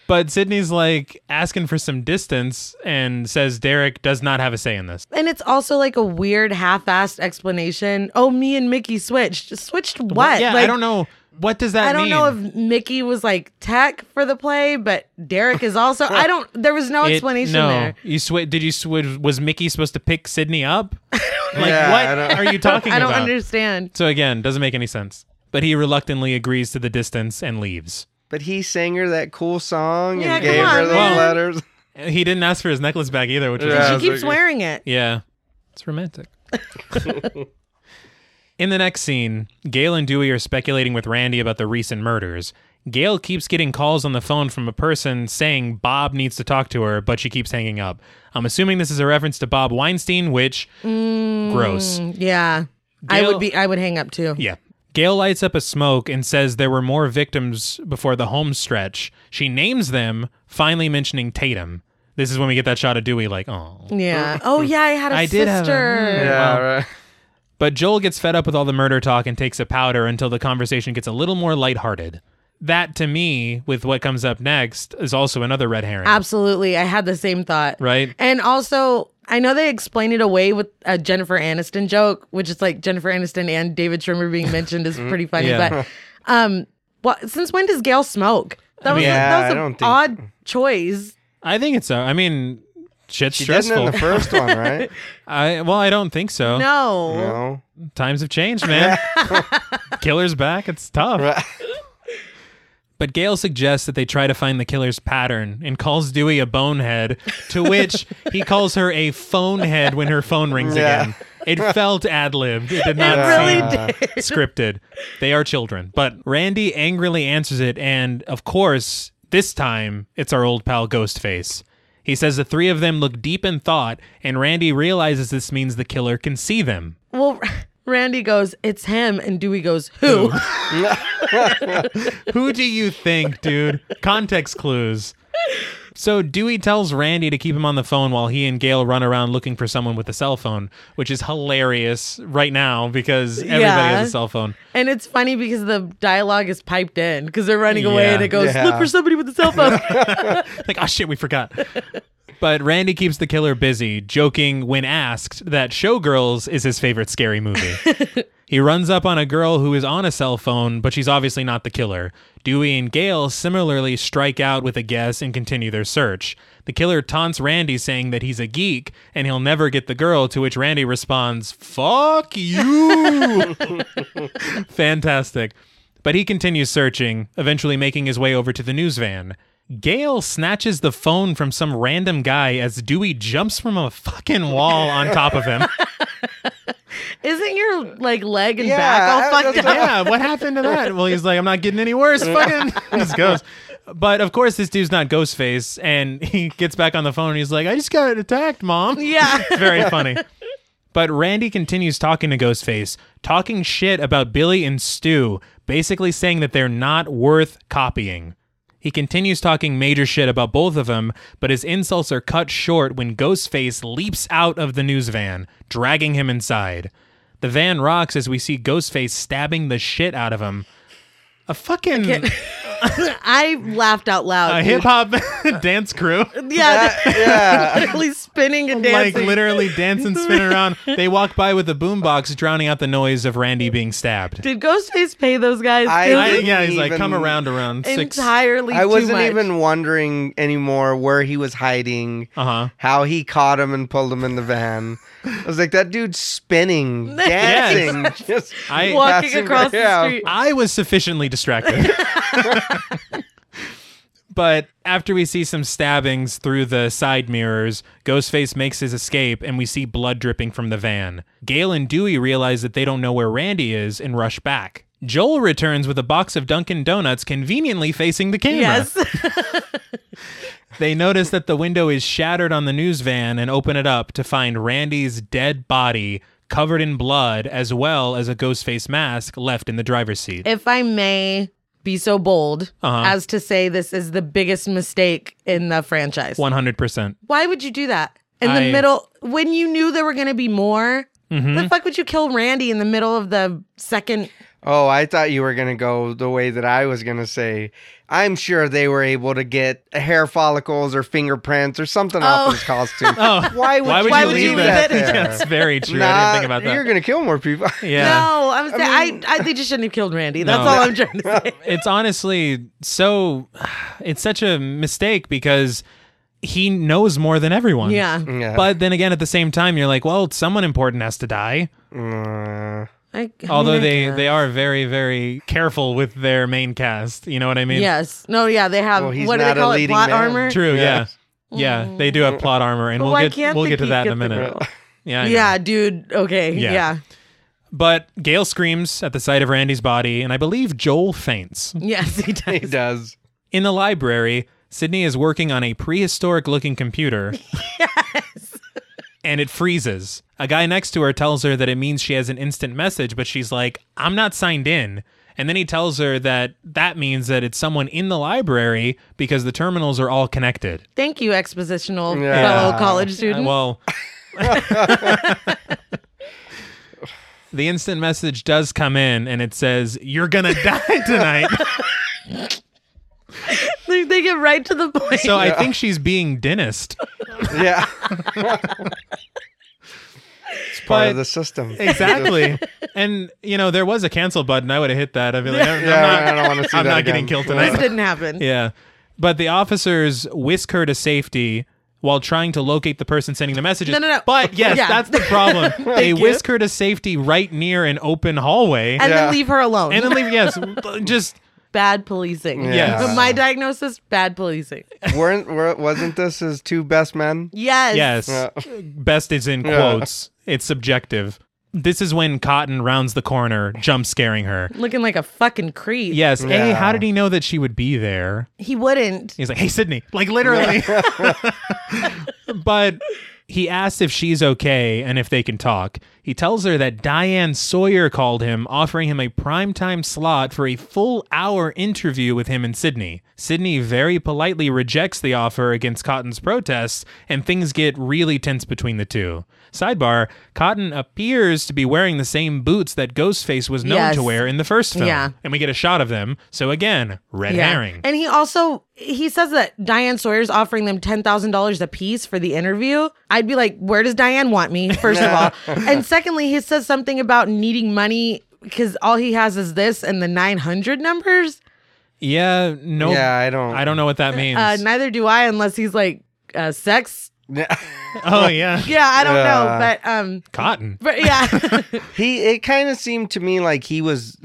Speaker 1: But Sydney's like asking for some distance and says Derek does not have a say in this.
Speaker 2: And it's also like a weird half-assed explanation. Oh, me and Mickey switched. Switched what?
Speaker 1: yeah, I
Speaker 2: Like,
Speaker 1: don't know. What does that
Speaker 2: I don't
Speaker 1: mean?
Speaker 2: know if Mickey was like tech for the play, but Derek is also. I don't. There was no
Speaker 1: It-
Speaker 2: explanation
Speaker 1: no.
Speaker 2: there.
Speaker 1: You sw- did you sw- was Mickey supposed to pick Sydney up? like
Speaker 3: Yeah, I
Speaker 1: what
Speaker 3: don't-
Speaker 1: are you talking
Speaker 2: I don't
Speaker 1: about?
Speaker 2: understand.
Speaker 1: So again, doesn't make any sense. But he reluctantly agrees to the distance and leaves.
Speaker 3: But he sang her that cool song
Speaker 2: Yeah,
Speaker 3: and
Speaker 2: come
Speaker 3: gave
Speaker 2: on,
Speaker 3: her the
Speaker 2: man.
Speaker 3: letters.
Speaker 1: He didn't ask for his necklace back either, which was
Speaker 3: Yeah.
Speaker 2: she
Speaker 3: it's
Speaker 2: keeps
Speaker 3: like-
Speaker 2: wearing it.
Speaker 1: Yeah. It's romantic. In the next scene, Gail and Dewey are speculating with Randy about the recent murders. Gail keeps getting calls on the phone from a person saying Bob needs to talk to her, but she keeps hanging up. I'm assuming this is a reference to Bob Weinstein, which gross.
Speaker 2: Yeah, I
Speaker 1: Gail-
Speaker 2: would be. I would hang up too.
Speaker 1: Yeah. Gail lights up a smoke and says there were more victims before the home stretch. She names them, finally mentioning Tatum. This is when we get that shot of Dewey, like, oh.
Speaker 2: Yeah. Oh yeah, I had a
Speaker 1: I
Speaker 2: sister.
Speaker 1: did have a- hmm.
Speaker 3: Yeah,
Speaker 1: Wow.
Speaker 3: right.
Speaker 1: But Joel gets fed up with all the murder talk and takes a powder until the conversation gets a little more lighthearted. That, to me, with what comes up next, is also another red herring.
Speaker 2: Absolutely, I had the same thought.
Speaker 1: Right?
Speaker 2: And also, I know they explain it away with a Jennifer Aniston joke, which is like Jennifer Aniston and David Schwimmer being mentioned is pretty funny.
Speaker 1: Mm, Yeah.
Speaker 2: But um, well, since when does Gail smoke? That was, a-
Speaker 3: Yeah,
Speaker 2: that
Speaker 3: I
Speaker 2: was an
Speaker 3: don't think-
Speaker 2: odd choice.
Speaker 1: I think it's so. I mean, shit's
Speaker 3: She didn't in
Speaker 1: stressful.
Speaker 3: the first one, right?
Speaker 1: I, well, I don't think so.
Speaker 2: No.
Speaker 3: no.
Speaker 1: Times have changed, man. Killer's back. It's tough.
Speaker 3: Right.
Speaker 1: But Gale suggests that they try to find the killer's pattern and calls Dewey a bonehead, to which he calls her a phonehead when her phone rings
Speaker 3: Yeah.
Speaker 1: again. It felt ad libbed. It did not
Speaker 2: It really
Speaker 1: seem
Speaker 2: did.
Speaker 1: scripted. They are children. But Randy angrily answers it, and of course, this time it's our old pal Ghostface. He says the three of them look deep in thought, and Randy realizes this means the killer can see them.
Speaker 2: Well, Randy goes, "It's him," and Dewey goes, "Who?"
Speaker 1: Who do you think, dude? Context clues. So Dewey tells Randy to keep him on the phone while he and Gail run around looking for someone with a cell phone, which is hilarious right now because everybody
Speaker 2: Yeah.
Speaker 1: has a cell phone.
Speaker 2: And it's funny because the dialogue is piped in because they're running away
Speaker 1: Yeah.
Speaker 2: and it goes,
Speaker 3: Yeah.
Speaker 2: "Look for somebody with a cell phone."
Speaker 1: Like, oh shit, we forgot. But Randy keeps the killer busy, joking when asked that Showgirls is his favorite scary movie. he runs up on a girl who is on a cell phone, but she's obviously not the killer. Dewey and Gail similarly strike out with a guess and continue their search. The killer taunts Randy, saying that he's a geek and he'll never get the girl, to which Randy responds, Fuck you! Fantastic. But he continues searching, eventually making his way over to the news van. Gail snatches the phone from some random guy as Dewey jumps from a fucking wall on top of him.
Speaker 2: Isn't your like leg and
Speaker 3: Yeah,
Speaker 2: back all
Speaker 3: I-
Speaker 2: fucked up?
Speaker 3: that's what
Speaker 1: yeah, what happened to that? Well, he's like, I'm not getting any worse. Fucking just goes. But of course, this dude's not Ghostface, and he gets back on the phone and he's like, I just got attacked, mom.
Speaker 2: Yeah.
Speaker 1: It's very funny. But Randy continues talking to Ghostface, talking shit about Billy and Stu, basically saying that they're not worth copying. He continues talking major shit about both of them, but his insults are cut short when Ghostface leaps out of the news van, dragging him inside. The van rocks as we see Ghostface stabbing the shit out of him. A fucking
Speaker 2: I laughed out
Speaker 1: a
Speaker 2: loud.
Speaker 1: hip hop dance crew.
Speaker 2: yeah,
Speaker 3: Yeah.
Speaker 2: literally spinning and
Speaker 1: like
Speaker 2: dancing.
Speaker 1: literally dancing, spinning around. They walk by with a boombox, drowning out the noise of Randy being stabbed.
Speaker 2: Did Ghostface pay those guys?
Speaker 3: I-
Speaker 2: It
Speaker 1: I-
Speaker 2: was
Speaker 1: yeah, he's like,
Speaker 3: Even-
Speaker 1: come around around six. Uh
Speaker 2: entirely.
Speaker 3: I
Speaker 2: too
Speaker 3: wasn't
Speaker 2: much.
Speaker 3: even wondering anymore where he was hiding,
Speaker 1: huh.
Speaker 3: how he caught him and pulled him in the van. I was like, that dude's spinning, dancing, just
Speaker 1: I-
Speaker 2: walking
Speaker 3: passing
Speaker 2: across
Speaker 3: by.
Speaker 2: the
Speaker 3: Yeah.
Speaker 2: street.
Speaker 1: I was sufficiently distracted. but after we see some stabbings through the side mirrors, Ghostface makes his escape and we see blood dripping from the van. Gail and Dewey realize that they don't know where Randy is and rush back. Joel returns with a box of Dunkin' Donuts conveniently facing the camera.
Speaker 2: Yes,
Speaker 1: They notice that the window is shattered on the news van and open it up to find Randy's dead body covered in blood as well as a ghost face mask left in the driver's seat.
Speaker 2: if I may be so bold
Speaker 1: Uh-huh.
Speaker 2: as to say, this is the biggest mistake in the franchise.
Speaker 1: 100%.
Speaker 2: Why would you do that in the
Speaker 1: I- Mm-hmm.
Speaker 2: middle when you knew there were going to be more? The fuck would you kill Randy in the middle of the second
Speaker 3: Oh, I thought you were going to go the way that I was going to say. I'm sure they were able to get hair follicles or fingerprints or something
Speaker 2: Oh.
Speaker 3: off his costume.
Speaker 1: Oh,
Speaker 3: Why would, you,
Speaker 2: why would
Speaker 3: leave
Speaker 2: you leave
Speaker 3: that
Speaker 2: it?
Speaker 3: there?
Speaker 1: That's very true. I didn't think about
Speaker 3: Nah, You're
Speaker 1: that.
Speaker 3: going to kill more people.
Speaker 1: Yeah.
Speaker 2: No, I was saying, I, I, they just shouldn't have killed Randy. That's
Speaker 1: No.
Speaker 2: all I'm trying to say.
Speaker 1: It's honestly so it's such a mistake because he knows more than everyone.
Speaker 2: Yeah.
Speaker 3: Yeah.
Speaker 1: But then again at the same time you're like, well, someone important has to die.
Speaker 3: Mm,
Speaker 2: I, I mean,
Speaker 1: Although
Speaker 2: I
Speaker 1: they
Speaker 2: guess.
Speaker 1: they are very very careful with their main cast, you know what I mean?
Speaker 2: Yes. No, yeah, they have,
Speaker 3: Well, he's
Speaker 2: what do they
Speaker 3: not a
Speaker 2: call it?
Speaker 3: leading
Speaker 2: Plot
Speaker 3: man.
Speaker 2: armor?
Speaker 1: True, yeah.
Speaker 3: Yeah.
Speaker 1: Yeah, they do have plot armor and
Speaker 2: Mm. But
Speaker 1: we'll
Speaker 2: why
Speaker 1: get
Speaker 2: can't
Speaker 1: we'll
Speaker 2: the
Speaker 1: get to
Speaker 2: geek
Speaker 1: that in a
Speaker 2: get the
Speaker 1: minute.
Speaker 2: girl?
Speaker 1: Yeah. I know.
Speaker 2: Yeah, dude. Okay.
Speaker 1: Yeah.
Speaker 2: Yeah. Yeah.
Speaker 1: But Gail screams at the sight of Randy's body and I believe Joel faints.
Speaker 2: Yes, he does.
Speaker 3: he does.
Speaker 1: In the library, Sydney is working on a prehistoric looking computer. yes. And it freezes. A guy next to her tells her that it means she has an instant message, but she's like, I'm not signed in. And then he tells her that that means that it's someone in the library because the terminals are all connected.
Speaker 2: Thank you, expositional
Speaker 3: Yeah.
Speaker 2: fellow college
Speaker 1: Uh,
Speaker 2: student.
Speaker 1: well, the instant message does come in and it says, You're going to die tonight.
Speaker 2: they, they get right to the point.
Speaker 1: so I think she's being dentist.
Speaker 3: Yeah. it's part
Speaker 1: But-
Speaker 3: of the system.
Speaker 1: Exactly. and you know, there was a cancel button. I would have hit that. I'd be like, I'm, I'm
Speaker 3: Yeah,
Speaker 1: not,
Speaker 3: I don't want to see
Speaker 1: I'm
Speaker 3: that
Speaker 1: not
Speaker 3: again.
Speaker 1: getting killed
Speaker 2: this
Speaker 1: tonight.
Speaker 2: didn't happen.
Speaker 1: yeah. But the officers whisk her to safety while trying to locate the person sending the messages.
Speaker 2: No, no, no.
Speaker 1: But yes,
Speaker 2: Yeah.
Speaker 1: that's the problem. they
Speaker 2: you.
Speaker 1: whisk her to safety right near an open hallway. And,
Speaker 2: And
Speaker 3: Yeah.
Speaker 2: then leave her alone.
Speaker 1: then leave, yes, just
Speaker 2: bad policing.
Speaker 3: Yeah.
Speaker 1: Yes.
Speaker 2: My diagnosis: bad policing.
Speaker 3: Weren't, were wasn't this his two best men?
Speaker 2: Yes.
Speaker 1: yes.
Speaker 3: Yeah.
Speaker 1: Best is in
Speaker 3: Yeah.
Speaker 1: quotes. It's subjective. This is when Cotton rounds the corner, jump scaring her.
Speaker 2: Looking like a fucking creep.
Speaker 1: Yes. A,
Speaker 3: Yeah.
Speaker 1: how did he know that she would be there?
Speaker 2: He wouldn't.
Speaker 1: He's like, hey, Sydney, like literally. but he asks if she's okay and if they can talk. He tells her that Diane Sawyer called him, offering him a primetime slot for a full hour interview with him and Sydney. Sydney very politely rejects the offer against Cotton's protests, and things get really tense between the two. Sidebar Cotton appears to be wearing the same boots that Ghostface was known
Speaker 2: Yes.
Speaker 1: to wear in the first film.
Speaker 2: Yeah.
Speaker 1: And we get a shot of them. So again, red herring.
Speaker 2: And he also he says that Diane Sawyer's offering them ten thousand dollars a piece for the interview. I'd be like, where does Diane want me? First of all, and secondly, he says something about needing money because all he has is this and the nine hundred numbers.
Speaker 1: Yeah, no.
Speaker 3: Yeah, I don't.
Speaker 1: I don't know what that means.
Speaker 2: Uh, neither do I, unless he's like uh, sex.
Speaker 1: oh yeah,
Speaker 2: Yeah, I don't know,
Speaker 3: Yeah.
Speaker 2: but um,
Speaker 1: cotton.
Speaker 2: but yeah,
Speaker 3: He it kind of seemed to me like he was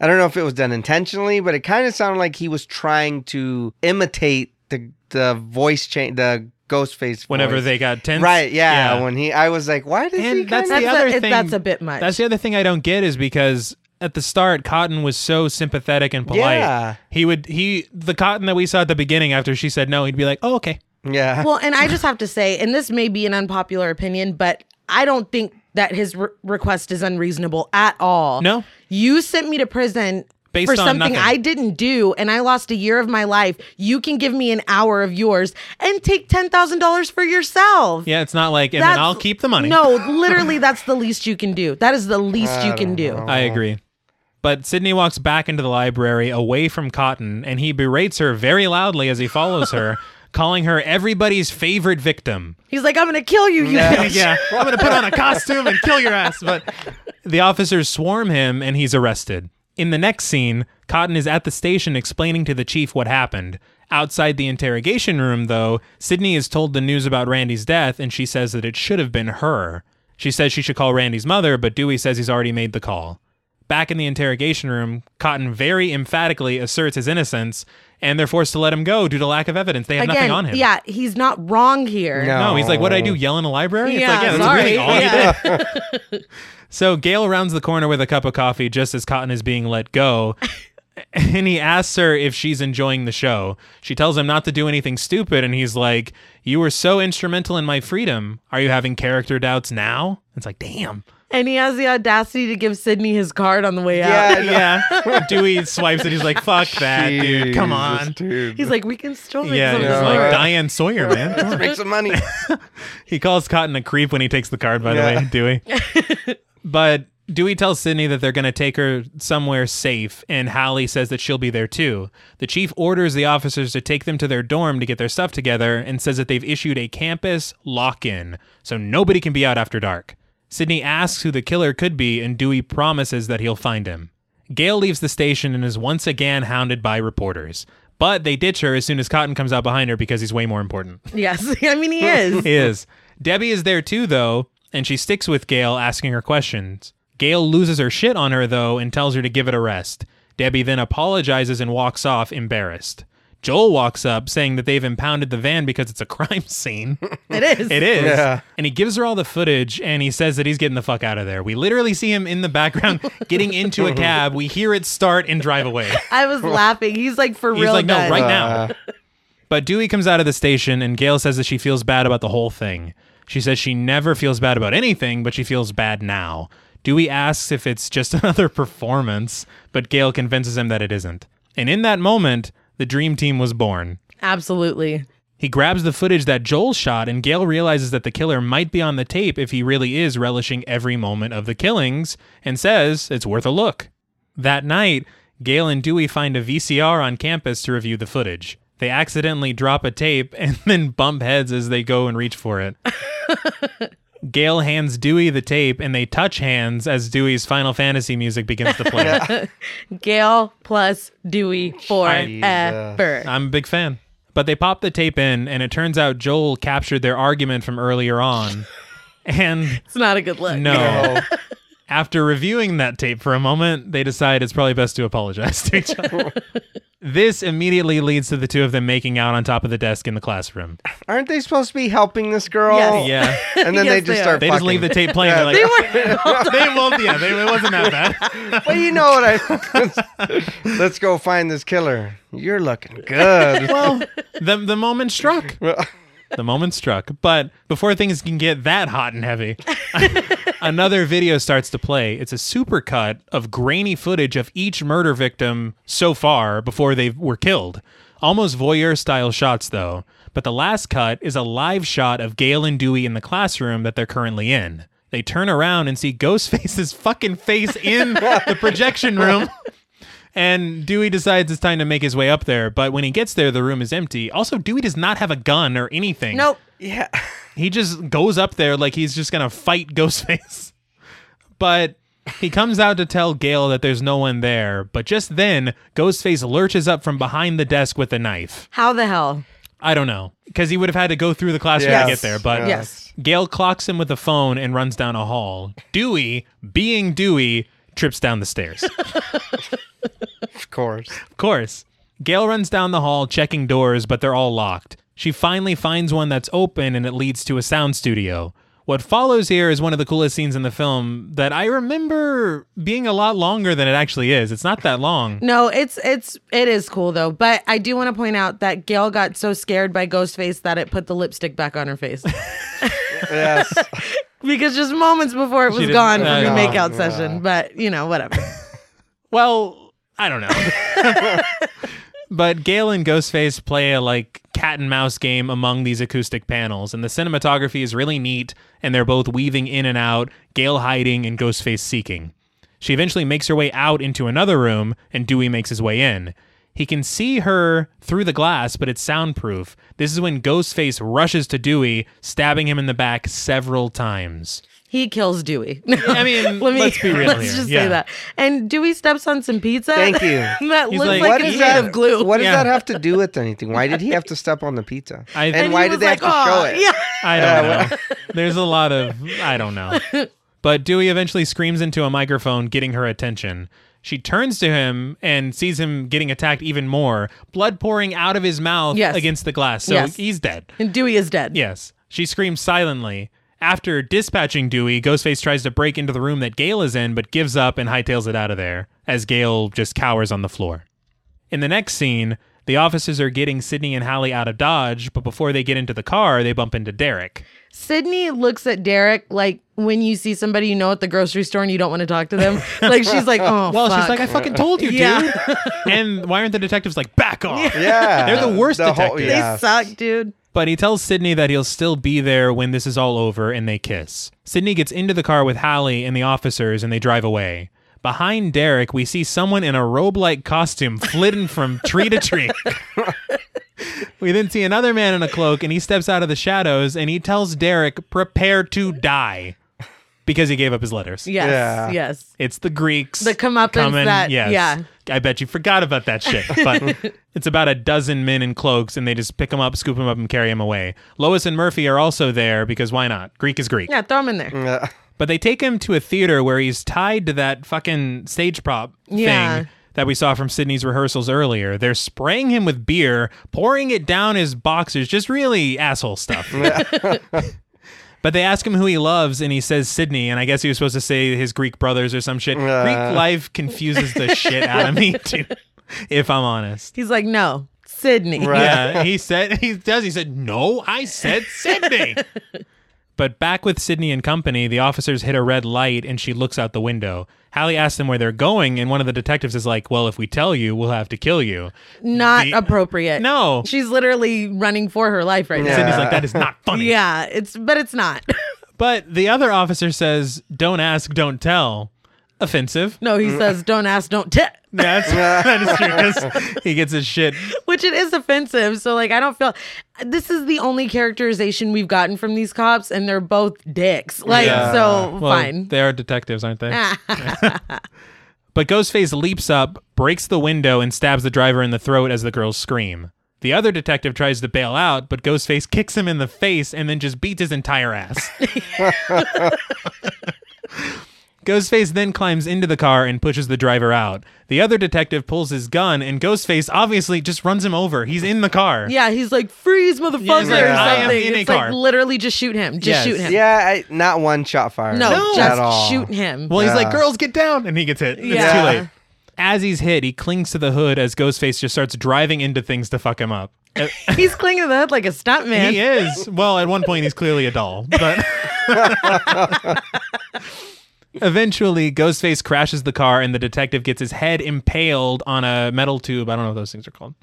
Speaker 3: I don't know if it was done intentionally, but it kind of sounded like he was trying to imitate the the voice change the ghost face
Speaker 1: Whenever
Speaker 3: voice.
Speaker 1: they got tense,
Speaker 3: Right, yeah, when he I was like, why did he
Speaker 1: and that's
Speaker 3: kinda-
Speaker 1: the
Speaker 2: That's
Speaker 1: other
Speaker 2: a- it-
Speaker 1: thing.
Speaker 2: that's a bit much.
Speaker 1: That's the other thing I don't get is because at the start, Cotton was so sympathetic and polite.
Speaker 3: Yeah.
Speaker 1: He would he the Cotton that we saw at the beginning after she said no, he'd be like, oh okay,
Speaker 3: Yeah.
Speaker 2: Well, and I just have to say, and this may be an unpopular opinion, but I don't think that his re- request is unreasonable at all.
Speaker 1: No.
Speaker 2: You sent me to prison
Speaker 1: Based
Speaker 2: for
Speaker 1: on
Speaker 2: something
Speaker 1: nothing.
Speaker 2: I didn't do, and I lost a year of my life. You can give me an hour of yours and take $10,000 for yourself.
Speaker 1: yeah. It's not like and
Speaker 2: That's-
Speaker 1: then I'll keep the money.
Speaker 2: No, literally, that's the least you can do. That is the least you can do.
Speaker 1: I agree. But Sydney walks back into the library away from Cotton, and he berates her very loudly as he follows her, calling her everybody's favorite victim.
Speaker 2: He's like, I'm going to kill you, you bitch.
Speaker 1: yeah, I'm gonna put on a costume and kill your ass. But the officers swarm him and he's arrested. In the next scene, Cotton is at the station explaining to the chief what happened. Outside the interrogation room, though, Sydney is told the news about Randy's death and she says that it should have been her. She says she should call Randy's mother, but Dewey says he's already made the call. Back in the interrogation room, Cotton very emphatically asserts his innocence, and they're forced to let him go due to lack of evidence. They have
Speaker 2: Again,
Speaker 1: nothing on him.
Speaker 2: yeah, he's not wrong here.
Speaker 3: No.
Speaker 1: No, he's like, what did I do? Yell in a library? It's
Speaker 2: Yeah,
Speaker 1: like, yeah, that's
Speaker 2: sorry.
Speaker 1: really all
Speaker 2: Yeah.
Speaker 1: you did. so Gail rounds the corner with a cup of coffee just as Cotton is being let go. And he asks her if she's enjoying the show. She tells him not to do anything stupid, and he's like, You were so instrumental in my freedom. Are you having character doubts now? It's like, damn.
Speaker 2: And he has the audacity to give Sydney his card on the way out.
Speaker 3: Yeah, I know.
Speaker 1: Yeah. Dewey swipes it. He's like, Fuck that, dude. Come
Speaker 3: Jesus,
Speaker 1: on.
Speaker 3: dude.
Speaker 2: He's like, we can still make
Speaker 1: Yeah,
Speaker 2: some
Speaker 1: he's
Speaker 2: of this
Speaker 1: like
Speaker 2: work.
Speaker 1: Diane Sawyer, man. Come on.
Speaker 3: Make some money.
Speaker 1: He calls Cotton a creep when he takes the card, by the
Speaker 3: Yeah.
Speaker 1: way, Dewey. but Dewey tells Sydney that they're going to take her somewhere safe, and Hallie says that she'll be there too. The chief orders the officers to take them to their dorm to get their stuff together and says that they've issued a campus lock in, so nobody can be out after dark. Sydney asks who the killer could be, and Dewey promises that he'll find him. Gail leaves the station and is once again hounded by reporters, but they ditch her as soon as Cotton comes out behind her because he's way more important
Speaker 2: Yes. I mean, he is.
Speaker 1: is. Debbie is there too, though, and she sticks with Gail, asking her questions. Gail loses her shit on her, though, and tells her to give it a rest. Debbie then apologizes and walks off, embarrassed. Joel walks up, saying that they've impounded the van because it's a crime scene.
Speaker 2: It is.
Speaker 1: It is.
Speaker 3: Yeah.
Speaker 1: And he gives her all the footage and he says that he's getting the fuck out of there. We literally see him in the background getting into a cab. We hear it start and drive away.
Speaker 2: I was laughing. He's like, for
Speaker 1: He's
Speaker 2: real.
Speaker 1: like, no,
Speaker 2: done.
Speaker 1: right now. But Dewey comes out of the station, and Gail says that she feels bad about the whole thing. She says she never feels bad about anything, but she feels bad now. Dewey asks if it's just another performance, but Gail convinces him that it isn't. And in that moment, the dream team was born.
Speaker 2: Absolutely.
Speaker 1: He grabs the footage that Joel shot, and Gail realizes that the killer might be on the tape if he really is relishing every moment of the killings and says it's worth a look. That night, Gail and Dewey find a VCR on campus to review the footage. They accidentally drop a tape and then bump heads as they go and reach for it. Gail hands Dewey the tape and they touch hands as Dewey's Final Fantasy music begins to play.
Speaker 2: Gail plus Dewey forever.
Speaker 1: I'm a big fan. But they pop the tape in, and it turns out Joel captured their argument from earlier on. And
Speaker 2: It's not a good look.
Speaker 1: no,
Speaker 3: Oh,
Speaker 1: after reviewing that tape for a moment, they decide it's probably best to apologize to each other. this immediately leads to the two of them making out on top of the desk in the classroom.
Speaker 3: aren't they supposed to be helping this girl?
Speaker 2: Yes.
Speaker 1: Yeah.
Speaker 3: And then
Speaker 2: Yes,
Speaker 3: they just
Speaker 2: they are.
Speaker 3: start
Speaker 1: They just leave the
Speaker 3: fucking.
Speaker 1: tape playing. They're
Speaker 2: Oh. They
Speaker 1: like,
Speaker 2: were
Speaker 1: they won't, yeah, they, it wasn't that bad.
Speaker 3: Well, you know what I. Let's go find this killer. You're looking good.
Speaker 1: Well, the, the moment struck. The moment struck. But before things can get that hot and heavy, another video starts to play. It's a supercut of grainy footage of each murder victim so far before they were killed. Almost voyeur style shots, though. But the last cut is a live shot of Gail and Dewey in the classroom that they're currently in. They turn around and see Ghostface's fucking face in the projection room. And Dewey decides it's time to make his way up there, but when he gets there, the room is empty. Also, Dewey does not have a gun or anything.
Speaker 2: nope.
Speaker 3: yeah.
Speaker 1: He just goes up there like he's just going to fight Ghostface. But he comes out to tell Gail that there's no one there, but just then, Ghostface lurches up from behind the desk with a knife.
Speaker 2: How the hell?
Speaker 1: I don't know, because he would have had to go through the classroom
Speaker 3: Yes.
Speaker 1: to get there, but
Speaker 2: Yes.
Speaker 1: Gail clocks him with a phone and runs down a hall. Dewey, being Dewey, trips down the stairs.
Speaker 3: Of course.
Speaker 1: Of course. Gail runs down the hall checking doors, but they're all locked. She finally finds one that's open and it leads to a sound studio. What follows here is one of the coolest scenes in the film that I remember being a lot longer than it actually is. It's not that long.
Speaker 2: No, it's it's it is cool though. But I do want to point out that Gail got so scared by Ghostface that it put the lipstick back on her face
Speaker 3: Yes.
Speaker 2: because just moments before it was
Speaker 1: didn't- uh,
Speaker 2: gone
Speaker 1: I
Speaker 2: from the
Speaker 1: know.
Speaker 2: makeout session. But you know, whatever.
Speaker 1: Well, I don't know. but Gale and Ghostface play a like cat and mouse game among these acoustic panels, and the cinematography is really neat, and they're both weaving in and out, Gale hiding and Ghostface seeking. She eventually makes her way out into another room, and Dewey makes his way in. He can see her through the glass, but it's soundproof. This is when Ghostface rushes to Dewey, stabbing him in the back several times.
Speaker 2: He kills Dewey.
Speaker 1: I mean,
Speaker 2: Let me,
Speaker 1: let's be real
Speaker 2: let's
Speaker 1: here.
Speaker 2: just
Speaker 1: Yeah.
Speaker 2: say that. And Dewey steps on some pizza.
Speaker 3: Thank you.
Speaker 2: that
Speaker 1: He's
Speaker 2: looks
Speaker 1: like,
Speaker 2: like,
Speaker 1: What
Speaker 2: a
Speaker 1: is
Speaker 2: sheet
Speaker 3: that?
Speaker 2: of glue.
Speaker 3: What does
Speaker 1: Yeah.
Speaker 3: that have to do with anything? Why did he have to step on the pizza?
Speaker 1: I-
Speaker 3: and,
Speaker 1: And
Speaker 2: he
Speaker 3: why
Speaker 2: was
Speaker 3: did they
Speaker 2: like,
Speaker 3: have to
Speaker 2: "Aw,
Speaker 3: show it?
Speaker 2: Yeah.
Speaker 1: I don't know. There's a lot of I don't know. But Dewey eventually screams into a microphone, getting her attention. She turns to him and sees him getting attacked even more, blood pouring out of his mouth
Speaker 2: Yes.
Speaker 1: against the glass. So
Speaker 2: Yes.
Speaker 1: he's dead.
Speaker 2: And Dewey is dead.
Speaker 1: Yes. She screams silently. After dispatching Dewey, Ghostface tries to break into the room that Gale is in, but gives up and hightails it out of there, as Gale just cowers on the floor. In the next scene, the officers are getting Sydney and Hallie out of Dodge, but before they get into the car, they bump into Derek.
Speaker 2: Sydney looks at Derek like when you see somebody you know at the grocery store and you don't want to talk to them. like she's like, oh,
Speaker 1: Well,
Speaker 2: fuck.
Speaker 1: she's like, I fucking told you,
Speaker 2: Yeah.
Speaker 1: dude. and why aren't the detectives like, back off?
Speaker 3: Yeah.
Speaker 1: They're the worst
Speaker 3: whole-
Speaker 1: detectives.
Speaker 2: they
Speaker 3: yeah.
Speaker 2: suck, dude.
Speaker 1: but he tells Sydney that he'll still be there when this is all over and they kiss. Sydney gets into the car with Hallie and the officers and they drive away. Behind Derek, we see someone in a robe like costume flitting from tree to tree. we then see another man in a cloak and he steps out of the shadows and he tells Derek, prepare to die because he gave up his letters.
Speaker 2: Yes.
Speaker 3: Yeah.
Speaker 2: Yes.
Speaker 1: It's the Greeks.
Speaker 2: The comeuppance that- yeah.
Speaker 1: I bet you forgot about that shit. But it's about a dozen men in cloaks, and they just pick him up, scoop him up, and carry him away. Lois and Murphy are also there because why not? Greek is Greek.
Speaker 2: Yeah. Throw him in there.
Speaker 3: Yeah.
Speaker 1: But they take him to a theater where he's tied to that fucking stage prop
Speaker 2: Yeah.
Speaker 1: thing that we saw from Sydney's rehearsals earlier. They're spraying him with beer, pouring it down his boxers, just really asshole stuff. But they ask him who he loves, and he says Sydney, and I guess he was supposed to say his Greek brothers or some shit.
Speaker 3: Yeah.
Speaker 1: Greek life confuses the shit out of me, too, if I'm honest.
Speaker 2: He's like, no, Sydney.
Speaker 3: Right.
Speaker 1: Yeah, he said he does. He said, "No, I said Sydney." but back with Sydney and company, the officers hit a red light, and she looks out the window. Hallie asks them where they're going, and one of the detectives is like, "Well, if we tell you, we'll have to kill you."
Speaker 2: Not
Speaker 1: The-
Speaker 2: appropriate.
Speaker 1: No,
Speaker 2: She's literally running for her life right now.
Speaker 1: Sydney's like, "That is not funny."
Speaker 2: Yeah. It's, but it's not.
Speaker 1: But the other officer says, "Don't ask, don't tell." Offensive.
Speaker 2: no,
Speaker 3: Mm.
Speaker 2: he says, don't ask, don't tell.
Speaker 1: Yeah, That's, that is true. 'cause he gets his shit.
Speaker 2: Which it is offensive. So, like, I don't feel this is the only characterization we've gotten from these cops, and they're both dicks. Like,
Speaker 3: Yeah.
Speaker 2: so
Speaker 1: Well,
Speaker 2: fine.
Speaker 1: They are detectives, aren't they? but Ghostface leaps up, breaks the window, and stabs the driver in the throat as the girls scream. The other detective tries to bail out, but Ghostface kicks him in the face and then just beats his entire ass. Ghostface then climbs into the car and pushes the driver out. The other detective pulls his gun, and Ghostface obviously just runs him over. He's in the car.
Speaker 2: Yeah, he's like, freeze, motherfucker,
Speaker 1: like,
Speaker 2: or
Speaker 1: I am
Speaker 2: something.
Speaker 1: in a
Speaker 2: It's like,
Speaker 1: car.
Speaker 2: literally just shoot him. Just
Speaker 1: Yes.
Speaker 2: shoot him.
Speaker 3: Yeah, I, not one shot fire.
Speaker 2: No,
Speaker 3: at
Speaker 2: just
Speaker 3: all.
Speaker 2: shoot him.
Speaker 1: Well, he's like,
Speaker 3: Yeah.
Speaker 1: girls, get down. And he gets hit. It's
Speaker 2: Yeah.
Speaker 1: too late. As he's hit, he clings to the hood as Ghostface just starts driving into things to fuck him up. Uh,
Speaker 2: he's clinging to the hood like a stuntman.
Speaker 1: he is. Well, at one point, he's clearly a doll. But eventually, Ghostface crashes the car and the detective gets his head impaled on a metal tube. I don't know what those things are called.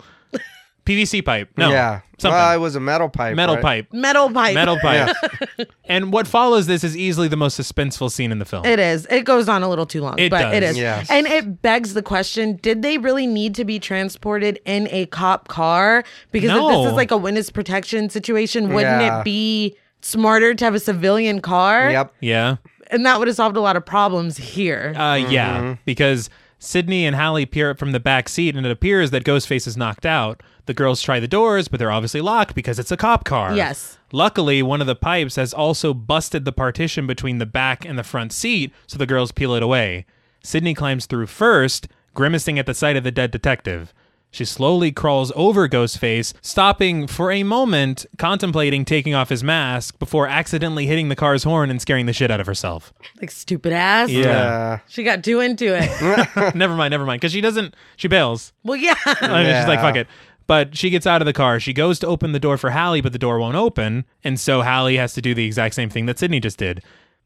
Speaker 1: PVC pipe. No.
Speaker 3: Yeah.
Speaker 1: Something.
Speaker 3: Well, it was a metal pipe.
Speaker 1: metal
Speaker 3: right?
Speaker 1: pipe.
Speaker 2: Metal pipe.
Speaker 1: Metal pipe. and what follows this is easily the most suspenseful scene in the film.
Speaker 2: It is. It goes on a little too long,
Speaker 1: It
Speaker 2: but it
Speaker 1: does.
Speaker 2: is.
Speaker 3: Yes.
Speaker 2: And it begs the question: Did they really need to be transported in a cop car? Because if
Speaker 1: No.
Speaker 2: this is like a witness protection situation, wouldn't
Speaker 3: Yeah.
Speaker 2: it be smarter to have a civilian car?
Speaker 3: Yep.
Speaker 1: yeah.
Speaker 2: And that would have solved a lot of problems here.
Speaker 1: Uh, yeah, because Sydney and Hallie peer up from the back seat, and it appears that Ghostface is knocked out. The girls try the doors, but they're obviously locked because it's a cop car.
Speaker 2: Yes.
Speaker 1: Luckily, one of the pipes has also busted the partition between the back and the front seat, so the girls peel it away. Sydney climbs through first, grimacing at the sight of the dead detective. She slowly crawls over Ghostface, stopping for a moment, contemplating taking off his mask before accidentally hitting the car's horn and scaring the shit out of herself.
Speaker 2: like stupid ass.
Speaker 3: Yeah.
Speaker 2: She got too into it.
Speaker 1: never mind, never mind. Because she doesn't, she bails.
Speaker 2: well, yeah.
Speaker 1: I mean, She's like,
Speaker 3: Yeah.
Speaker 1: fuck it. But she gets out of the car. She goes to open the door for Hallie, but the door won't open. And so Hallie has to do the exact same thing that Sydney just did.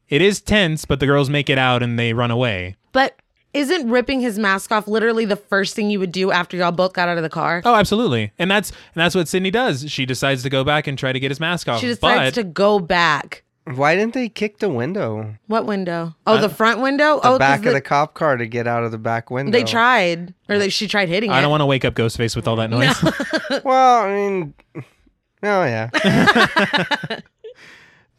Speaker 1: It is tense, but the girls make it out and they run away.
Speaker 2: But isn't ripping his mask off literally the first thing you would do after y'all both got out of the car?
Speaker 1: Oh, absolutely. And that's and that's what Sydney does. She decides to go back and try to get his mask off.
Speaker 2: she
Speaker 1: but
Speaker 2: decides to go back.
Speaker 3: Why didn't they kick the window?
Speaker 2: What window? Oh, the front window.
Speaker 3: The
Speaker 2: oh, 'cause
Speaker 3: back
Speaker 2: the-
Speaker 3: of the cop car to get out of the back window.
Speaker 2: They tried, or they, she tried hitting
Speaker 1: I
Speaker 2: it.
Speaker 1: don't want to wake up Ghostface with all that noise.
Speaker 3: Well, I mean, no, yeah.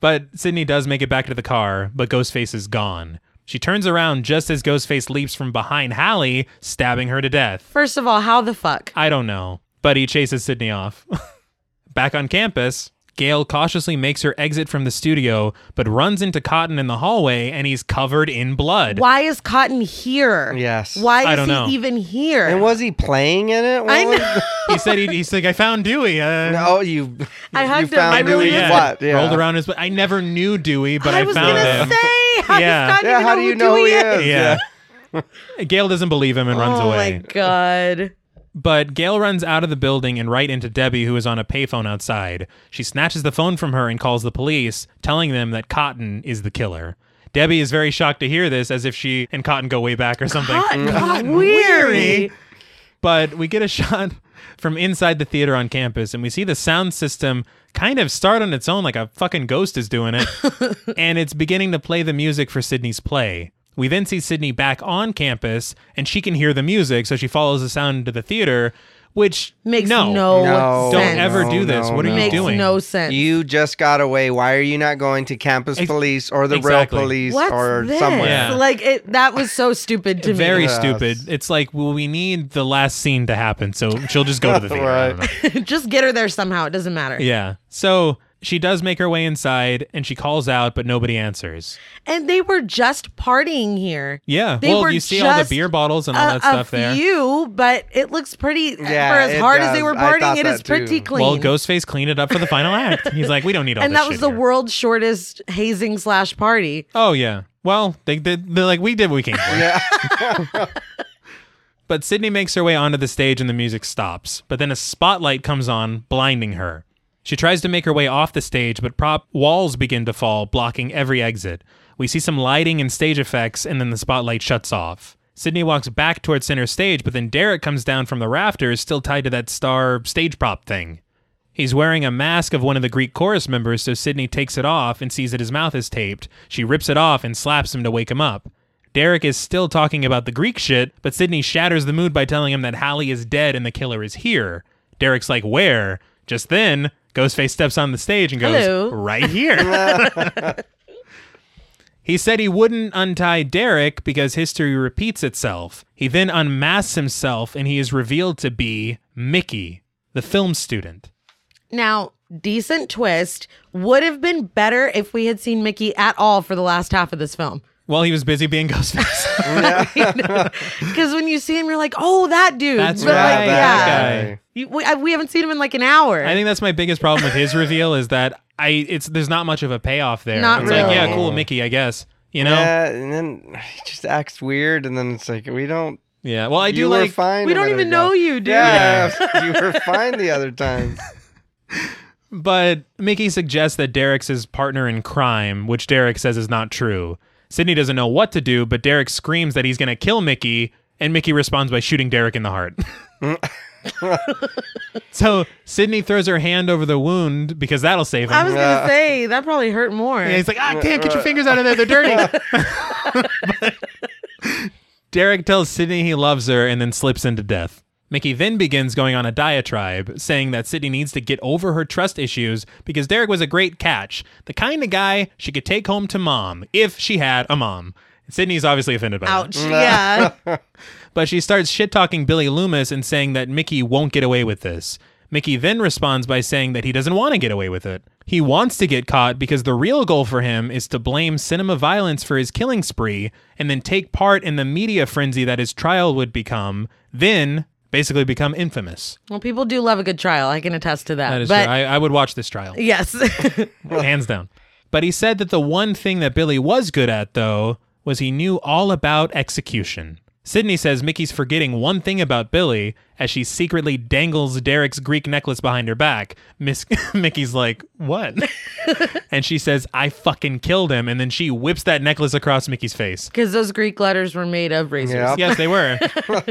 Speaker 1: But Sydney does make it back to the car, but Ghostface is gone. She turns around just as Ghostface leaps from behind Hallie, stabbing her to death.
Speaker 2: First of all, how the fuck?
Speaker 1: I don't know. But he chases Sydney off. Back on campus, Gail cautiously makes her exit from the studio, but runs into Cotton in the hallway and he's covered in blood.
Speaker 2: Why is Cotton here?
Speaker 3: Yes.
Speaker 2: Why is
Speaker 1: I don't
Speaker 2: he
Speaker 1: know.
Speaker 2: even here?
Speaker 3: And was he playing in it? What
Speaker 2: I
Speaker 3: was-
Speaker 2: know.
Speaker 1: He said he, he's like, I found Dewey. Uh,
Speaker 3: Oh, you.
Speaker 2: I
Speaker 3: you
Speaker 2: hugged him.
Speaker 3: found
Speaker 2: I really
Speaker 3: Dewey
Speaker 2: did.
Speaker 3: what? Yeah.
Speaker 1: Rolled around his butt. I never knew Dewey, but I,
Speaker 2: was
Speaker 1: found
Speaker 2: gonna
Speaker 1: him.
Speaker 2: say. How
Speaker 1: Yeah.
Speaker 2: does Cotton
Speaker 3: Yeah.
Speaker 2: even
Speaker 3: How do you know who he is?
Speaker 1: yeah. Gail doesn't believe him and runs
Speaker 2: Oh
Speaker 1: away.
Speaker 2: my god.
Speaker 1: But Gail runs out of the building and right into Debbie, who is on a payphone outside. She snatches the phone from her and calls the police, telling them that Cotton is the killer. Debbie is very shocked to hear this, as if she and Cotton go way back or something.
Speaker 2: Cotton, Cotton weary.
Speaker 1: But we get a shot from inside the theater on campus, and we see the sound system kind of start on its own, like a fucking ghost is doing it, and it's beginning to play the music for Sydney's play. We then see Sydney back on campus, and she can hear the music, so she follows the sound into the theater, which
Speaker 2: Makes
Speaker 1: no,
Speaker 2: no,
Speaker 3: No.
Speaker 2: sense.
Speaker 1: don't ever
Speaker 3: No,
Speaker 1: do this.
Speaker 3: no,
Speaker 1: what are
Speaker 3: no.
Speaker 1: you
Speaker 2: Makes
Speaker 1: doing?
Speaker 2: no sense.
Speaker 3: You just got away. Why are you not going to campus
Speaker 1: Ex-
Speaker 3: police or the
Speaker 1: exactly.
Speaker 3: real police
Speaker 2: What's
Speaker 3: or
Speaker 2: this?
Speaker 3: somewhere?
Speaker 1: Yeah.
Speaker 2: Like it, that was so stupid to
Speaker 1: Very
Speaker 2: me.
Speaker 3: Yes.
Speaker 1: stupid. It's like, well, we need the last scene to happen, so she'll just go to the theater. I don't
Speaker 3: Right.
Speaker 1: know.
Speaker 2: Just get her there somehow. It doesn't matter.
Speaker 1: Yeah. So she does make her way inside and she calls out, but nobody answers.
Speaker 2: And they were just partying here.
Speaker 1: Yeah.
Speaker 2: They
Speaker 1: well,
Speaker 2: were
Speaker 1: you see all the
Speaker 2: just
Speaker 1: beer bottles and all
Speaker 2: a,
Speaker 1: that stuff
Speaker 2: a
Speaker 1: there.
Speaker 2: few, but it looks pretty.
Speaker 3: Yeah,
Speaker 2: for as
Speaker 3: it
Speaker 2: hard as they
Speaker 3: does.
Speaker 2: were
Speaker 3: I
Speaker 2: partying,
Speaker 3: thought
Speaker 2: it
Speaker 3: that
Speaker 2: is pretty
Speaker 3: too.
Speaker 2: clean.
Speaker 1: Well, Ghostface cleaned it up for the final act. He's like, we don't need all
Speaker 2: and
Speaker 1: this
Speaker 2: that was
Speaker 1: shit
Speaker 2: the
Speaker 1: here."
Speaker 2: world's shortest hazing slash party.
Speaker 1: Oh yeah. Well, they did. They're like, we did what we came for.
Speaker 3: Yeah.
Speaker 1: But Sydney makes her way onto the stage and the music stops. But then a spotlight comes on, blinding her. She tries to make her way off the stage, but prop walls begin to fall, blocking every exit. We see some lighting and stage effects, and then the spotlight shuts off. Sydney walks back towards center stage, but then Derek comes down from the rafters, still tied to that star stage prop thing. He's wearing a mask of one of the Greek chorus members, so Sydney takes it off and sees that his mouth is taped. She rips it off and slaps him to wake him up. Derek is still talking about the Greek shit, but Sydney shatters the mood by telling him that Hallie is dead and the killer is here. Derek's like, Where? Just then, Ghostface steps on the stage and goes,
Speaker 2: Hello.
Speaker 1: Right here. he said he wouldn't untie Derek because history repeats itself. He then unmasks himself and he is revealed to be Mickey, the film student.
Speaker 2: Now, decent twist would have been better if we had seen Mickey at all for the last half of this film.
Speaker 1: Well, he was busy being Ghostface.
Speaker 2: Because when you see him, you're like, oh, that dude.
Speaker 1: That's
Speaker 2: But,
Speaker 1: right,
Speaker 2: Like,
Speaker 1: that
Speaker 2: yeah.
Speaker 1: guy.
Speaker 2: You- we, I- we haven't seen him in like an hour.
Speaker 1: I think that's my biggest problem with his reveal is that I it's there's not much of a payoff there.
Speaker 2: Not
Speaker 1: it's like, yeah,
Speaker 2: really.
Speaker 1: cool, Mickey, I guess. You know? Yeah.
Speaker 3: Yeah, and then he just acts weird, and then it's like we don't.
Speaker 1: Well, I do
Speaker 3: you were
Speaker 1: like
Speaker 3: fine.
Speaker 2: we
Speaker 3: a
Speaker 2: don't
Speaker 3: minute
Speaker 2: even
Speaker 3: ago.
Speaker 2: know you, dude.
Speaker 3: Yeah, you were fine the other time.
Speaker 1: but Mickey suggests that Derek's his partner in crime, which Derek says is not true. Sydney doesn't know what to do, but Derek screams that he's going to kill Mickey, and Mickey responds by shooting Derek in the heart. so Sydney throws her hand over the wound because that'll save him.
Speaker 2: I was gonna say that probably hurt more.
Speaker 1: And he's like, ah, damn, get your fingers out of there. They're dirty. But Derek tells Sydney he loves her and then slips into death. Mickey then begins going on a diatribe, saying that Sydney needs to get over her trust issues because Derek was a great catch, the kind of guy she could take home to mom if she had a mom. Sydney's obviously offended by that
Speaker 2: Ouch. Yeah.
Speaker 1: but she starts shit talking Billy Loomis and saying that Mickey won't get away with this. Mickey then responds by saying that he doesn't want to get away with it. He wants to get caught because the real goal for him is to blame cinema violence for his killing spree and then take part in the media frenzy that his trial would become, then basically become infamous.
Speaker 2: Well, people do love a good trial. I can attest to that.
Speaker 1: That is
Speaker 2: but
Speaker 1: true. I, I would watch this trial.
Speaker 2: yes,
Speaker 1: hands down. But he said that the one thing that Billy was good at, though, was he knew all about execution. Sydney says Mickey's forgetting one thing about Billy as she secretly dangles Derek's Greek necklace behind her back. Miss Mickey's like, "What?" and she says, "I fucking killed him." And then she whips that necklace across Mickey's face.
Speaker 2: because those Greek letters were made of razors.
Speaker 3: Yeah.
Speaker 1: Yes, they were.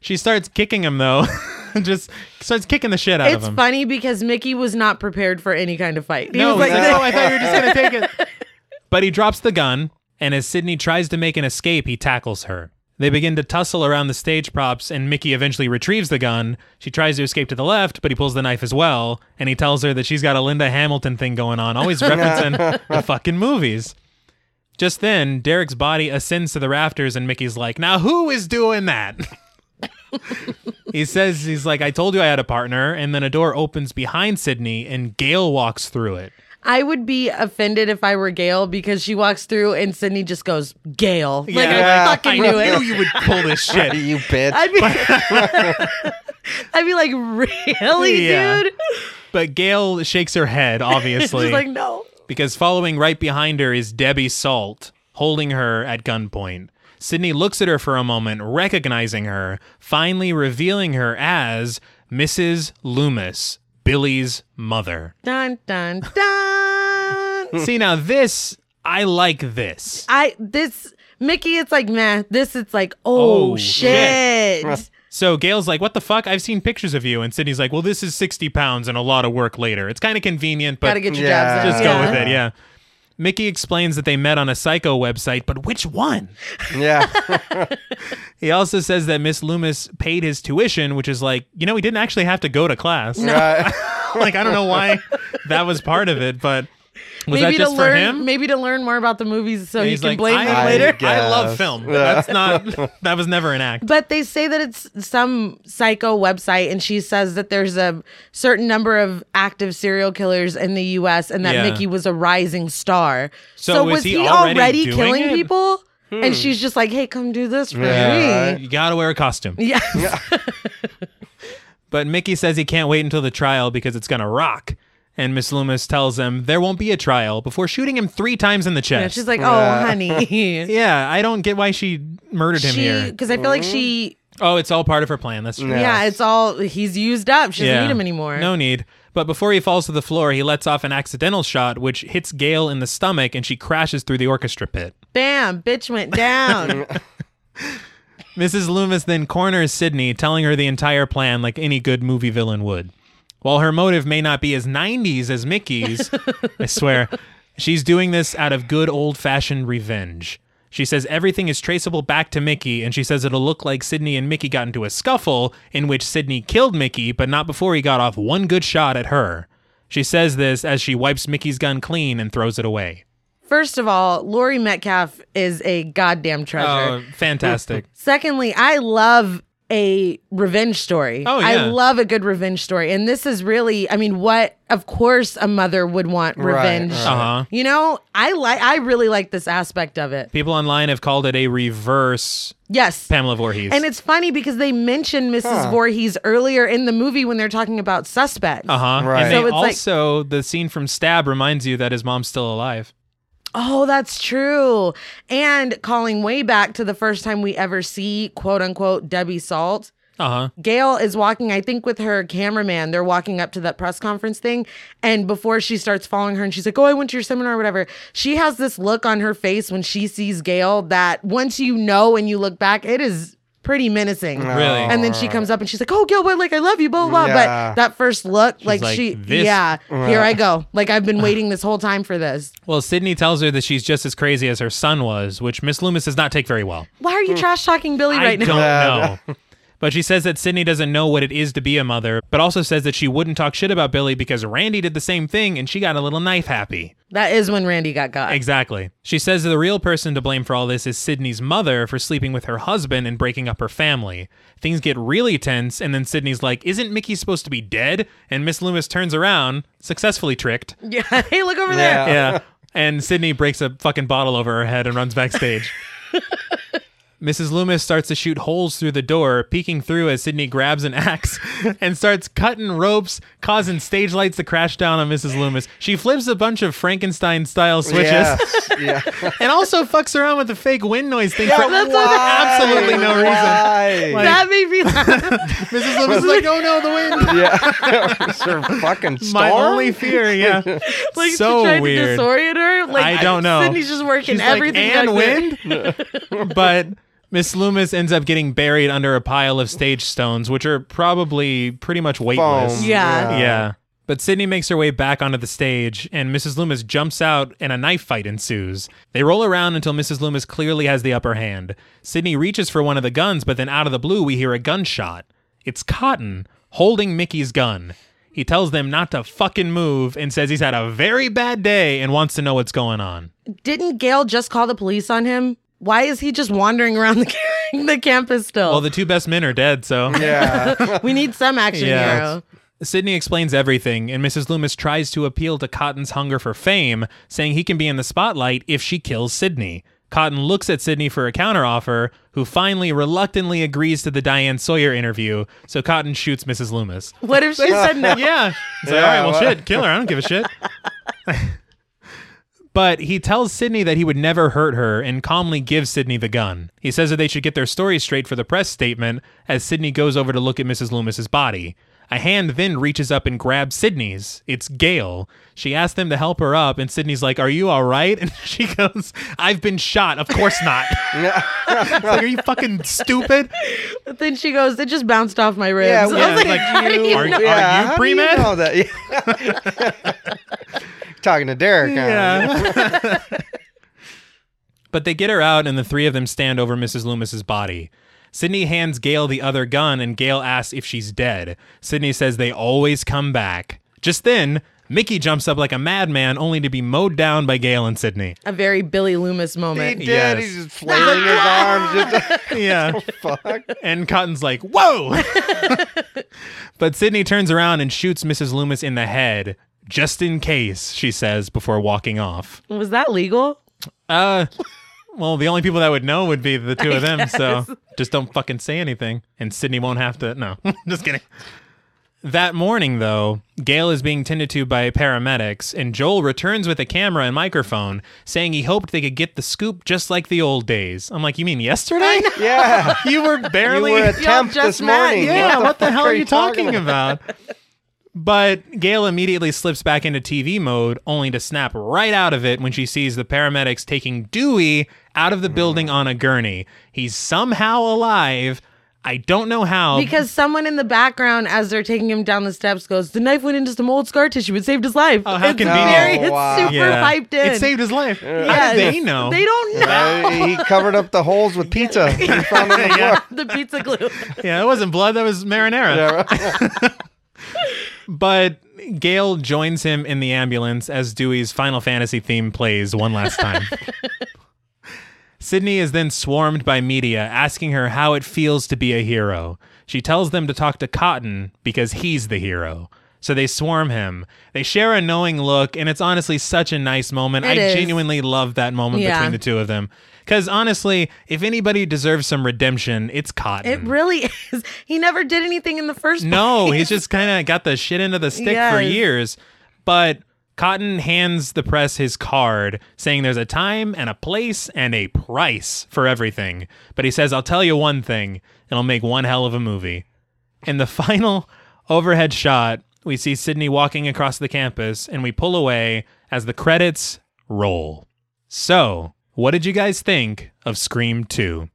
Speaker 1: she starts kicking him though. Just starts kicking the shit out of
Speaker 2: It's
Speaker 1: him.
Speaker 2: funny because Mickey was not prepared for any kind of fight. He
Speaker 1: no,
Speaker 2: was like,
Speaker 1: he's like, oh, I thought you were just gonna take it. But he drops the gun, and as Sydney tries to make an escape, he tackles her. They begin to tussle around the stage props, and Mickey eventually retrieves the gun. She tries to escape to the left, but he pulls the knife as well, and he tells her that she's got a Linda Hamilton thing going on, always referencing the fucking movies. Just then, Derek's body ascends to the rafters, and Mickey's like, Now who is doing that? he says, He's like, I told you I had a partner, and then a door opens behind Sydney, and Gail walks through it.
Speaker 2: I would be offended if I were Gail because she walks through and Sydney just goes, Gail. Like,
Speaker 1: Yeah.
Speaker 2: I fucking
Speaker 1: I
Speaker 2: knew
Speaker 1: knew
Speaker 2: it.
Speaker 1: you would pull this shit.
Speaker 3: You bitch.
Speaker 2: I'd be, I'd be like, really,
Speaker 1: Yeah.
Speaker 2: dude?
Speaker 1: But Gail shakes her head, obviously,
Speaker 2: She's like, no.
Speaker 1: because following right behind her is Debbie Salt, holding her at gunpoint. Sydney looks at her for a moment, recognizing her, finally revealing her as Mrs. Loomis, Billy's mother.
Speaker 2: Dun, dun, dun.
Speaker 1: See, now this, I like this.
Speaker 2: I this Mickey, it's like meh. This it's like oh,
Speaker 1: Oh,
Speaker 2: shit.
Speaker 1: So Gail's like, "What the fuck? I've seen pictures of you." And Sydney's like, "Well, this is sixty pounds and a lot of work later. It's kind of convenient, but
Speaker 2: Gotta get your
Speaker 3: Yeah.
Speaker 2: jabs in.
Speaker 1: just
Speaker 2: yeah.
Speaker 1: go with it." Yeah. Mickey explains that they met on a psycho website, but which one?
Speaker 3: Yeah.
Speaker 1: He also says that Miss Loomis paid his tuition, which is like, you know, he didn't actually have to go to class.
Speaker 3: Right.
Speaker 1: like, I don't know why that was part of it, but was
Speaker 2: maybe
Speaker 1: that just
Speaker 2: to
Speaker 1: for
Speaker 2: learn,
Speaker 1: him?
Speaker 2: maybe to learn more about the movies so
Speaker 1: And
Speaker 2: he
Speaker 1: he's
Speaker 2: can
Speaker 1: like,
Speaker 2: blame them
Speaker 1: I,
Speaker 2: later.
Speaker 1: I love
Speaker 3: guess.
Speaker 1: film.
Speaker 3: Yeah.
Speaker 1: That's not. That was never an act.
Speaker 2: But they say that it's some psycho website, and she says that there's a certain number of active serial killers in the U.S. and that
Speaker 1: Yeah.
Speaker 2: Mickey was a rising star.
Speaker 1: So
Speaker 2: So,
Speaker 1: is
Speaker 2: was
Speaker 1: he
Speaker 2: he,
Speaker 1: already
Speaker 2: already,
Speaker 1: doing
Speaker 2: killing
Speaker 1: it? Hmm.
Speaker 2: people? And she's just like, "Hey, come do this for
Speaker 3: Yeah,
Speaker 2: me."
Speaker 1: You gotta wear a costume.
Speaker 2: Yeah,
Speaker 1: But Mickey says he can't wait until the trial because it's gonna rock. And Miss Loomis tells him there won't be a trial before shooting him three times in the
Speaker 2: And
Speaker 1: chest.
Speaker 2: she's like, "Oh, honey."
Speaker 1: yeah, I don't get why she murdered him
Speaker 2: She,
Speaker 1: here.
Speaker 2: because I feel like she,
Speaker 1: Oh, it's all part of her plan. That's true.
Speaker 3: Yeah.
Speaker 2: yeah, it's all he's used up. She doesn't need him anymore.
Speaker 1: No need. But before he falls to the floor, he lets off an accidental shot, which hits Gail in the stomach, and she crashes through the orchestra pit.
Speaker 2: bam, bitch went down.
Speaker 1: Mrs. Loomis then corners Sydney, telling her the entire plan like any good movie villain would. While her motive may not be as 90s as Mickey's, I swear, she's doing this out of good old fashioned revenge. She says everything is traceable back to Mickey, and she says it'll look like Sydney and Mickey got into a scuffle in which Sydney killed Mickey, but not before he got off one good shot at her. She says this as she wipes Mickey's gun clean and throws it away.
Speaker 2: First of all, Lori Metcalf is a goddamn treasure.
Speaker 1: Oh, fantastic.
Speaker 2: Secondly, I love a revenge story.
Speaker 1: Oh, yeah.
Speaker 2: I love a good revenge story. And this is really, I mean, what, of course, a mother would want revenge.
Speaker 3: right.
Speaker 1: Uh huh.
Speaker 2: You know, I like, I really like this aspect of it.
Speaker 1: People online have called it a reverse
Speaker 2: Yes.
Speaker 1: Pamela Voorhees.
Speaker 2: And it's funny because they mentioned Mrs. Voorhees earlier in the movie when they're talking about suspects.
Speaker 1: Uh huh.
Speaker 3: Right.
Speaker 1: And
Speaker 2: So
Speaker 1: they
Speaker 2: it's like-
Speaker 1: also, the scene from Stab reminds you that his mom's still alive.
Speaker 2: Oh, that's true. And calling way back to the first time we ever see quote unquote Debbie Salt.
Speaker 1: Uh huh.
Speaker 2: Gail is walking, I think, with her cameraman. They're walking up to that press conference thing. And before she starts following her and she's like, Oh, I went to your seminar or whatever, she has this look on her face when she sees Gail that once you know and you look back, it is pretty menacing.
Speaker 1: Really?
Speaker 2: And then she comes up and she's like, "Oh, Gilbert, like I love you, blah blah." blah.
Speaker 3: Yeah.
Speaker 2: But that first look, like,
Speaker 1: like,
Speaker 2: she,
Speaker 1: "This-
Speaker 2: yeah, here I go. Like I've been waiting this whole time for this.
Speaker 1: Well, Sydney tells her that she's just as crazy as her son was, which Miss Loomis does not take very well.
Speaker 2: Why are you
Speaker 3: Mm.
Speaker 2: trash talking Billy
Speaker 1: I
Speaker 2: right now?
Speaker 1: don't know. But she says that Sydney doesn't know what it is to be a mother, but also says that she wouldn't talk shit about Billy because Randy did the same thing and she got a little knife happy.
Speaker 2: That is when Randy got got.
Speaker 1: Exactly. She says the real person to blame for all this is Sydney's mother for sleeping with her husband and breaking up her family. Things get really tense, and then Sydney's like, Isn't Mickey supposed to be dead? And Miss Loomis turns around, successfully tricked.
Speaker 2: yeah. hey, look over there.
Speaker 3: Yeah.
Speaker 1: Yeah. And Sydney breaks a fucking bottle over her head and runs backstage. Mrs. Loomis starts to shoot holes through the door, peeking through as Sydney grabs an axe and starts cutting ropes, causing stage lights to crash down on Mrs. Loomis. She flips a bunch of Frankenstein style switches
Speaker 3: Yes. Oh. Yeah.
Speaker 1: and also fucks around with the fake wind noise thing for
Speaker 2: that's what-
Speaker 1: absolutely no reason.
Speaker 3: reason.
Speaker 1: Like-
Speaker 2: That made me laugh.
Speaker 1: Mrs. Loomis is like, oh no, the wind.
Speaker 3: yeah. it's her fucking storm.
Speaker 1: My only fear, yeah.
Speaker 2: like
Speaker 1: so
Speaker 2: she tried
Speaker 1: weird.
Speaker 2: to disorient her. Like
Speaker 1: I don't know.
Speaker 2: Sydney's just working
Speaker 1: She's like,
Speaker 2: everything.
Speaker 1: and
Speaker 2: back there.
Speaker 1: wind, but Miss Loomis ends up getting buried under a pile of stage stones, which are probably pretty much weightless.
Speaker 3: Foam.
Speaker 2: Yeah.
Speaker 1: Yeah. Um, But Sydney makes her way back onto the stage, and Mrs. Loomis jumps out, and a knife fight ensues. They roll around until Mrs. Loomis clearly has the upper hand. Sydney reaches for one of the guns, but then out of the blue, we hear a gunshot. It's Cotton holding Mickey's gun. He tells them not to fucking move and says he's had a very bad day and wants to know what's going on.
Speaker 2: Didn't Gail just call the police on him? Why is he just wandering around the, the campus still?
Speaker 1: Well, the two best men are dead, so.
Speaker 3: Yeah.
Speaker 2: we need some action
Speaker 1: Yeah.
Speaker 2: hero.
Speaker 1: Sydney explains everything, and Mrs. Loomis tries to appeal to Cotton's hunger for fame, saying he can be in the spotlight if she kills Sydney. Cotton looks at Sydney for a counteroffer, who finally reluctantly agrees to the Diane Sawyer interview, so Cotton shoots Mrs. Loomis.
Speaker 2: What if she said no?
Speaker 1: Yeah. It's like,
Speaker 3: Yeah,
Speaker 1: all right, well,
Speaker 3: well-
Speaker 1: shit, kill her. I don't give a shit. but he tells Sydney that he would never hurt her and calmly gives Sydney the gun. He says that they should get their story straight for the press statement as Sydney goes over to look at Mrs. Loomis's body. A hand then reaches up and grabs Sydney's. It's Gail. She asks them to help her up, and Sydney's like, Are you all right? And she goes, I've been shot. Of course not. It's like, Are you fucking stupid?
Speaker 2: But then she goes, it just bounced off my ribs.
Speaker 3: Yeah,
Speaker 2: I was
Speaker 1: yeah,
Speaker 2: like,
Speaker 1: like,
Speaker 2: how do you
Speaker 1: are-
Speaker 2: know?
Speaker 1: you
Speaker 3: how do
Speaker 1: pre-med?
Speaker 3: know that? Yeah. Talking to Derek. huh?
Speaker 1: Yeah. but they get her out, and the three of them stand over Mrs. Loomis's body. Sydney hands Gail the other gun, and Gail asks if she's dead. Sydney says they always come back. Just then, Mickey jumps up like a madman, only to be mowed down by Gail and Sydney.
Speaker 2: A very Billy Loomis
Speaker 3: He
Speaker 2: moment.
Speaker 3: did.
Speaker 1: Yes.
Speaker 3: He's just flailing his arms. Just
Speaker 1: Yeah.
Speaker 3: fuck.
Speaker 1: And Cotton's like, whoa! but Sydney turns around and shoots Mrs. Loomis in the head, just in case, she says before walking off.
Speaker 2: Was that legal?
Speaker 1: Uh, well, the only people that would know would be the two of them. So just don't fucking say anything, and Sydney won't have to. No, just kidding. That morning, though, Gail is being tended to by paramedics, and Joel returns with a camera and microphone, saying he hoped they could get the scoop just like the old days. I'm like, you mean yesterday?
Speaker 3: Yeah.
Speaker 1: you were
Speaker 3: You
Speaker 1: barely
Speaker 3: were a temp
Speaker 2: just
Speaker 3: this
Speaker 2: met.
Speaker 3: morning.
Speaker 1: yeah, what the,
Speaker 3: fuck
Speaker 1: hell are you talking,
Speaker 3: about?
Speaker 1: about? But Gail immediately slips back into TV mode, only to snap right out of it when she sees the paramedics taking Dewey out of the building on a gurney. He's somehow alive. I don't know how.
Speaker 2: Because someone in the background, as they're taking him down the steps, goes, the knife went into some old scar tissue. It saved his life.
Speaker 1: Oh, how
Speaker 2: it's
Speaker 1: convenient.
Speaker 2: very, it's
Speaker 3: Oh, wow.
Speaker 2: super piped in.
Speaker 1: It saved his life. How
Speaker 2: Yes.
Speaker 1: did they know?
Speaker 2: They don't know
Speaker 3: Uh, he covered up the holes with pizza. He found on the floor.
Speaker 2: the pizza glue.
Speaker 1: yeah, it wasn't blood. That was marinara. But Gail joins him in the ambulance as Dewey's Final Fantasy theme plays one last time. Sydney is then swarmed by media asking her how it feels to be a hero. She tells them to talk to Cotton because he's the hero. So they swarm him. They share a knowing look, and it's honestly such a nice moment.
Speaker 2: It
Speaker 1: I
Speaker 2: is.
Speaker 1: genuinely love that moment
Speaker 2: Yeah.
Speaker 1: between the two of them. Because honestly, if anybody deserves some redemption, it's Cotton.
Speaker 2: It really is. He never did anything in the first
Speaker 1: No, he's just kind of got the shit into the stick for
Speaker 2: Yes.
Speaker 1: years. But Cotton hands the press his card saying there's a time and a place and a price for everything. But he says, I'll tell you one thing, it'll make one hell of a movie. In the final overhead shot, we see Sydney walking across the campus and we pull away as the credits roll. So, what did you guys think of Scream 2?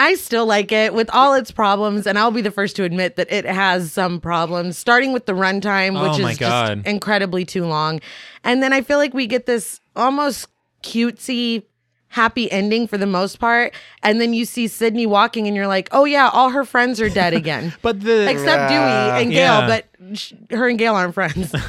Speaker 2: I still like it with all its problems, and I'll be the first to admit that it has some problems, starting with the runtime,
Speaker 1: Oh
Speaker 2: which
Speaker 1: my
Speaker 2: is
Speaker 1: God.
Speaker 2: just incredibly too long. And then I feel like we get this almost cutesy, happy ending for the most part. And then you see Sydney walking, and you're like, oh, yeah, all her friends are dead again.
Speaker 1: But the
Speaker 2: Except
Speaker 3: Yeah.
Speaker 2: Dewey and Gail,
Speaker 1: Yeah.
Speaker 2: but sh- her and Gail aren't friends.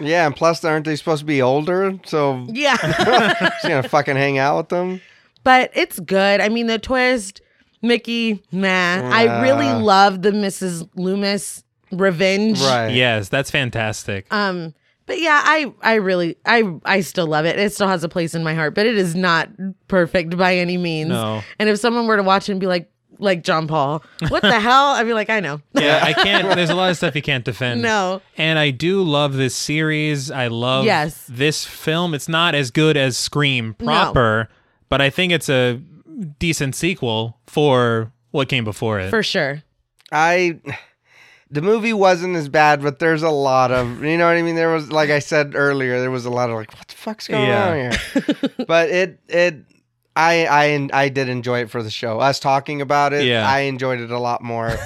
Speaker 3: Yeah, and plus, aren't they supposed to be older? So
Speaker 2: yeah.
Speaker 3: she's gonna fucking hang out with them.
Speaker 2: but it's good. I mean, the twist, Mickey, nah. I really
Speaker 3: Yeah.
Speaker 2: love the Mrs. Loomis revenge.
Speaker 3: Right.
Speaker 1: yes, that's fantastic.
Speaker 2: Um, but yeah, I I really I I still love it. It still has a place in my heart, but it is not perfect by any means.
Speaker 1: No.
Speaker 2: And if someone were to watch it and be like like John Paul, what the hell? I'd be like, I know.
Speaker 1: Yeah, I can't. There's a lot of stuff you can't defend.
Speaker 2: No.
Speaker 1: And I do love this series. I love
Speaker 2: Yes.
Speaker 1: this film. It's not as good as Scream proper, but I think it's a decent sequel for what came before it.
Speaker 2: For sure.
Speaker 3: I the movie wasn't as bad, but there's a lot of you know what I mean. There was like I said earlier, there was a lot of like what the fuck's going
Speaker 1: Yeah.
Speaker 3: on here. but it it I I I did enjoy it for the show. Us talking about it,
Speaker 1: Yeah.
Speaker 3: I enjoyed it a lot more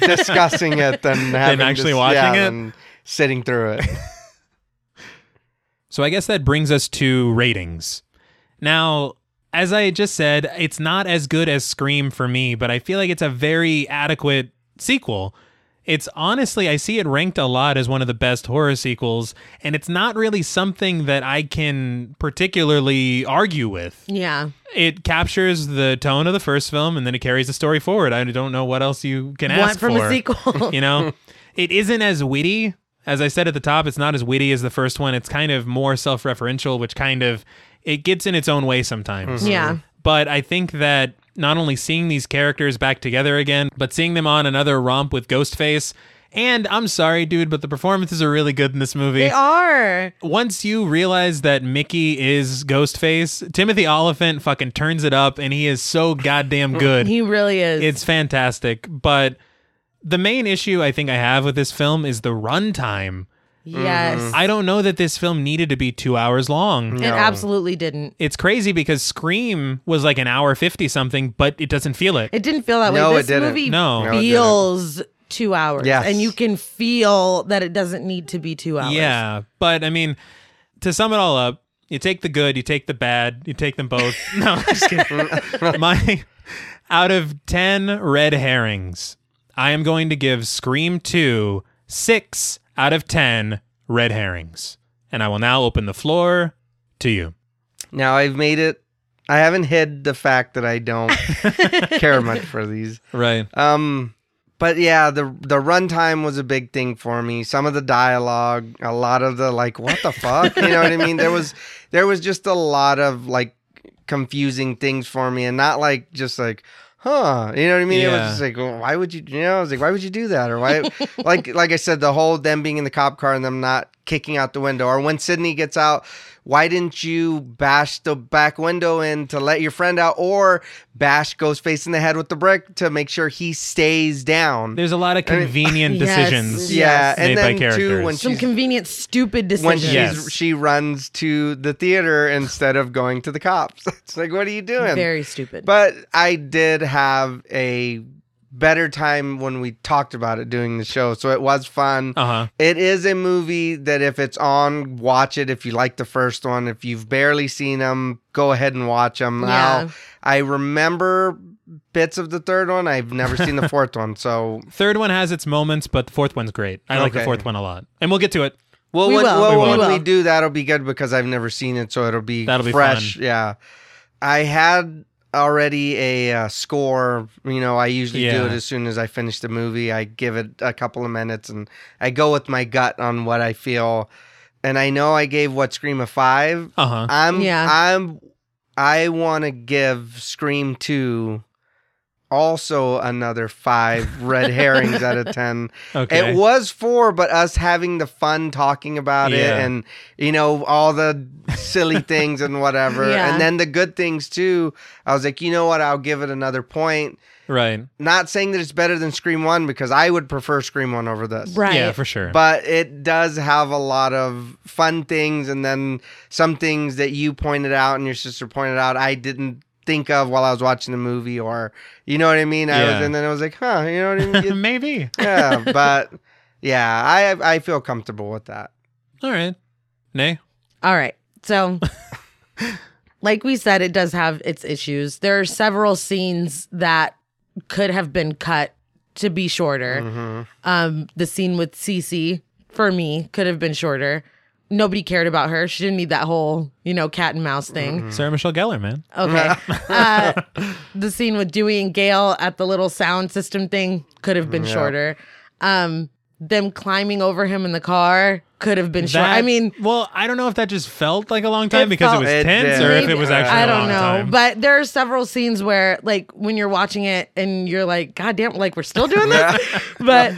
Speaker 3: discussing it than having
Speaker 1: actually
Speaker 3: this-
Speaker 1: watching
Speaker 3: yeah,
Speaker 1: it?
Speaker 3: than sitting through it.
Speaker 1: so I guess that brings us to ratings. Now, as I just said, it's not as good as Scream for me, but I feel like it's a very adequate sequel. It's honestly, I see it ranked a lot as one of the best horror sequels, and it's not really something that I can particularly argue with.
Speaker 2: Yeah.
Speaker 1: It captures the tone of the first film, and then it carries the story forward. I don't know what else you can
Speaker 2: Want
Speaker 1: ask
Speaker 2: from
Speaker 1: for
Speaker 2: a sequel.
Speaker 1: you know it isn't as witty as i said at the top it's not as witty as the first one it's kind of more self-referential which kind of it gets in its own way sometimes
Speaker 2: Mm-hmm. yeah.
Speaker 1: but i think that not only seeing these characters back together again but seeing them on another romp with ghostface and i'm sorry dude but the performances are really good in this movie
Speaker 2: They are.
Speaker 1: once you realize that Mickey is Ghostface, Timothy Oliphant fucking turns it up and he is so goddamn good.
Speaker 2: He really is.
Speaker 1: It's fantastic, but The main issue I think I have with this film is the runtime.
Speaker 2: Yes.
Speaker 1: I don't know that this film needed to be two hours long.
Speaker 2: It
Speaker 3: Mm-hmm. No.
Speaker 2: absolutely didn't.
Speaker 1: It's crazy because Scream was like an hour 50 something, but it doesn't feel it.
Speaker 2: It didn't feel that
Speaker 3: No,
Speaker 2: way.
Speaker 3: it
Speaker 2: This
Speaker 3: didn't.
Speaker 2: movie
Speaker 1: No. No, it
Speaker 3: didn't.
Speaker 2: feels two hours.
Speaker 3: Yes.
Speaker 2: And you can feel that it doesn't need to be two hours.
Speaker 1: Yeah, but I mean, to sum it all up, you take the good, you take the bad, you take them both. No, I'm just kidding. My out of ten red herrings, I am going to give Scream Two six out of ten red herrings, and I will now open the floor to you.
Speaker 3: Now I've made it. I haven't hid the fact that I don't care much for these.
Speaker 1: Right.
Speaker 3: Um, but yeah, the the runtime was a big thing for me. Some of the dialogue, a lot of the like, what the fuck, you know what I mean? There was there was just a lot of like confusing things for me, and not like just like. Huh? You know what I mean? It
Speaker 1: Yeah.
Speaker 3: was just like, well, why would you? You know, I was like, why would you do that? Or why? like, like I said, the whole them being in the cop car and them not kicking out the window, or when Sydney gets out, why didn't you bash the back window in to let your friend out, or bash Ghostface in the head with the brick to make sure he stays down?
Speaker 1: There's a lot of convenient
Speaker 2: Yes.
Speaker 1: decisions.
Speaker 3: yeah,
Speaker 2: Yes.
Speaker 3: and
Speaker 1: Made by
Speaker 3: then too
Speaker 1: characters.
Speaker 3: when
Speaker 2: Some
Speaker 3: she's
Speaker 2: convenient, stupid
Speaker 3: when
Speaker 2: decisions.
Speaker 3: she's
Speaker 1: Yes.
Speaker 3: she runs to the theater instead of going to the cops. It's like, what are you doing?
Speaker 2: Very stupid.
Speaker 3: But I did have a better time when we talked about it doing the show, so it was fun.
Speaker 1: Uh huh.
Speaker 3: It is a movie that if it's on, watch it. If you like the first one, if you've barely seen them, go ahead and watch them.
Speaker 2: Yeah.
Speaker 3: I remember bits of the third one. I've never seen the fourth one, so
Speaker 1: Third one has its moments, but the fourth one's great. I like the
Speaker 3: Okay.
Speaker 1: fourth one a lot, and we'll get to it.
Speaker 3: well,
Speaker 2: We
Speaker 3: when,
Speaker 2: will.
Speaker 3: well,
Speaker 1: We
Speaker 3: when
Speaker 1: will.
Speaker 3: we do, that'll be good because I've never seen it, so it'll be
Speaker 1: That'll be
Speaker 3: fresh.
Speaker 1: fun.
Speaker 3: Yeah, I had already a uh, score. You know, I usually
Speaker 1: Yeah.
Speaker 3: do it as soon as I finish the movie. I give it a couple of minutes, and I go with my gut on what I feel. And I know I gave what Scream a five,
Speaker 1: Uh huh.
Speaker 3: I'm
Speaker 2: Yeah.
Speaker 3: I'm I want to give Scream 2 also another 5 red herrings out of 10.
Speaker 1: Okay.
Speaker 3: It was 4 but us having the fun talking about
Speaker 1: Yeah.
Speaker 3: it and you know all the silly things and whatever
Speaker 2: Yeah.
Speaker 3: and then the good things too. I was like, "You know what? I'll give it another point."
Speaker 1: right.
Speaker 3: Not saying that it's better than Scream 1 because I would prefer Scream 1 over this.
Speaker 2: right.
Speaker 1: Yeah, for sure.
Speaker 3: But it does have a lot of fun things, and then some things that you pointed out and your sister pointed out I didn't think of while I was watching the movie, or you know what I mean. I
Speaker 1: Yeah.
Speaker 3: was, and then I was like, huh, you know what I mean?
Speaker 1: Maybe.
Speaker 3: yeah, but yeah, I I feel comfortable with that.
Speaker 1: All right. Nay.
Speaker 2: All right. So, like we said, it does have its issues. There are several scenes that could have been cut to be shorter.
Speaker 3: Mm-hmm.
Speaker 2: Um, the scene with Cece, for me, could have been shorter. Nobody cared about her. She didn't need that whole, you know, cat and mouse thing.
Speaker 1: Sarah Michelle Gellar, man.
Speaker 2: Okay. uh, the scene with Dewey and Gail at the little sound system thing could have been shorter. Um, them climbing over him in the car could have been short. I
Speaker 1: That-
Speaker 2: mean,
Speaker 1: well, I don't know if that just felt like a long time because
Speaker 2: felt-
Speaker 1: it was
Speaker 3: It
Speaker 1: tense,
Speaker 3: did.
Speaker 1: or if
Speaker 2: Maybe-
Speaker 1: it was actually.
Speaker 2: I
Speaker 1: a
Speaker 2: don't
Speaker 1: long
Speaker 2: know,
Speaker 1: time.
Speaker 2: but there are several scenes where, like, when you're watching it and you're like, "God damn!" Like, we're still doing this. but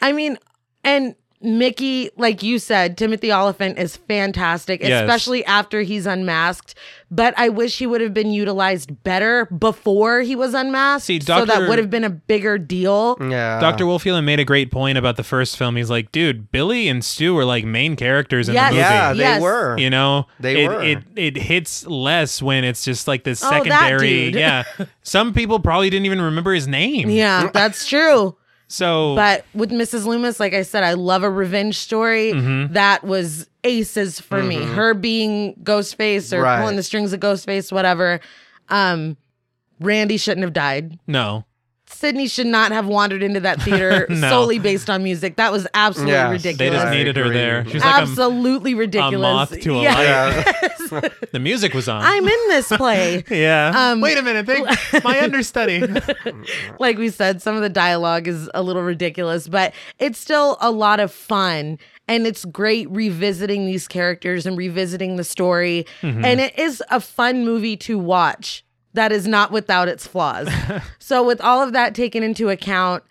Speaker 2: I mean, and Mickey, like you said, Timothy Oliphant is fantastic,
Speaker 1: Yes.
Speaker 2: especially after he's unmasked. But I wish he would have been utilized better before he was unmasked,
Speaker 1: See,
Speaker 2: so that
Speaker 1: Dr.
Speaker 2: would have been a bigger deal.
Speaker 3: Yeah,
Speaker 1: Dr. Wolfhelen made a great point about the first film. He's like, dude, Billy and Stu were like main characters in
Speaker 2: Yes.
Speaker 1: the movie.
Speaker 3: Yeah, they
Speaker 2: Yes.
Speaker 3: were.
Speaker 1: You know,
Speaker 3: They
Speaker 1: it,
Speaker 3: were.
Speaker 1: it it hits less when it's just like the
Speaker 2: Oh, that
Speaker 1: secondary.
Speaker 2: dude.
Speaker 1: yeah, some people probably didn't even remember his name.
Speaker 2: Yeah, that's true.
Speaker 1: So,
Speaker 2: But with Mrs. Loomis, like I said, I love a revenge story.
Speaker 1: Mm-hmm.
Speaker 2: That was aces for me. Her being Ghostface or
Speaker 3: Right.
Speaker 2: pulling the strings of Ghostface, whatever. Um, Randy shouldn't have died.
Speaker 1: no,
Speaker 2: Sydney should not have wandered into that theater
Speaker 1: No.
Speaker 2: solely based on music. That was absolutely
Speaker 3: Yes,
Speaker 1: they
Speaker 2: ridiculous.
Speaker 1: just
Speaker 3: I
Speaker 1: needed her
Speaker 3: agree.
Speaker 1: there. She's like a,
Speaker 2: absolutely
Speaker 1: a
Speaker 2: ridiculous.
Speaker 1: moth to a
Speaker 2: Yeah.
Speaker 1: light. the music was on.
Speaker 2: I'm in this play.
Speaker 1: yeah.
Speaker 2: Um,
Speaker 1: Wait a minute, they, my understudy.
Speaker 2: like we said, some of the dialogue is a little ridiculous, but it's still a lot of fun. And it's great revisiting these characters and revisiting the story. And it is a fun movie to watch that is not without its flaws. so, with all of that taken into account,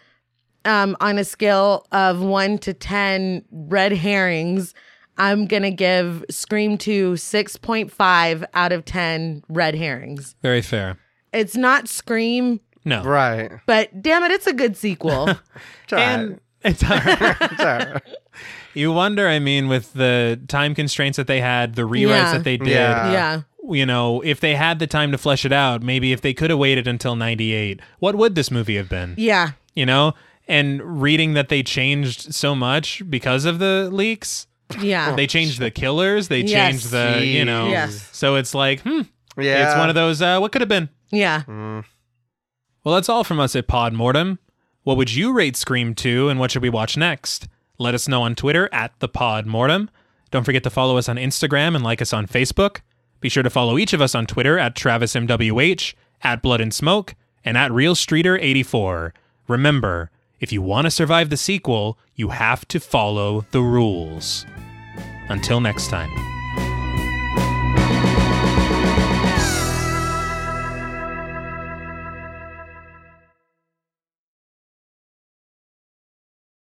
Speaker 2: um, on a scale of one to 10 red herrings, I'm going to give Scream 2 6.5 out of 10 red herrings
Speaker 1: Very fair.
Speaker 2: it's not Scream,
Speaker 1: No.
Speaker 3: Right.
Speaker 2: But damn it, it's a good sequel.
Speaker 3: It's all right.
Speaker 1: And it's all right.
Speaker 3: It's all right.
Speaker 1: you wonder, I mean, with the time constraints that they had, the rewrites
Speaker 2: Yeah.
Speaker 1: that they did,
Speaker 3: Yeah.
Speaker 2: yeah.
Speaker 1: you know, if they had the time to flesh it out, maybe if they could have waited until 98, what would this movie have been?
Speaker 2: Yeah.
Speaker 1: You know? And reading that they changed so much because of the leaks,
Speaker 2: Yeah.
Speaker 1: they changed the killers, they
Speaker 2: Yes.
Speaker 1: changed the, you know.
Speaker 2: Yes.
Speaker 1: So it's like, hmm,
Speaker 3: Yeah.
Speaker 1: it's one of those, uh, what could have been?
Speaker 2: yeah.
Speaker 1: Well, that's all from us at Pod Mortem. What would you rate Scream 2 and what should we watch next? Let us know on Twitter at the Pod Mortem. Don't forget to follow us on Instagram and like us on Facebook. Be sure to follow each of us on Twitter at TravisMWH, at Blood and Smoke, and at RealStreeter84. Remember, if you want to survive the sequel, you have to follow the rules. Until next time.